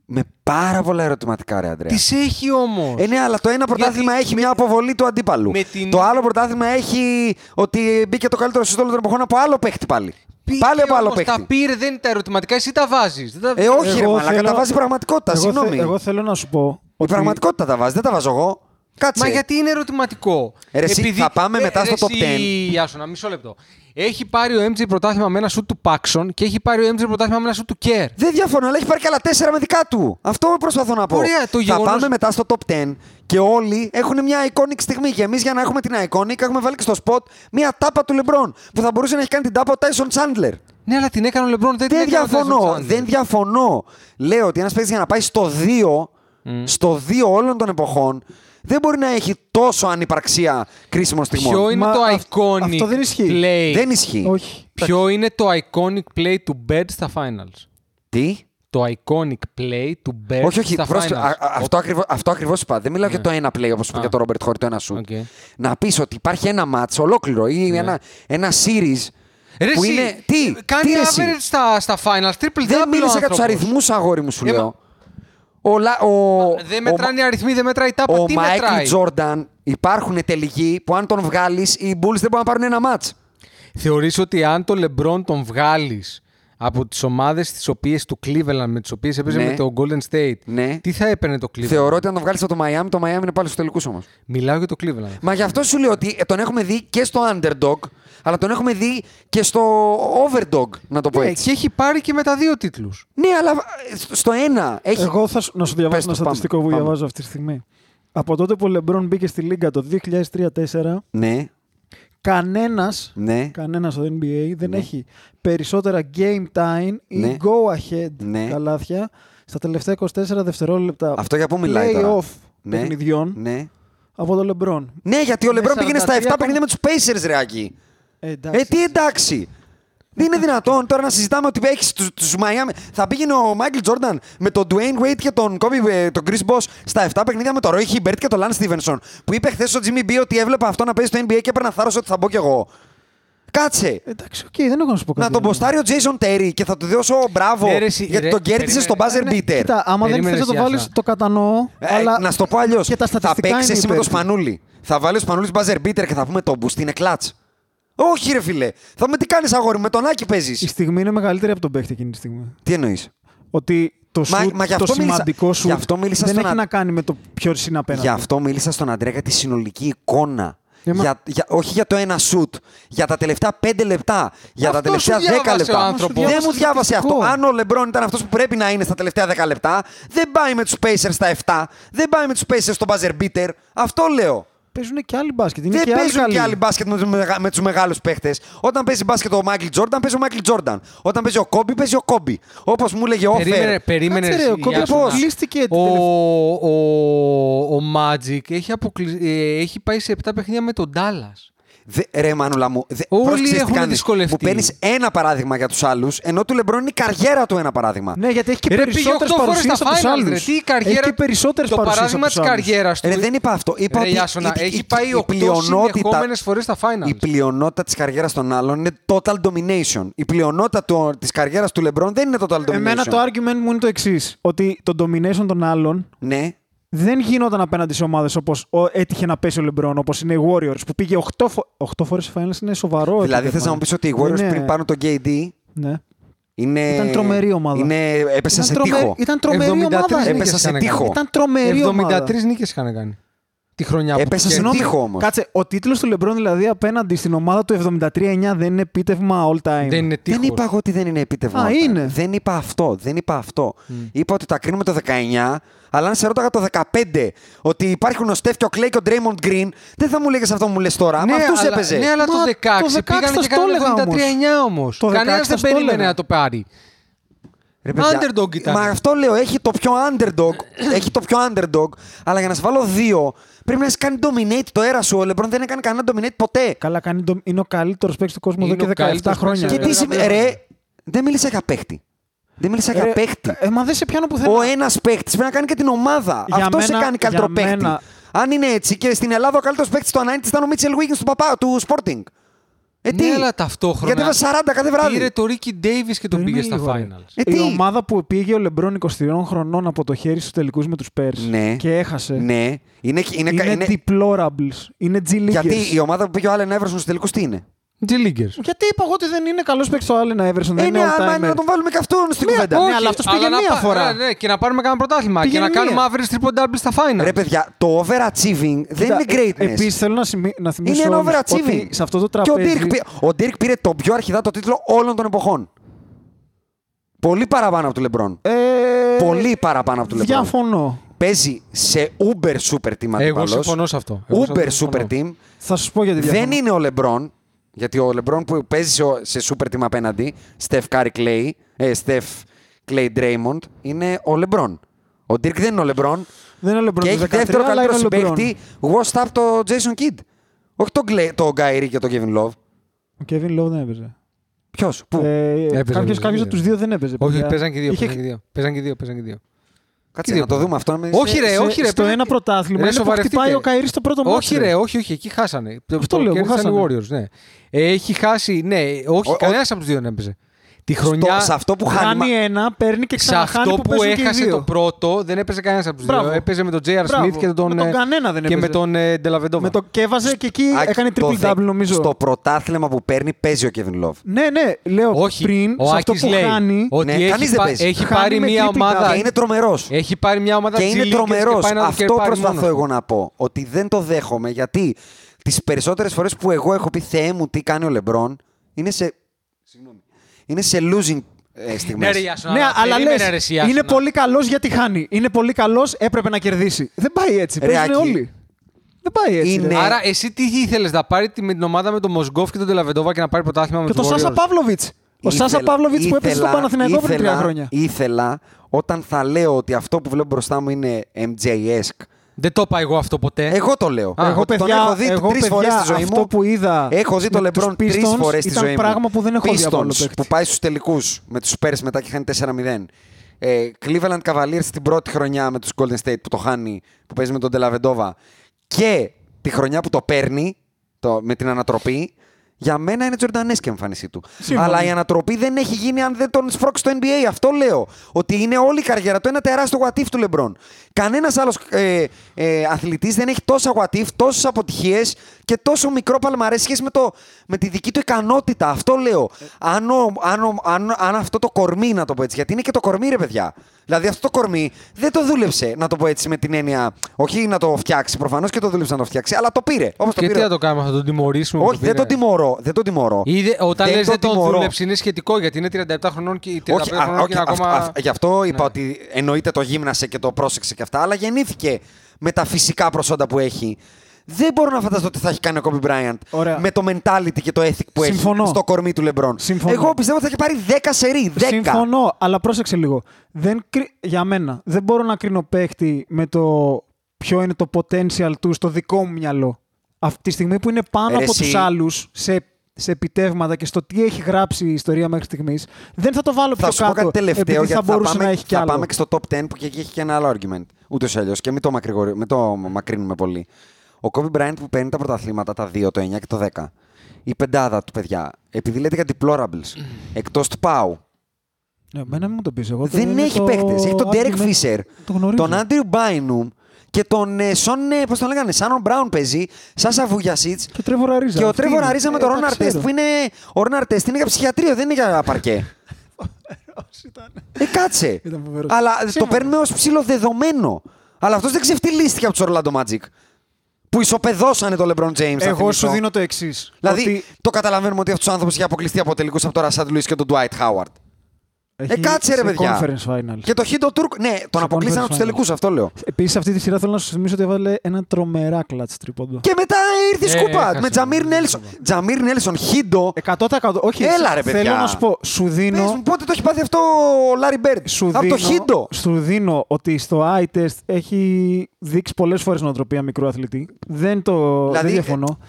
Speaker 1: Με πάρα πολλά ερωτηματικά, ρε Αντρέα.
Speaker 2: Τις έχει όμως.
Speaker 1: Ε, ναι, αλλά το ένα πρωτάθλημα
Speaker 2: Γιατί
Speaker 1: έχει μια αποβολή του αντίπαλου.
Speaker 2: με την-
Speaker 1: Το άλλο πρωτάθλημα έχει ότι μπήκε το καλύτερο σωστό όλων των εποχών από άλλο παίχτη πάλι. πάλι από άλλο
Speaker 2: Τα
Speaker 1: παίχτη.
Speaker 2: πήρε, δεν είναι τα ερωτηματικά, εσύ τα βάζεις.
Speaker 1: Ε, όχι, ρε
Speaker 3: Εγώ
Speaker 1: Μαλάκα,
Speaker 3: θέλω-
Speaker 1: τα βάζει η πραγματικότητα.
Speaker 3: Εγώ,
Speaker 1: Συγγνώμη.
Speaker 3: θε- εγώ θέλω να σου πω.
Speaker 1: Η
Speaker 3: ότι-
Speaker 1: πραγματικότητα τα βάζει, δεν τα βάζω εγώ. Κάτσε.
Speaker 2: Μα γιατί είναι ερωτηματικό.
Speaker 1: Ε, ρε, εσύ, θα πάμε μετά
Speaker 2: ρε,
Speaker 1: στο top
Speaker 2: εσύ,
Speaker 1: 10.
Speaker 2: Γιάσονα, μισό λεπτό. Έχει πάρει ο MJ πρωτάθλημα με ένα σουτ του Πάξον και έχει πάρει ο MJ πρωτάθλημα με ένα σουτ του Κέρ.
Speaker 1: Δεν διαφωνώ, αλλά έχει πάρει και άλλα τέσσερα με δικά του. Αυτό προσπαθώ να πω.
Speaker 2: Ωραία, το
Speaker 1: Θα
Speaker 2: γεγονός-
Speaker 1: πάμε μετά στο top 10 και όλοι έχουν μια iconic στιγμή. Και εμείς για να έχουμε την iconic έχουμε βάλει και στο spot μια τάπα του Λεμπρόν που θα μπορούσε να έχει κάνει την τάπα ο Τάισον Τσάντλερ.
Speaker 2: Ναι, αλλά την έκανε ο Λεμπρόν, δεν,
Speaker 1: Δεν
Speaker 2: την έκανε ο Tyson
Speaker 1: διαφωνώ.
Speaker 2: Chandler.
Speaker 1: Δεν διαφωνώ. Λέω ότι ένας παίκτης για να πάει στο 2, στο 2 όλων των εποχών, δεν μπορεί να έχει τόσο ανυπαρξία κρίσιμων στιγμών.
Speaker 2: Ποιο είναι
Speaker 3: Μα
Speaker 2: το
Speaker 3: αυ-
Speaker 2: iconic
Speaker 3: αυτό δεν ισχύει.
Speaker 2: play.
Speaker 1: Δεν ισχύει.
Speaker 3: Όχι.
Speaker 2: Ποιο είναι το iconic play του Bird στα finals.
Speaker 1: Τι.
Speaker 2: Το iconic play του Bird
Speaker 1: Όχι, όχι.
Speaker 2: Ε, στα
Speaker 1: πρόσεξε,
Speaker 2: finals. Ναι.
Speaker 1: α- α- αυτό, ακριβώς, αυτό ακριβώς είπα. Δεν μιλάω για το ένα play όπως είπα
Speaker 2: Α.
Speaker 1: για τον Ρόμπερτ Χόρι, το ένα σου.
Speaker 2: Οκ. Ναι.
Speaker 1: Να πεις ότι υπάρχει ένα match ολόκληρο ή ένα, ένα series
Speaker 2: Ε, Ρε,
Speaker 1: Που
Speaker 2: εσύ,
Speaker 1: είναι- τι,
Speaker 2: κάνει
Speaker 1: τι, ρε, εσύ.
Speaker 2: average στα, στα finals, triple
Speaker 1: Δεν μίλησες για τους αριθμούς, αγόρι μου, σου λέω. Ο, Λα- ο,
Speaker 2: Ε, Δεν
Speaker 1: ο-
Speaker 2: μετράνε οι αριθμοί, δεν μετράει τάπα.
Speaker 1: Ο
Speaker 2: τι μετράει.
Speaker 1: Μάικλ Τζόρνταν υπάρχουν τελικοί που αν τον βγάλεις, οι Bulls δεν μπορούν να πάρουν ένα μάτ.
Speaker 2: Θεωρείς ότι αν τον LeBron τον βγάλεις από τις ομάδες τις οποίες του Cleveland, με τις οποίες έπαιζε
Speaker 1: Ναι.
Speaker 2: με το Golden State,
Speaker 1: Ναι.
Speaker 2: τι θα έπαιρνε το Cleveland.
Speaker 1: Θεωρώ ότι αν τον βγάλεις από το Miami, το Miami είναι πάλι στους τελικούς όμως.
Speaker 2: Μιλάω για το Cleveland.
Speaker 1: Μα γι' αυτό σου λέω ότι ε, τον έχουμε δει και στο underdog, αλλά τον έχουμε δει και στο overdog, να το πω
Speaker 2: Ναι,
Speaker 1: έτσι.
Speaker 2: και έχει πάρει και με τα δύο τίτλους.
Speaker 1: Ναι, αλλά ε, σ- στο ένα έχει.
Speaker 3: Εγώ θα σου- να σου
Speaker 1: Πες
Speaker 3: διαβάσω
Speaker 1: το, πάμε,
Speaker 3: ένα στατιστικό που
Speaker 1: πάμε.
Speaker 3: διαβάζω αυτή τη στιγμή. Από τότε που ο Λεμπρόν μπήκε στη Λίγκα το 2003-2004,
Speaker 1: Ναι,
Speaker 3: κανένας,
Speaker 1: ναι,
Speaker 3: κανένας στο NBA δεν έχει περισσότερα game time ή
Speaker 1: Ναι.
Speaker 3: go ahead
Speaker 1: Ναι.
Speaker 3: καλάθια στα τελευταία 24 δευτερόλεπτα
Speaker 1: Αυτό για πού μιλάει τώρα.
Speaker 3: play-off
Speaker 1: ναι.
Speaker 3: παιχνιδιών
Speaker 1: ναι.
Speaker 3: από τον Λεμπρόν.
Speaker 1: Ναι, γιατί ο
Speaker 3: Με
Speaker 1: Λεμπρόν πήγαινε στα 7
Speaker 3: 43
Speaker 1: παιχνίδια με τους Pacers, ρεάκι.
Speaker 3: Ε, εντάξει.
Speaker 1: Ε, τι εντάξει. Δεν είναι δυνατόν τώρα να συζητάμε ότι έχεις τους Miami. Θα πήγαινε ο Μάικλ Τζόρνταν με τον Dwayne Wade και τον, Kobe, ε, τον Chris Boss στα 7 παιχνίδια με τον Roy Hibbert και τον Lance Stevenson. Που είπε χθες στο Jimmy B ότι έβλεπα αυτό να παίζει στο NBA και έπαιρνα θάρρο ότι θα μπω κι εγώ. Κάτσε.
Speaker 3: Εντάξει, οκ, δεν έχω να σου πω κάτι.
Speaker 1: Να τον
Speaker 3: άλλο.
Speaker 1: ποστάρει ο Jason Terry και θα του δώσω μπράβο
Speaker 2: Ναι, ρε, εσύ,
Speaker 1: γιατί
Speaker 2: ρε,
Speaker 1: τον κέρδισε στον
Speaker 2: περίμενε.
Speaker 1: buzzer beater.
Speaker 3: Ε, Ναι, Κοίτα, άμα δεν
Speaker 2: Περίμενε,
Speaker 3: θες να το
Speaker 2: Γιάννα.
Speaker 3: βάλει, το κατανοώ.
Speaker 1: Ε,
Speaker 3: αλλά
Speaker 1: να στο πω αλλιώς.
Speaker 3: Και τα
Speaker 1: Θα
Speaker 3: στατιστικά
Speaker 1: παίξεις
Speaker 3: είναι
Speaker 1: εσύ με το
Speaker 3: υπέρ του.
Speaker 1: σπανούλι. Θα βάλεις ο σπανούλι buzzer beater και θα πούμε το boost είναι clutch. Όχι, ρε φιλέ. Θα με τι κάνεις αγόρι, με τον Άκη
Speaker 3: Η
Speaker 1: παίζει.
Speaker 3: στιγμή είναι μεγαλύτερη από τον παίχτη εκείνη τη στιγμή.
Speaker 1: Τι εννοείς.
Speaker 3: Ότι το,
Speaker 1: Μα-
Speaker 3: σουτ,
Speaker 1: μα γι'
Speaker 3: το
Speaker 1: αυτό μίλησα-
Speaker 3: σημαντικό σου
Speaker 1: γι' αυτό μίλησα
Speaker 3: δεν
Speaker 1: στον
Speaker 3: έχει
Speaker 1: Α-
Speaker 3: να κάνει με το ποιο είναι απέναντι.
Speaker 1: Γι' αυτό μίλησα στον Αντρέα για τη συνολική εικόνα.
Speaker 3: Ναι, μα-
Speaker 1: Για, για, όχι για το ένα σουτ. Για τα τελευταία 5 λεπτά. Για τα
Speaker 2: Αυτό
Speaker 1: τελευταία
Speaker 2: σου διάβασε
Speaker 1: 10
Speaker 2: ο
Speaker 1: λεπτά.
Speaker 2: άνθρωπος.
Speaker 1: δεν
Speaker 3: Διάβασε
Speaker 1: μου διάβασε αυτό.
Speaker 3: στατιστικό.
Speaker 1: Αν ο Λεμπρόν ήταν αυτός που πρέπει να είναι στα τελευταία 10 λεπτά, δεν πάει με τους Pacers στα 7. Δεν πάει με τους Pacers στο buzzer beater. Αυτό λέω.
Speaker 3: Παίζουν και άλλοι μπάσκετ. Είναι
Speaker 1: Δεν
Speaker 3: και άλλοι
Speaker 1: παίζουν
Speaker 3: καλοί.
Speaker 1: και άλλοι μπάσκετ με, τους μεγα- με τους μεγάλους παίχτες. Όταν παίζει μπάσκετ ο Μάικλ Τζόρνταν, παίζει ο Μάικλ Τζόρνταν. Όταν παίζει ο Κόμπι, παίζει ο Κόμπι. Όπως μου έλεγε ο
Speaker 2: Περίμενε,
Speaker 1: Φερ.
Speaker 2: περίμενε.
Speaker 3: Κάτσε, ρε, ο
Speaker 2: εσύ,
Speaker 3: Κόμπι
Speaker 2: Γιάσονα.
Speaker 3: αποκλείστηκε την
Speaker 2: Ο,
Speaker 3: τελευταία-
Speaker 2: ο, ο Magic έχει, αποκλει... ε, έχει πάει σε 7 παιχνίδια με τον Dallas.
Speaker 1: Δε, ρε, Μανουλά μου. Δε,
Speaker 2: Όλοι
Speaker 1: πρόσεξες τι
Speaker 2: έχουν
Speaker 1: κάνεις.
Speaker 2: δυσκολευτεί.
Speaker 1: Μου παίρνεις ένα παράδειγμα για τους άλλους, ενώ του Λεμπρόν είναι η καριέρα του ένα παράδειγμα.
Speaker 3: Ναι, γιατί έχει και
Speaker 2: Ρε, πήγε
Speaker 3: περισσότερες
Speaker 2: οκτώ φορές
Speaker 3: παρουσίες
Speaker 2: στα
Speaker 3: από τους
Speaker 2: finals,
Speaker 3: άλλους.
Speaker 2: ρε. Τι η καριέρα
Speaker 3: Έχει και
Speaker 2: του-
Speaker 3: περισσότερες
Speaker 2: Το
Speaker 3: παρουσίες.
Speaker 2: παράδειγμα τη καριέρας του.
Speaker 1: Ρε, δεν είπα αυτό. Είπα
Speaker 2: Ρε,
Speaker 1: ότι
Speaker 2: Γιάσονα, έχει πάει οκτώ συνεχόμενες φορές στα finals.
Speaker 1: Η πλειονότητα της καριέρας των άλλων είναι total domination. Η πλειονότητα της καριέρας του Λεμπρόν δεν είναι total domination.
Speaker 3: Εμένα το argument μου είναι το εξής. Ότι το domination των άλλων
Speaker 1: Ναι.
Speaker 3: δεν γινόταν απέναντι σε ομάδες όπως έτυχε να πέσει ο Λεμπρόν, όπως είναι οι Warriors που πήγε 8, φο... 8 φορές σε finals. Είναι σοβαρό.
Speaker 1: Δηλαδή, θε
Speaker 3: επίτευγμα.
Speaker 1: να μου πεις ότι οι Warriors
Speaker 3: Είναι-
Speaker 1: πριν πάρουν τον KD,
Speaker 3: Ναι.
Speaker 1: Είναι...
Speaker 3: Ήταν τρομερή ομάδα.
Speaker 1: Είναι... Έπεσε
Speaker 3: Ήταν,
Speaker 1: σε
Speaker 3: τρομε...
Speaker 1: τείχο.
Speaker 3: ήταν τρομερή
Speaker 2: 73
Speaker 3: ομάδα.
Speaker 2: νίκες
Speaker 1: Έπεσα σε
Speaker 2: είχαν
Speaker 1: τείχο.
Speaker 2: κάνει.
Speaker 3: Ήταν τρομερή ομάδα.
Speaker 2: 73 νίκε είχαν κάνει. Τη χρονιά που
Speaker 1: Έπεσα σε
Speaker 2: κέρδισε.
Speaker 3: Συγγνώμη,
Speaker 1: τείχο όμως.
Speaker 3: Κάτσε, ο τίτλος του Λεμπρόν δηλαδή απέναντι στην ομάδα του 73-9 δεν είναι επίτευγμα all time.
Speaker 2: Δεν είναι τείχος.
Speaker 1: Δεν είπα εγώ ότι δεν είναι επίτευγμα.
Speaker 3: Α,
Speaker 1: όταν.
Speaker 3: είναι.
Speaker 1: Δεν είπα αυτό. Δεν είπα αυτό. Είπα ότι τα κρίνουμε το 19, αλλά αν σε ρώταγα το 15 ότι υπάρχουν ο Στεφ και ο Κλέη και ο Ντρέιμοντ Γκριν, δεν θα μου λέγες αυτό που μου λες τώρα.
Speaker 2: Ναι,
Speaker 1: Μα αυτούς
Speaker 2: αλλά-
Speaker 1: έπαιζες.
Speaker 2: Ναι, αλλά το
Speaker 3: Μα,
Speaker 2: 16,
Speaker 3: το 16
Speaker 2: πήγανε
Speaker 3: θα
Speaker 2: και
Speaker 3: στο έλεγα
Speaker 2: κάνανε
Speaker 3: όμως.
Speaker 2: 73-9 όμως.
Speaker 3: Το 16
Speaker 2: Κανένας
Speaker 3: θα
Speaker 2: δεν
Speaker 3: στο
Speaker 2: περίμενε
Speaker 3: έλεγα.
Speaker 2: να το πάρει.
Speaker 1: Ρε, παιδιά,
Speaker 2: Underdog ήταν.
Speaker 1: Μα αυτό λέω, έχει το πιο underdog. έχει το πιο underdog. Αλλά για να σε βάλω δύο, πρέπει να σε κάνει dominate το αέρα σου. Ο Λεμπρόν δεν έκανε κανένα dominate ποτέ.
Speaker 3: Καλά, κάνει το... είναι ο καλύτερος παίκτης του κόσμου
Speaker 2: Είναι
Speaker 3: εδώ
Speaker 2: ο
Speaker 3: και 17
Speaker 2: καλύτερος
Speaker 3: χρόνια.
Speaker 2: παίκτης.
Speaker 1: Και
Speaker 2: Ναι,
Speaker 1: τι
Speaker 2: ναι,
Speaker 1: σημαίνει.
Speaker 2: ναι.
Speaker 1: Ρε, δεν μίλησα για παίχτη. Δεν μίλησα για
Speaker 3: Ρε,
Speaker 1: παίχτη.
Speaker 3: Ε, μα δεν σε πιάνω πουθενά.
Speaker 1: Ο ένας παίκτης πρέπει να κάνει και την ομάδα.
Speaker 3: Για
Speaker 1: Αυτός σε
Speaker 3: μένα-
Speaker 1: κάνει καλύτερο
Speaker 3: για
Speaker 1: παίκτη.
Speaker 3: μένα-
Speaker 1: Αν είναι έτσι και στην Ελλάδα ο καλύτερος παίκτης του 90 ήταν ο Μίτσελ Βίγκιν του παπά του Sporting. Ε, τι.
Speaker 2: Ναι, αλλά ταυτόχρονα.
Speaker 1: Γιατί έβαζε 40 κάθε βράδυ.
Speaker 2: Πήρε το Ρίκι Ντέιβι και τον πήγε
Speaker 3: Ε, Περίμενε
Speaker 2: στα
Speaker 3: λίγο, ρε.
Speaker 2: finals.
Speaker 1: Ε,
Speaker 3: Η
Speaker 1: τι?
Speaker 3: ομάδα που πήγε ο Λεμπρόν 23 χρονών από το χέρι στους τελικούς με τους Πέρσι
Speaker 1: Ναι.
Speaker 3: και έχασε.
Speaker 1: Ναι. Είναι, είναι,
Speaker 3: Είναι,
Speaker 1: είναι-
Speaker 3: deplorables. Είναι G Leaguers.
Speaker 1: Γιατί η ομάδα που πήγε ο Άλεν Έβερσον στους τελικούς τι είναι.
Speaker 3: Ναι,
Speaker 2: Τζιλίγκερ.
Speaker 3: Γιατί είπα εγώ ότι δεν είναι καλός παίκτης ο Άλεν Έβερσον. Δεν
Speaker 1: Ε, ναι,
Speaker 3: είναι all
Speaker 1: άμα είναι
Speaker 3: timer.
Speaker 1: να τον βάλουμε και αυτόν στην κουβέντα.
Speaker 3: ναι, αλλά αυτός πήγε μία φορά.
Speaker 2: Ναι, ναι, και να πάρουμε κανένα πρωτάθλημα.
Speaker 3: Πήγε
Speaker 2: και να
Speaker 3: μία.
Speaker 2: κάνουμε average triple double στα finals.
Speaker 1: Ρε παιδιά, το overachieving δεν είναι greatness.
Speaker 3: Επίσης θέλω να, σημει... να θυμίσω
Speaker 1: είναι ένα
Speaker 3: όμως
Speaker 1: overachieving.
Speaker 3: ότι σε αυτό το
Speaker 1: Και ο
Speaker 3: τραπέζι.
Speaker 1: Dirk, πήρε, ο Dirk πήρε τον πιο αρχιδάτο τίτλο όλων των εποχών. Πολύ παραπάνω από του Λεμπρόν.
Speaker 3: Ε,
Speaker 1: Πολύ παραπάνω από του Λεμπρόν.
Speaker 3: Διαφωνώ.
Speaker 1: Παίζει σε Uber Super Team αντίπαλος.
Speaker 2: συμφωνώ σε αυτό. Εγώ σε
Speaker 1: Uber
Speaker 2: αυτό
Speaker 1: Super
Speaker 2: συμφωνώ.
Speaker 1: Team.
Speaker 3: Θα σου πω γιατί
Speaker 1: Δεν
Speaker 3: διαφωνώ.
Speaker 1: είναι ο Λεμπρόν. Γιατί ο Λεμπρόν που παίζει σε- σε Super Team απέναντι, Steph Curry Clay, ε, Steph Clay Draymond, είναι ο Λεμπρόν. Ο Dirk δεν είναι ο Λεμπρόν.
Speaker 3: Δεν είναι ο Λεμπρόν
Speaker 1: Και
Speaker 3: του
Speaker 1: έχει
Speaker 3: 13,
Speaker 1: δεύτερο
Speaker 3: αλλά
Speaker 1: καλύτερο
Speaker 3: είναι ο Λεμπρόν.
Speaker 1: συμπαίχτη washed up το Jason Kidd. Όχι τον, Clay, τον Kyrie και τον Kevin Love.
Speaker 3: Ο Kevin Love δεν έπαιζε.
Speaker 1: Ποιος, πού.
Speaker 3: Ε,
Speaker 2: Έπαιζε,
Speaker 3: κάποιος-
Speaker 2: έπαιζε,
Speaker 3: Κάποιος
Speaker 2: έπαιζε.
Speaker 3: από τους δύο δεν έπαιζε.
Speaker 2: Όχι,
Speaker 3: παιδιά.
Speaker 2: παίζαν και δύο.
Speaker 3: Ε, Είχε-
Speaker 2: Παίζαν και δύο. Παίζαν και δύο. Παίζαν και δύο.
Speaker 1: Κάτσε να το δούμε αυτό. να μην-
Speaker 2: Όχι, ρε,
Speaker 3: Σε-
Speaker 2: όχι, ρε.
Speaker 3: στο
Speaker 2: πρέπει-
Speaker 3: ένα πρωτάθλημα είναι που
Speaker 2: σοβαρευτείτε.
Speaker 3: χτυπάει ο Καϊρή στο πρώτο μάτς,
Speaker 2: Όχι,
Speaker 3: ρε.
Speaker 2: ρε, όχι, όχι. Εκεί χάσανε.
Speaker 3: Αυτό λέω, εγώ
Speaker 2: κέρδισαν οι
Speaker 3: χάσανε.
Speaker 2: Warriors, ναι. Ε, Έχει χάσει. Ναι,
Speaker 1: Ο-
Speaker 2: όχι,
Speaker 1: ο-
Speaker 2: κανένας από τους δύο δεν έπαιζε. Τη χρονιά.
Speaker 1: Στο- σε αυτό που χάνει.
Speaker 3: Χάνει ένα, παίρνει και
Speaker 2: σε
Speaker 3: ξαναχάνει
Speaker 2: αυτό
Speaker 3: που,
Speaker 2: που,
Speaker 3: παίζουν και οι
Speaker 2: έχασε
Speaker 3: δύο.
Speaker 2: το πρώτο δεν έπαιζε κανένας από τους δύο.
Speaker 3: Μπράβο.
Speaker 2: Έπαιζε με τον JR
Speaker 3: Μπράβο.
Speaker 2: Smith και τον.
Speaker 3: Με τον
Speaker 2: ε,
Speaker 3: κανένα δεν
Speaker 2: Και με
Speaker 3: έπαιζε.
Speaker 2: τον ε, Ντελαβεντόβα.
Speaker 3: Με το κέβαζε και εκεί
Speaker 1: Άκη,
Speaker 3: έκανε
Speaker 1: το
Speaker 3: triple
Speaker 1: δε-
Speaker 3: double νομίζω.
Speaker 1: Στο πρωτάθλημα που παίρνει παίζει ο Kevin Love.
Speaker 3: Ναι, ναι, λέω
Speaker 2: Όχι,
Speaker 3: πριν,
Speaker 2: ο
Speaker 3: σε αυτό
Speaker 2: Άκης
Speaker 3: που
Speaker 2: λέει
Speaker 3: χάνει,
Speaker 2: ότι
Speaker 1: Ναι,
Speaker 2: έχει,
Speaker 1: κανείς δεν
Speaker 2: πα-
Speaker 1: παίζει.
Speaker 2: έχει
Speaker 3: Χάνει
Speaker 2: πάρει
Speaker 3: με
Speaker 2: μια
Speaker 3: triple
Speaker 2: ομάδα.
Speaker 3: double.
Speaker 1: Και είναι τρομερός.
Speaker 2: Έχει πάρει μια ομάδα
Speaker 1: Και
Speaker 2: G League
Speaker 1: είναι τρομερό.
Speaker 2: και πάει να το
Speaker 1: Αυτό
Speaker 2: κερπάρει
Speaker 1: προσπαθώ
Speaker 2: μόνος.
Speaker 1: εγώ να πω. Ότι δεν το δέχομαι γιατί τις περισσότερες φορές που εγώ έχω πει Θεέ μου τι κάνει ο Λεμπρόν είναι σε. Συγγνώμη. Είναι σε losing ε, στιγμές.
Speaker 2: Ναι, ρε, Ιάσονα,
Speaker 3: Ναι, αλλά
Speaker 2: περίμενε,
Speaker 3: λε.
Speaker 2: ρε, εσύ, Ιάσονα.
Speaker 3: Είναι πολύ καλός γιατί χάνει. Είναι πολύ καλός, έπρεπε να κερδίσει. Δεν πάει έτσι.
Speaker 1: Ρε,
Speaker 3: Παίζουν
Speaker 1: Άκη.
Speaker 3: όλοι. Δεν πάει έτσι.
Speaker 1: Είναι-
Speaker 3: ρε.
Speaker 1: Ναι.
Speaker 2: Άρα, εσύ τι ήθελες να πάρει τη- με την ομάδα με τον Μοσγκόφ και τον Τελαβεντόβα και να πάρει πρωτάθλημα με
Speaker 3: Και
Speaker 2: τον
Speaker 3: τον Σάσα Παύλοβιτ. Ο
Speaker 1: Ήθελα-
Speaker 3: Σάσα Παύλοβιτ που έπαιζε στον
Speaker 1: ήθελα-
Speaker 3: Παναθηναϊκό πριν τρία
Speaker 1: ήθελα-
Speaker 3: χρόνια.
Speaker 1: Ήθελα όταν θα λέω ότι αυτό που βλέπω μπροστά μου είναι MJ-esque.
Speaker 2: Δεν το είπα εγώ αυτό ποτέ.
Speaker 1: Εγώ το λέω.
Speaker 2: Α,
Speaker 1: εγώ
Speaker 3: εγώ,
Speaker 1: τον
Speaker 3: παιδιά,
Speaker 1: έχω δει
Speaker 3: εγώ,
Speaker 1: τρεις
Speaker 3: παιδιά,
Speaker 1: φορές στη ζωή μου.
Speaker 3: αυτό που είδα
Speaker 1: Έχω δει τον
Speaker 3: με τους
Speaker 1: Λεμπρόν τρεις
Speaker 3: Pistons
Speaker 1: φορές στη
Speaker 3: ήταν
Speaker 1: ζωή μου.
Speaker 3: πράγμα που δεν έχω δει από άλλο
Speaker 1: Pistons,
Speaker 3: παίκτη.
Speaker 1: που πάει στους τελικούς με τους Spurs μετά και χάνει 4-0. Ε, Cleveland Cavaliers την πρώτη χρονιά με τους Golden State που το χάνει, που παίζει με τον Τελαβεντόβα. Και τη χρονιά που το παίρνει το, με την ανατροπή. Για μένα είναι τζορντανέσκη η εμφάνισή του.
Speaker 3: Σύμφωνα.
Speaker 1: Αλλά η ανατροπή δεν έχει γίνει αν δεν τον σφρώξει στο NBA. Αυτό λέω. Ότι είναι όλη η καριέρα του ένα τεράστιο what if του Λεμπρόν. Κανένας άλλος ε, ε, αθλητής δεν έχει τόσα what if, τόσες αποτυχίες και τόσο μικρό παλμαρές σχέση με, το, με τη δική του ικανότητα. Αυτό λέω. Αν, ο- αν, ο- αν, αν αυτό το κορμί, να το πω έτσι. Γιατί είναι και το κορμί, ρε παιδιά. Δηλαδή αυτό το κορμί δεν το δούλεψε, να το πω έτσι με την έννοια. Όχι να το φτιάξει προφανώς και το δούλεψε να το φτιάξει, αλλά το πήρε. Όπως το
Speaker 2: Και τι
Speaker 1: πήρε.
Speaker 2: να το κάνουμε, θα τον τιμωρήσουμε. που
Speaker 1: Όχι, δεν
Speaker 2: πήρε.
Speaker 1: τον τιμωρώ. Δεν τον τιμωρώ.
Speaker 2: Είδε, όταν
Speaker 1: Δεν
Speaker 2: λες
Speaker 1: τον
Speaker 2: δεν τον
Speaker 1: τιμωρώ.
Speaker 2: δούλεψε είναι σχετικό γιατί είναι 37 χρονών και 35
Speaker 1: Όχι,
Speaker 2: χρονών
Speaker 1: α, όχι,
Speaker 2: και είναι
Speaker 1: αυτό-
Speaker 2: ακόμα.
Speaker 1: α, γι' αυτό
Speaker 3: Ναι.
Speaker 1: είπα ότι εννοείται το γύμνασε και το πρόσεξε και αυτά, αλλά γεννήθηκε με τα φυσικά προσόντα που έχει. Δεν μπορώ να φανταστώ τι θα έχει κάνει ο Kobe Bryant
Speaker 3: Ωραία.
Speaker 1: με το mentality και το ethic που
Speaker 3: Συμφωνώ.
Speaker 1: έχει στο κορμί του LeBron.
Speaker 3: Συμφωνώ.
Speaker 1: Εγώ πιστεύω ότι θα έχει πάρει 10 σερί. 10.
Speaker 3: Συμφωνώ, αλλά πρόσεξε λίγο. Δεν, κρι- για μένα, δεν μπορώ να κρίνω παίχτη με το ποιο είναι το potential του στο δικό μου μυαλό. Αυτή τη στιγμή που είναι πάνω
Speaker 1: Ρε
Speaker 3: από
Speaker 1: Ε, εσύ.
Speaker 3: τους άλλους σε, σε επιτεύγματα και στο τι έχει γράψει η ιστορία μέχρι στιγμής, δεν θα το βάλω πιο
Speaker 1: Θα σου πω
Speaker 3: κάτω.
Speaker 1: κάτι τελευταίο
Speaker 3: επειδή
Speaker 1: γιατί
Speaker 3: θα
Speaker 1: θα,
Speaker 3: μπορούσε
Speaker 1: πάμε,
Speaker 3: να έχει κι
Speaker 1: θα
Speaker 3: άλλο.
Speaker 1: πάμε και στο top 10 που και εκεί έχει και ένα άλλο argument. Ούτως ή αλλιώς και μην το, μακρηγορεί- μην το μακρύνουμε πολύ. Ο Kobe Bryant που παίρνει τα πρωταθλήματα, τα 2, το 9 και το 10. Η πεντάδα του παιδιά, επειδή λέτε για deplorables, εκτός του Πάου,
Speaker 3: Ναι, εμένα μην μου το πεις. Εγώ το-
Speaker 1: Δεν
Speaker 3: είναι
Speaker 1: έχει
Speaker 3: το
Speaker 1: παίχτε. Έχει τον Derek
Speaker 3: argument-
Speaker 1: Fisher,
Speaker 3: Το γνωρίζω.
Speaker 1: τον Andrew Bynum και τον ε, Σον. Ε, Πώς τον λέγανε, Σάνον Μπράουν παίζει, σαν Σαβουγιασίτ.
Speaker 3: Και ο Τρέβορ Αρίζα.
Speaker 1: Και ο
Speaker 3: Αυτή
Speaker 1: Τρέβορ
Speaker 3: είναι.
Speaker 1: Αρίζα με τον
Speaker 3: Ε,
Speaker 1: Ρόν
Speaker 3: τα
Speaker 1: Αρτέστ
Speaker 3: ξέρω.
Speaker 1: που είναι. Ο Ρόν Αρτέστ είναι για ψυχιατρίο, δεν είναι για παρκέ. ε, κάτσε.
Speaker 3: Ήταν φοβερός.
Speaker 1: Αλλά το
Speaker 3: Σύμφωνα.
Speaker 1: παίρνουμε ως ψηλοδεδομένο. Αλλά αυτός δεν ξεφτυλίστηκε από τους Orlando Magic. Που ισοπεδώσανε τον LeBron James. θα
Speaker 3: Εγώ σου
Speaker 1: θυμίσω.
Speaker 3: δίνω το εξής.
Speaker 1: Δηλαδή, το καταλαβαίνουμε ότι αυτός ο άνθρωπος είχε αποκλειστεί από τελικούς από τον Ρασάντ Λουί και τον Dwight Howard. Ε, κάτσε ρε παιδιά.
Speaker 3: Conference finals.
Speaker 1: Και το Χίντο Τούρκ, ναι, τον
Speaker 3: Σε
Speaker 1: αποκλείσανε
Speaker 3: conference
Speaker 1: από τους
Speaker 3: finals.
Speaker 1: τελικούς, αυτό λέω.
Speaker 3: Επίσης, αυτή τη σειρά θέλω να σου θυμίσω ότι έβαλε ένα τρομερά κλατ τρίποντο.
Speaker 1: Και μετά ήρθε η
Speaker 2: Ε,
Speaker 1: σκούπα
Speaker 2: έχασε.
Speaker 1: με Τζαμίρ Νέλσον. Τζαμίρ Νέλσον, Χίντο.
Speaker 3: 100%. Όχι,
Speaker 1: Έλα, ρε, παιδιά.
Speaker 3: Θέλω να σου πω, σου
Speaker 1: Πες μου,
Speaker 3: δίνω.
Speaker 1: πότε το έχει πάθει αυτό ο Λάρι Μπέρντ.
Speaker 3: Σου
Speaker 1: Από
Speaker 3: δίνω,
Speaker 1: το Χίντο.
Speaker 3: σου δίνω ότι στο eye test έχει δείξει πολλές φορές νοοτροπία μικρού αθλητή. Δεν το
Speaker 1: Δηλαδή,
Speaker 3: δεν διαφωνώ.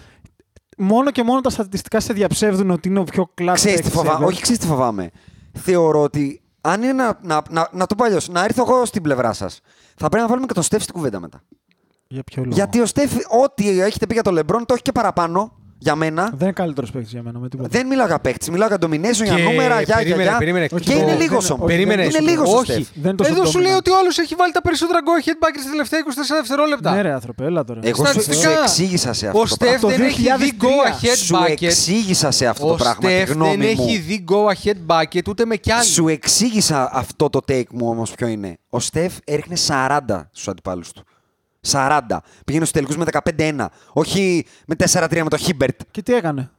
Speaker 3: Μόνο και μόνο τα στατιστικά σε διαψεύδουν ότι είναι ο πιο κλατ.
Speaker 1: Ξέρεις τι φοβάμαι. Όχι, ξέρεις τι φοβάμαι. Θεωρώ ότι αν είναι να, να, να, να το πω αλλιώς, να έρθω εγώ στην πλευρά σας, θα πρέπει να βάλουμε και τον Στεφ στην κουβέντα μετά.
Speaker 3: Για ποιο λόγο.
Speaker 1: Γιατί ο Στεφ, ό,τι έχετε πει για τον Λεμπρόν, το έχει και παραπάνω για μένα.
Speaker 3: Δεν είναι καλύτερος παίκτης για μένα με τίποτα.
Speaker 1: Δεν μιλάω για παίκτης, μιλάω για domination, για
Speaker 2: Και
Speaker 1: νούμερα, για
Speaker 2: περίμενε,
Speaker 1: για-
Speaker 2: περίμενε.
Speaker 1: Και
Speaker 2: Όχι,
Speaker 1: είναι
Speaker 2: το-
Speaker 1: λίγος
Speaker 3: δεν-
Speaker 1: όμως.
Speaker 3: όχι,
Speaker 2: Περίμενε.
Speaker 1: Είναι λίγος ο
Speaker 2: Όχι.
Speaker 1: Στεφ.
Speaker 3: Δεν είναι τόσο
Speaker 2: Εδώ σου
Speaker 3: dominant.
Speaker 1: ναι.
Speaker 2: λέει ότι ο άλλο έχει βάλει τα περισσότερα go ahead backers στα τελευταία 24 δευτερόλεπτα.
Speaker 3: Ναι, ρε, άνθρωπε, έλα τώρα.
Speaker 1: Εγώ σου,
Speaker 2: Στατιστικά.
Speaker 1: σου εξήγησα σε αυτό.
Speaker 2: Ο
Speaker 1: το πράγμα.
Speaker 2: Στεφ
Speaker 3: Το
Speaker 2: δεν έχει δει go
Speaker 3: 2003.
Speaker 2: ahead
Speaker 1: Σου
Speaker 2: bucket.
Speaker 1: εξήγησα σε αυτό το
Speaker 2: Ο
Speaker 1: πράγμα. τη
Speaker 2: Στεφ
Speaker 1: γνώμη
Speaker 2: δεν
Speaker 1: μου.
Speaker 2: έχει δει go ahead bucket ούτε με κι άλλοι.
Speaker 1: Σου εξήγησα αυτό το take μου όμως ποιο είναι. Ο Στεφ έριχνε 40 στους αντιπάλους του. 40. Πήγαινε στους τελικούς με 15-1. Όχι με 4-3 με το Χίμπερτ.
Speaker 3: Και τι έκανε.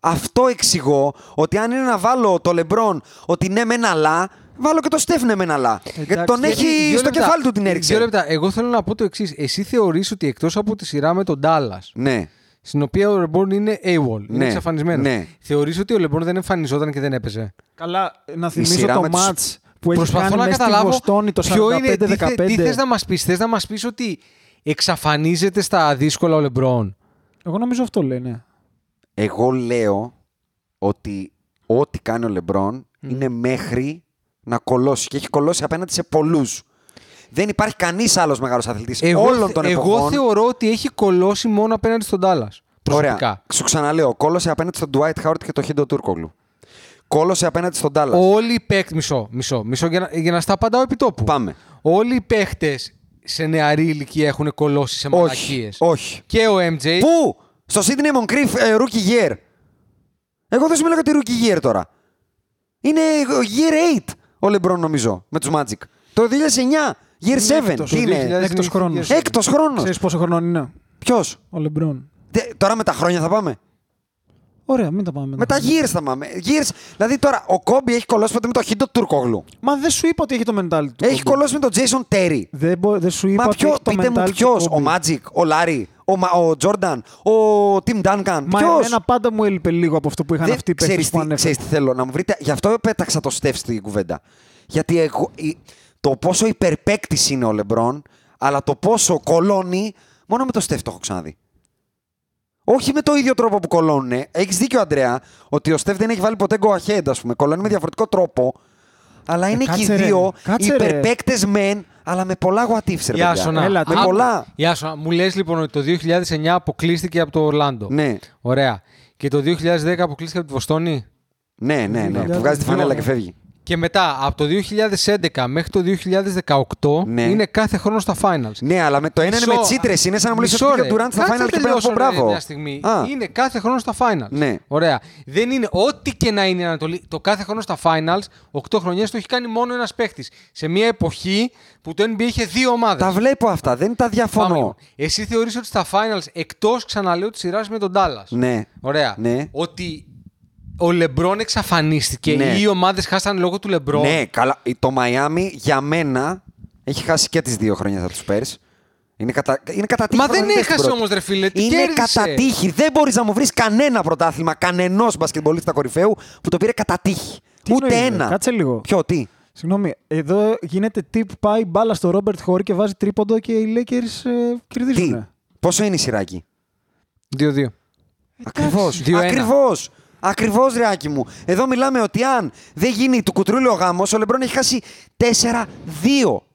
Speaker 1: Αυτό εξηγώ ότι αν είναι να βάλω το Λεμπρόν ότι ναι, μεν αλλά, βάλω και το Στεφ ναι, μεν αλλά. Γιατί τον
Speaker 2: Εντάξει,
Speaker 1: έχει
Speaker 2: δύο
Speaker 1: στο
Speaker 2: λεπτά.
Speaker 1: κεφάλι του την
Speaker 2: Δύο
Speaker 1: έριξε.
Speaker 2: λεπτά. Εγώ θέλω να πω το εξής. Εσύ θεωρείς ότι εκτός από τη σειρά με τον Ντάλλας,
Speaker 1: Ναι.
Speaker 2: στην οποία ο Λεμπρόν είναι AWOL,
Speaker 1: Ναι,
Speaker 2: είναι εξαφανισμένος.
Speaker 1: ναι.
Speaker 2: Θεωρείς ότι ο Λεμπρόν δεν εμφανιζόταν και δεν έπαιζε.
Speaker 3: Καλά, να
Speaker 1: σειρά
Speaker 3: θυμίσω
Speaker 1: με
Speaker 3: το
Speaker 1: τους-
Speaker 3: μάτ που έχει
Speaker 2: Προσπαθώ
Speaker 3: κάνει
Speaker 2: να
Speaker 3: μέσα στη
Speaker 2: καταλάβω
Speaker 3: Βοστόνη το 45-15.
Speaker 2: ποιο είναι, τι, θε, τι θες να μας πεις. Θες να μας πεις ότι εξαφανίζεται στα δύσκολα ο Λεμπρόν.
Speaker 3: Εγώ νομίζω αυτό λένε.
Speaker 1: Εγώ λέω ότι ό,τι κάνει ο Λεμπρόν είναι μέχρι να κολώσει. Και έχει κολώσει απέναντι σε πολλούς. Δεν υπάρχει κανείς άλλος μεγάλος αθλητής
Speaker 2: Εγώ,
Speaker 1: όλων των
Speaker 2: θε- εγώ
Speaker 1: εποχών.
Speaker 2: θεωρώ ότι έχει κολώσει μόνο απέναντι στον Τάλλας. Προσωπικά.
Speaker 1: Ωραία. Σου ξαναλέω, κόλωσε απέναντι στον Dwight Howard και τον Χίντο Τούρκογλου. Κόλωσε απέναντι στον Τάλλας.
Speaker 2: Όλοι οι παίκτες. Μισό, μισό, μισό για να, για να στα απαντάω επί τόπου.
Speaker 1: Πάμε.
Speaker 2: Όλοι οι παίκτες σε νεαρή ηλικία έχουν κολώσει σε
Speaker 1: Όχι.
Speaker 2: μαλακίες.
Speaker 1: όχι.
Speaker 2: Και ο MJ.
Speaker 1: Πού! Στο Sydney Moncrief ε, Rookie Year. Εγώ δεν σου μιλάω για τη Rookie Year τώρα. Είναι Year 8 ο Λεμπρόν νομίζω με τους Magic. Το 2009, Year 7.
Speaker 3: Έκτος,
Speaker 1: Τι
Speaker 3: το
Speaker 1: είναι.
Speaker 3: 2000. Έκτος χρόνος.
Speaker 1: Έκτος χρόνος.
Speaker 3: Ξέρεις πόσο χρονών είναι
Speaker 1: Ποιος.
Speaker 3: ο Λεμπρόν.
Speaker 1: Τε- Τώρα με τα χρόνια θα πάμε.
Speaker 3: Ωραία, μην τα πάμε.
Speaker 1: Με τα years θα πάμε. Years. Δηλαδή τώρα ο Κόμπι έχει κολλώσει ποτέ με τον Χίντο Τουρκόγλου.
Speaker 3: Μα δεν σου είπα ότι έχει το mentality του.
Speaker 1: Έχει
Speaker 3: Kobe.
Speaker 1: κολλώσει με τον Jason Terry.
Speaker 3: Δεν, μπο- δεν σου είπα
Speaker 1: Μα
Speaker 3: ότι
Speaker 1: ποιο,
Speaker 3: έχει το
Speaker 1: πείτε μου
Speaker 3: mentality
Speaker 1: ποιο,
Speaker 3: του
Speaker 1: ο
Speaker 3: Kobe.
Speaker 1: Μάτζικ, ο Λάρι, ο, Μα- ο Τζόρνταν, ο Τιμ Ντάνκαν.
Speaker 3: Μα
Speaker 1: Ποιος.
Speaker 3: εμένα πάντα μου έλειπε λίγο από αυτό που είχαν αυτοί οι παίκτες
Speaker 1: ξέρεις,
Speaker 3: που
Speaker 1: τι,
Speaker 3: ανέφερε.
Speaker 1: ξέρεις τι θέλω να μου βρείτε. Γι' αυτό πέταξα το Στεφ στην κουβέντα. Γιατί εγώ, η- το πόσο υπερπαίκτης είναι ο Λεμπρόν, αλλά το πόσο κολώνει, μόνο με το Στεφ το έχω ξαναδεί. Όχι με το ίδιο τρόπο που κολώνουν. Έχεις δίκιο, Αντρέα, ότι ο Στεφ δεν έχει βάλει ποτέ go ahead, ας πούμε. Κολώνει με διαφορετικό τρόπο. Αλλά είναι και οι
Speaker 3: Ε, κάτσε ρε,
Speaker 1: δύο
Speaker 3: κάτσε ρε.
Speaker 1: υπερπαίκτες μεν, αλλά με πολλά what ifs, ρε παιδιά.
Speaker 2: Γιάσονα.
Speaker 3: Έλα,
Speaker 1: με
Speaker 2: Άκου.
Speaker 1: πολλά.
Speaker 2: Γιάσονα, μου λες λοιπόν ότι το 2009 αποκλείστηκε από το Ορλάντο.
Speaker 1: Ναι.
Speaker 2: Ωραία. Και το 2010 αποκλείστηκε από τη Βοστόνη.
Speaker 1: Ναι, ναι, ναι. Που βγάζει τη φανέλα και φεύγει.
Speaker 2: Και μετά, από το 2011 μέχρι το 2018,
Speaker 1: Ναι.
Speaker 2: είναι κάθε χρόνο στα finals.
Speaker 1: Ναι, αλλά με το ένα είναι με τσίτρες. Είναι σαν να μου λες ότι
Speaker 2: Μισό,
Speaker 1: πήγε ο
Speaker 2: ρε.
Speaker 1: Ντουράντ στα
Speaker 2: Κάτσε
Speaker 1: final και πέρα
Speaker 2: τελειώσω,
Speaker 1: από
Speaker 2: ρε,
Speaker 1: μπράβο.
Speaker 2: μια στιγμή.
Speaker 1: Α,
Speaker 2: Είναι κάθε χρόνο στα finals.
Speaker 1: Ναι.
Speaker 2: Ωραία. Δεν είναι ό,τι και να είναι η Ανατολή. Το κάθε χρόνο στα finals, 8 χρονιές το έχει κάνει μόνο ένας παίχτης. Σε μια εποχή που το NBA είχε δύο ομάδες.
Speaker 1: Τα βλέπω αυτά, δεν τα
Speaker 2: Πάμε
Speaker 1: διαφωνώ.
Speaker 2: λοιπόν. Εσύ θεωρείς ότι στα finals, εκτός ξαναλέω της σειράς με τον Dallas.
Speaker 1: Ναι.
Speaker 2: Ωραία.
Speaker 1: Ναι.
Speaker 2: Ότι ο Λεμπρόν εξαφανίστηκε
Speaker 1: Ναι.
Speaker 2: ή οι ομάδες χάσαν λόγω του Λεμπρόν.
Speaker 1: Ναι, καλά. Το Μαϊάμι για μένα έχει χάσει και τις δύο χρονιές από τους Πέρσι. Είναι κατά, είναι κατά τύχη.
Speaker 2: Μα
Speaker 1: πρώτα,
Speaker 2: δεν
Speaker 1: είναι
Speaker 2: έχασε
Speaker 1: πρώτη.
Speaker 2: όμως, ρε φίλε, τι
Speaker 1: Είναι
Speaker 2: κέρδισε.
Speaker 1: κατά τύχη. Δεν μπορείς να μου βρεις κανένα πρωτάθλημα κανενός μπασκετμπολίστα κορυφαίου που το πήρε κατά τύχη.
Speaker 3: Τι
Speaker 1: Ούτε
Speaker 3: εννοείς, ρε,
Speaker 1: ένα.
Speaker 3: κάτσε λίγο.
Speaker 1: Ποιο, τι.
Speaker 3: Συγγνώμη, εδώ γίνεται tip πάει μπάλα στο Ρόμπερτ Χόρη και βάζει τρίποντο και οι Lakers ε,
Speaker 1: τι.
Speaker 3: κερδίζουν.
Speaker 1: Πόσο είναι η σειράκι.
Speaker 2: 2-2.
Speaker 1: Ακριβώ.
Speaker 2: Δύο-ένα.
Speaker 1: Ακριβώς. Ακριβώς, Ρεάκι μου. Εδώ μιλάμε ότι αν δεν γίνει του κουτρούλιο γάμος, ο Λεμπρόν έχει χάσει 4-2.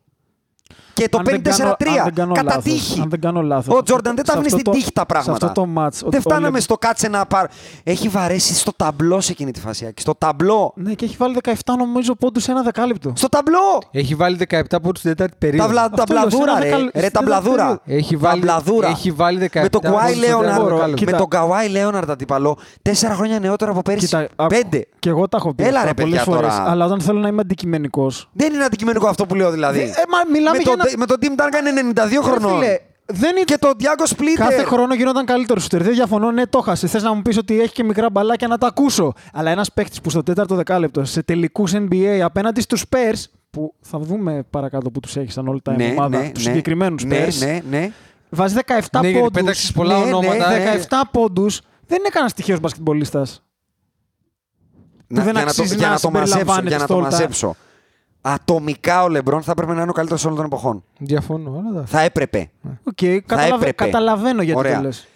Speaker 1: Και το
Speaker 3: Αν
Speaker 1: παίρνει
Speaker 3: δεν κάνω-
Speaker 1: 4-3.
Speaker 3: αν δεν κάνω
Speaker 1: Κατά
Speaker 3: λάθος,
Speaker 1: τύχη.
Speaker 3: αν δεν κάνω λάθος,
Speaker 1: Ο
Speaker 3: αυτό
Speaker 1: Τζόρνταν
Speaker 3: το-
Speaker 1: δεν τα
Speaker 3: σε
Speaker 1: αφήνει
Speaker 3: αυτό
Speaker 1: στην
Speaker 3: το-
Speaker 1: τύχη τα
Speaker 3: σε
Speaker 1: πράγματα.
Speaker 3: αυτό το μάτς, ο-
Speaker 1: Δεν
Speaker 3: ο
Speaker 1: φτάναμε
Speaker 3: Λε-
Speaker 1: στο κάτσε να πάρ. Έχει βαρέσει στο ταμπλό σε εκείνη τη φάση. Άκη. Στο ταμπλό.
Speaker 3: Ναι, και έχει βάλει 17 νομίζω πόντους σε ένα δεκάλεπτο.
Speaker 1: Στο ταμπλό.
Speaker 2: Έχει βάλει 17 πόντους στην τέταρτη περίοδο.
Speaker 1: Τα, βλα, τα
Speaker 3: Αυτό λέω,
Speaker 1: μπλαδούρα,
Speaker 3: σε ένα
Speaker 1: ρε.
Speaker 3: δεκα-
Speaker 1: ρε τα
Speaker 3: σε ένα
Speaker 1: μπλαδούρα.
Speaker 3: περίοδο.
Speaker 2: Έχει
Speaker 1: τα
Speaker 2: βάλει-
Speaker 1: μπλαδούρα.
Speaker 2: έχει βάλει
Speaker 1: με τον
Speaker 2: 17
Speaker 1: Κουάι
Speaker 2: πόντους στο
Speaker 3: δεύτερο
Speaker 1: Λέοναρντ.
Speaker 3: δεκάλεπτο.
Speaker 1: Με τον Καουάι Λέοναρντ αντίπαλο. Τέσσερα χρόνια νεότερο από πέρσι.
Speaker 3: άκου,
Speaker 1: Πέντε.
Speaker 3: Και εγώ τα έχω πει.
Speaker 1: Έλα,
Speaker 3: αυτά
Speaker 1: ρε,
Speaker 3: πολλές
Speaker 1: παιδιά,
Speaker 3: φορές,
Speaker 1: τώρα.
Speaker 3: Αλλά όταν θέλω να είμαι αντικειμενικός.
Speaker 1: Δεν είναι αντικειμενικό αυτό που λέω δηλαδή.
Speaker 3: Ε, μα μιλάμε
Speaker 1: με,
Speaker 3: για
Speaker 1: τον,
Speaker 3: ένα-
Speaker 1: με τον Tim Duncan είναι 92 χρονών.
Speaker 3: δεν είναι...
Speaker 1: Και τον Diago Splitter.
Speaker 3: Κάθε χρόνο γινόταν καλύτερο σούτερ. Δεν διαφωνώ, ναι, το χασε. Θες να μου πεις ότι έχει και μικρά μπαλάκια να τα ακούσω. Αλλά ένας παίκτης που στο τέταρτο δεκάλεπτο σε τελικούς NBA απέναντι στους Spurs, που θα δούμε παρακάτω που τους έχεις σαν όλα τα ομάδα, του συγκεκριμένους
Speaker 1: ναι,
Speaker 3: Spurs,
Speaker 1: ναι, ναι.
Speaker 3: βάζει 17
Speaker 2: Ναι, γιατί
Speaker 3: πόντους.
Speaker 2: πέταξες πολλά ε.
Speaker 1: ονόματα, ναι.
Speaker 3: 17 πόντους δεν είναι κανένας τυχαίος μπασκετμπολίστας.
Speaker 1: Να,
Speaker 3: δεν
Speaker 1: για, να το,
Speaker 3: αξίζει
Speaker 1: για
Speaker 3: να
Speaker 1: να το μαζέψω,
Speaker 3: συμπεριλαμβάνεται
Speaker 1: για να
Speaker 3: στο
Speaker 1: το
Speaker 3: all-time.
Speaker 1: μαζέψω. Ατομικά ο Λεμπρόν θα έπρεπε να είναι ο καλύτερος όλων των εποχών.
Speaker 2: Διαφωνώ. αλλά τα-
Speaker 1: Θα έπρεπε.
Speaker 3: Οκ, καταλαβα...
Speaker 1: έπρεπε.
Speaker 3: καταλαβαίνω γιατί
Speaker 1: Ωραία.
Speaker 3: το λες.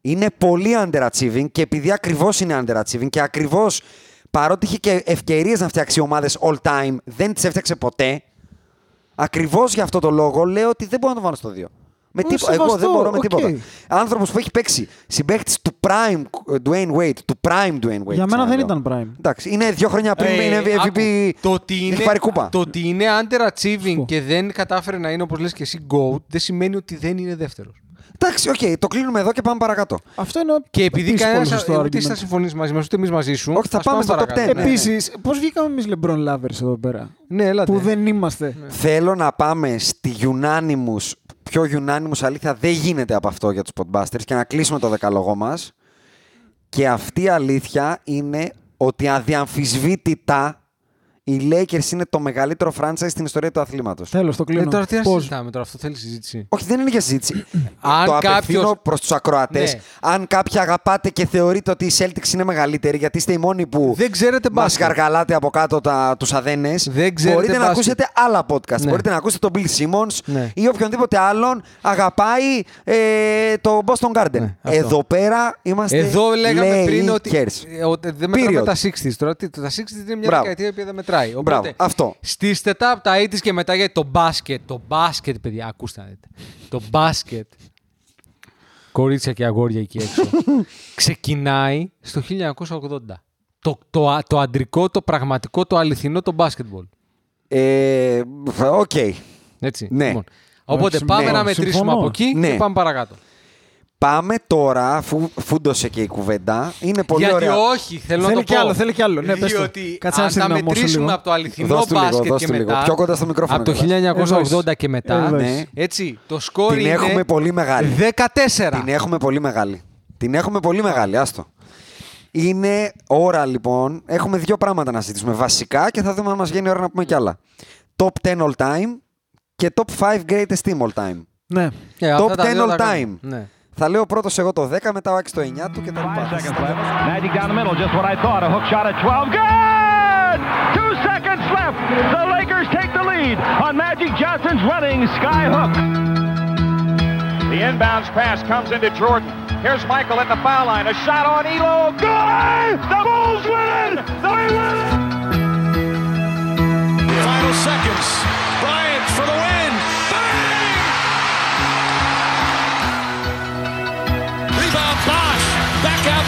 Speaker 1: Είναι πολύ underachieving και επειδή ακριβώς είναι underachieving και ακριβώς παρότι είχε και ευκαιρίες να φτιάξει ομάδες all time, δεν τις έφτιαξε ποτέ. Ακριβώς για αυτό το λόγο λέω ότι δεν μπορώ να το βάλω στο 2. Με
Speaker 3: Ω,
Speaker 1: τίποτα. Εγώ
Speaker 3: σεβαστό,
Speaker 1: δεν μπορώ με
Speaker 3: οκ.
Speaker 1: τίποτα. Άνθρωπος που έχει παίξει συμπαίχτης του prime ε, Dwayne Wade, του prime Dwayne Wade.
Speaker 3: Για μένα δεν
Speaker 1: ξαναλέω.
Speaker 3: ήταν prime.
Speaker 1: Εντάξει, είναι δύο χρόνια πριν,
Speaker 2: Ε,
Speaker 1: είναι
Speaker 2: άκου,
Speaker 1: MVP.
Speaker 2: το ότι είναι,
Speaker 1: Έχει πάρει κούπα.
Speaker 2: το ότι είναι underachieving
Speaker 3: Σωστό.
Speaker 2: και δεν κατάφερε να είναι όπως λες και εσύ GOAT δεν σημαίνει ότι δεν είναι δεύτερος.
Speaker 1: Εντάξει, οκ, το κλείνουμε εδώ και πάμε παρακάτω.
Speaker 3: Αυτό είναι
Speaker 2: Και επειδή
Speaker 3: επίσης πολύ
Speaker 2: κανένα
Speaker 3: σωστό
Speaker 2: ούτε εσύ
Speaker 3: argument.
Speaker 2: θα συμφωνήσεις μαζί μας ούτε εμείς μαζί σου.
Speaker 1: Όχι, θα
Speaker 2: ας
Speaker 1: πάμε στο top
Speaker 2: παρακάτω.
Speaker 1: 10, ναι.
Speaker 3: Επίσης, πώς βγήκαμε εμείς LeBron Lovers εδώ πέρα.
Speaker 2: Ναι, έλατε.
Speaker 3: Που δεν είμαστε.
Speaker 1: Θέλω να πάμε στη Unanimous. Πιο Unanimous αλήθεια δεν γίνεται από αυτό για τους Podbusters και να κλείσουμε το δεκαλόγο μας. Και αυτή η αλήθεια είναι ότι αδιαμφισβήτητα οι Lakers είναι το μεγαλύτερο franchise στην ιστορία του αθλήματος.
Speaker 3: Τέλος, το
Speaker 2: Ε,
Speaker 3: κλείνω.
Speaker 2: τώρα τι να
Speaker 3: Πώς-
Speaker 2: συζητάμε τώρα, αυτό θέλει συζήτηση.
Speaker 1: Όχι, δεν είναι για συζήτηση.
Speaker 2: Αν
Speaker 1: το
Speaker 2: κάποιος-
Speaker 1: απευθύνω προς τους ακροατές.
Speaker 2: Ναι.
Speaker 1: Αν κάποιοι αγαπάτε και θεωρείτε ότι οι Celtics είναι μεγαλύτεροι, γιατί είστε οι μόνοι που
Speaker 2: Δεν ξέρετε
Speaker 1: μας
Speaker 2: μπάσκετ.
Speaker 1: καργαλάτε από κάτω τα, τους αδένες,
Speaker 2: Δεν ξέρετε
Speaker 1: μπορείτε να
Speaker 2: μπάσκετ.
Speaker 1: ακούσετε άλλα podcast.
Speaker 2: Ναι.
Speaker 1: Μπορείτε να ακούσετε τον Bill Simmons
Speaker 2: Ναι.
Speaker 1: ή οποιονδήποτε άλλον αγαπάει ε, το Boston Garden.
Speaker 2: Ναι, αυτό.
Speaker 1: Εδώ πέρα είμαστε
Speaker 2: Εδώ λέγαμε πριν ότι,
Speaker 1: Lakers.
Speaker 2: ε, ότι δεν μετράμε
Speaker 1: Period.
Speaker 2: τα 60s. Τώρα, τι- τα 60s είναι μια
Speaker 1: Μπράβο.
Speaker 2: δεκαετία η οποία δεν μετράει. Οπότε,
Speaker 1: Μπράβο, αυτό.
Speaker 2: Στήστε τα από τα 80s και μετά γιατί το μπάσκετ. Το μπάσκετ, παιδιά, ακούστε να δείτε. Το μπάσκετ. Κορίτσια και αγόρια εκεί έξω. ξεκινάει στο 1980. Το, το, α- το αντρικό, το πραγματικό, το αληθινό, το μπάσκετμπολ.
Speaker 1: Ε, Οκ.
Speaker 2: Έτσι. Λοιπόν,
Speaker 1: Ναι.
Speaker 2: Οπότε
Speaker 3: Ναι.
Speaker 2: πάμε να
Speaker 3: Συμφωνώ.
Speaker 2: μετρήσουμε από εκεί
Speaker 1: Ναι.
Speaker 2: και πάμε παρακάτω.
Speaker 1: Πάμε τώρα, αφού φούντωσε και η κουβέντα. Είναι πολύ
Speaker 2: Γιατί
Speaker 1: ωραία.
Speaker 2: όχι, θέλω να
Speaker 3: Θέλει
Speaker 2: το
Speaker 3: κι
Speaker 2: πω.
Speaker 3: άλλο, θέλει κι άλλο. Ναι, πες το.
Speaker 2: Διότι
Speaker 3: Κάτσε να
Speaker 2: αν τα
Speaker 3: συνδυναμώσω
Speaker 2: μετρήσουμε
Speaker 3: λίγο.
Speaker 2: από το αληθινό
Speaker 1: Δώσ' του λίγο,
Speaker 2: μπάσκετ
Speaker 1: δώσ'
Speaker 2: και
Speaker 1: του λίγο.
Speaker 2: μετά.
Speaker 1: Πιο κοντά στο μικρόφωνο,
Speaker 2: Από το
Speaker 1: κιόλας.
Speaker 2: 1980 και μετά.
Speaker 3: Εδώ
Speaker 1: είσαι.
Speaker 2: Έτσι, το σκόρ
Speaker 1: Την
Speaker 2: είναι
Speaker 1: έχουμε πολύ μεγάλη.
Speaker 2: 14.
Speaker 1: Την έχουμε πολύ μεγάλη. Την έχουμε πολύ μεγάλη, άστο. Είναι ώρα λοιπόν, έχουμε δύο πράγματα να συζητήσουμε βασικά και θα δούμε αν μας βγαίνει η ώρα να πούμε κι άλλα. Top 10 all time και top 5 greatest team all time.
Speaker 3: Ναι.
Speaker 2: Ε,
Speaker 1: Top
Speaker 2: αυτά τα
Speaker 1: 10
Speaker 2: δύο τα
Speaker 1: all
Speaker 2: κάνουμε.
Speaker 1: time.
Speaker 2: Ναι.
Speaker 1: Θα λέω πρώτος εγώ το 10, μετά ο Άκης το 9 του και τα
Speaker 4: Five
Speaker 1: λοιπά.
Speaker 4: seconds left. Magic down the middle, just what I thought. A hook shot at 12. Good! Two seconds left. The Lakers take the lead on Magic Johnson's running sky hook.
Speaker 5: The inbounds pass comes into Jordan. Here's Michael at the foul line. A shot on Elo. Good! The Bulls win it! They win it!
Speaker 6: Final seconds. Bryant for the win. Bang! Rebound Bosch. Back out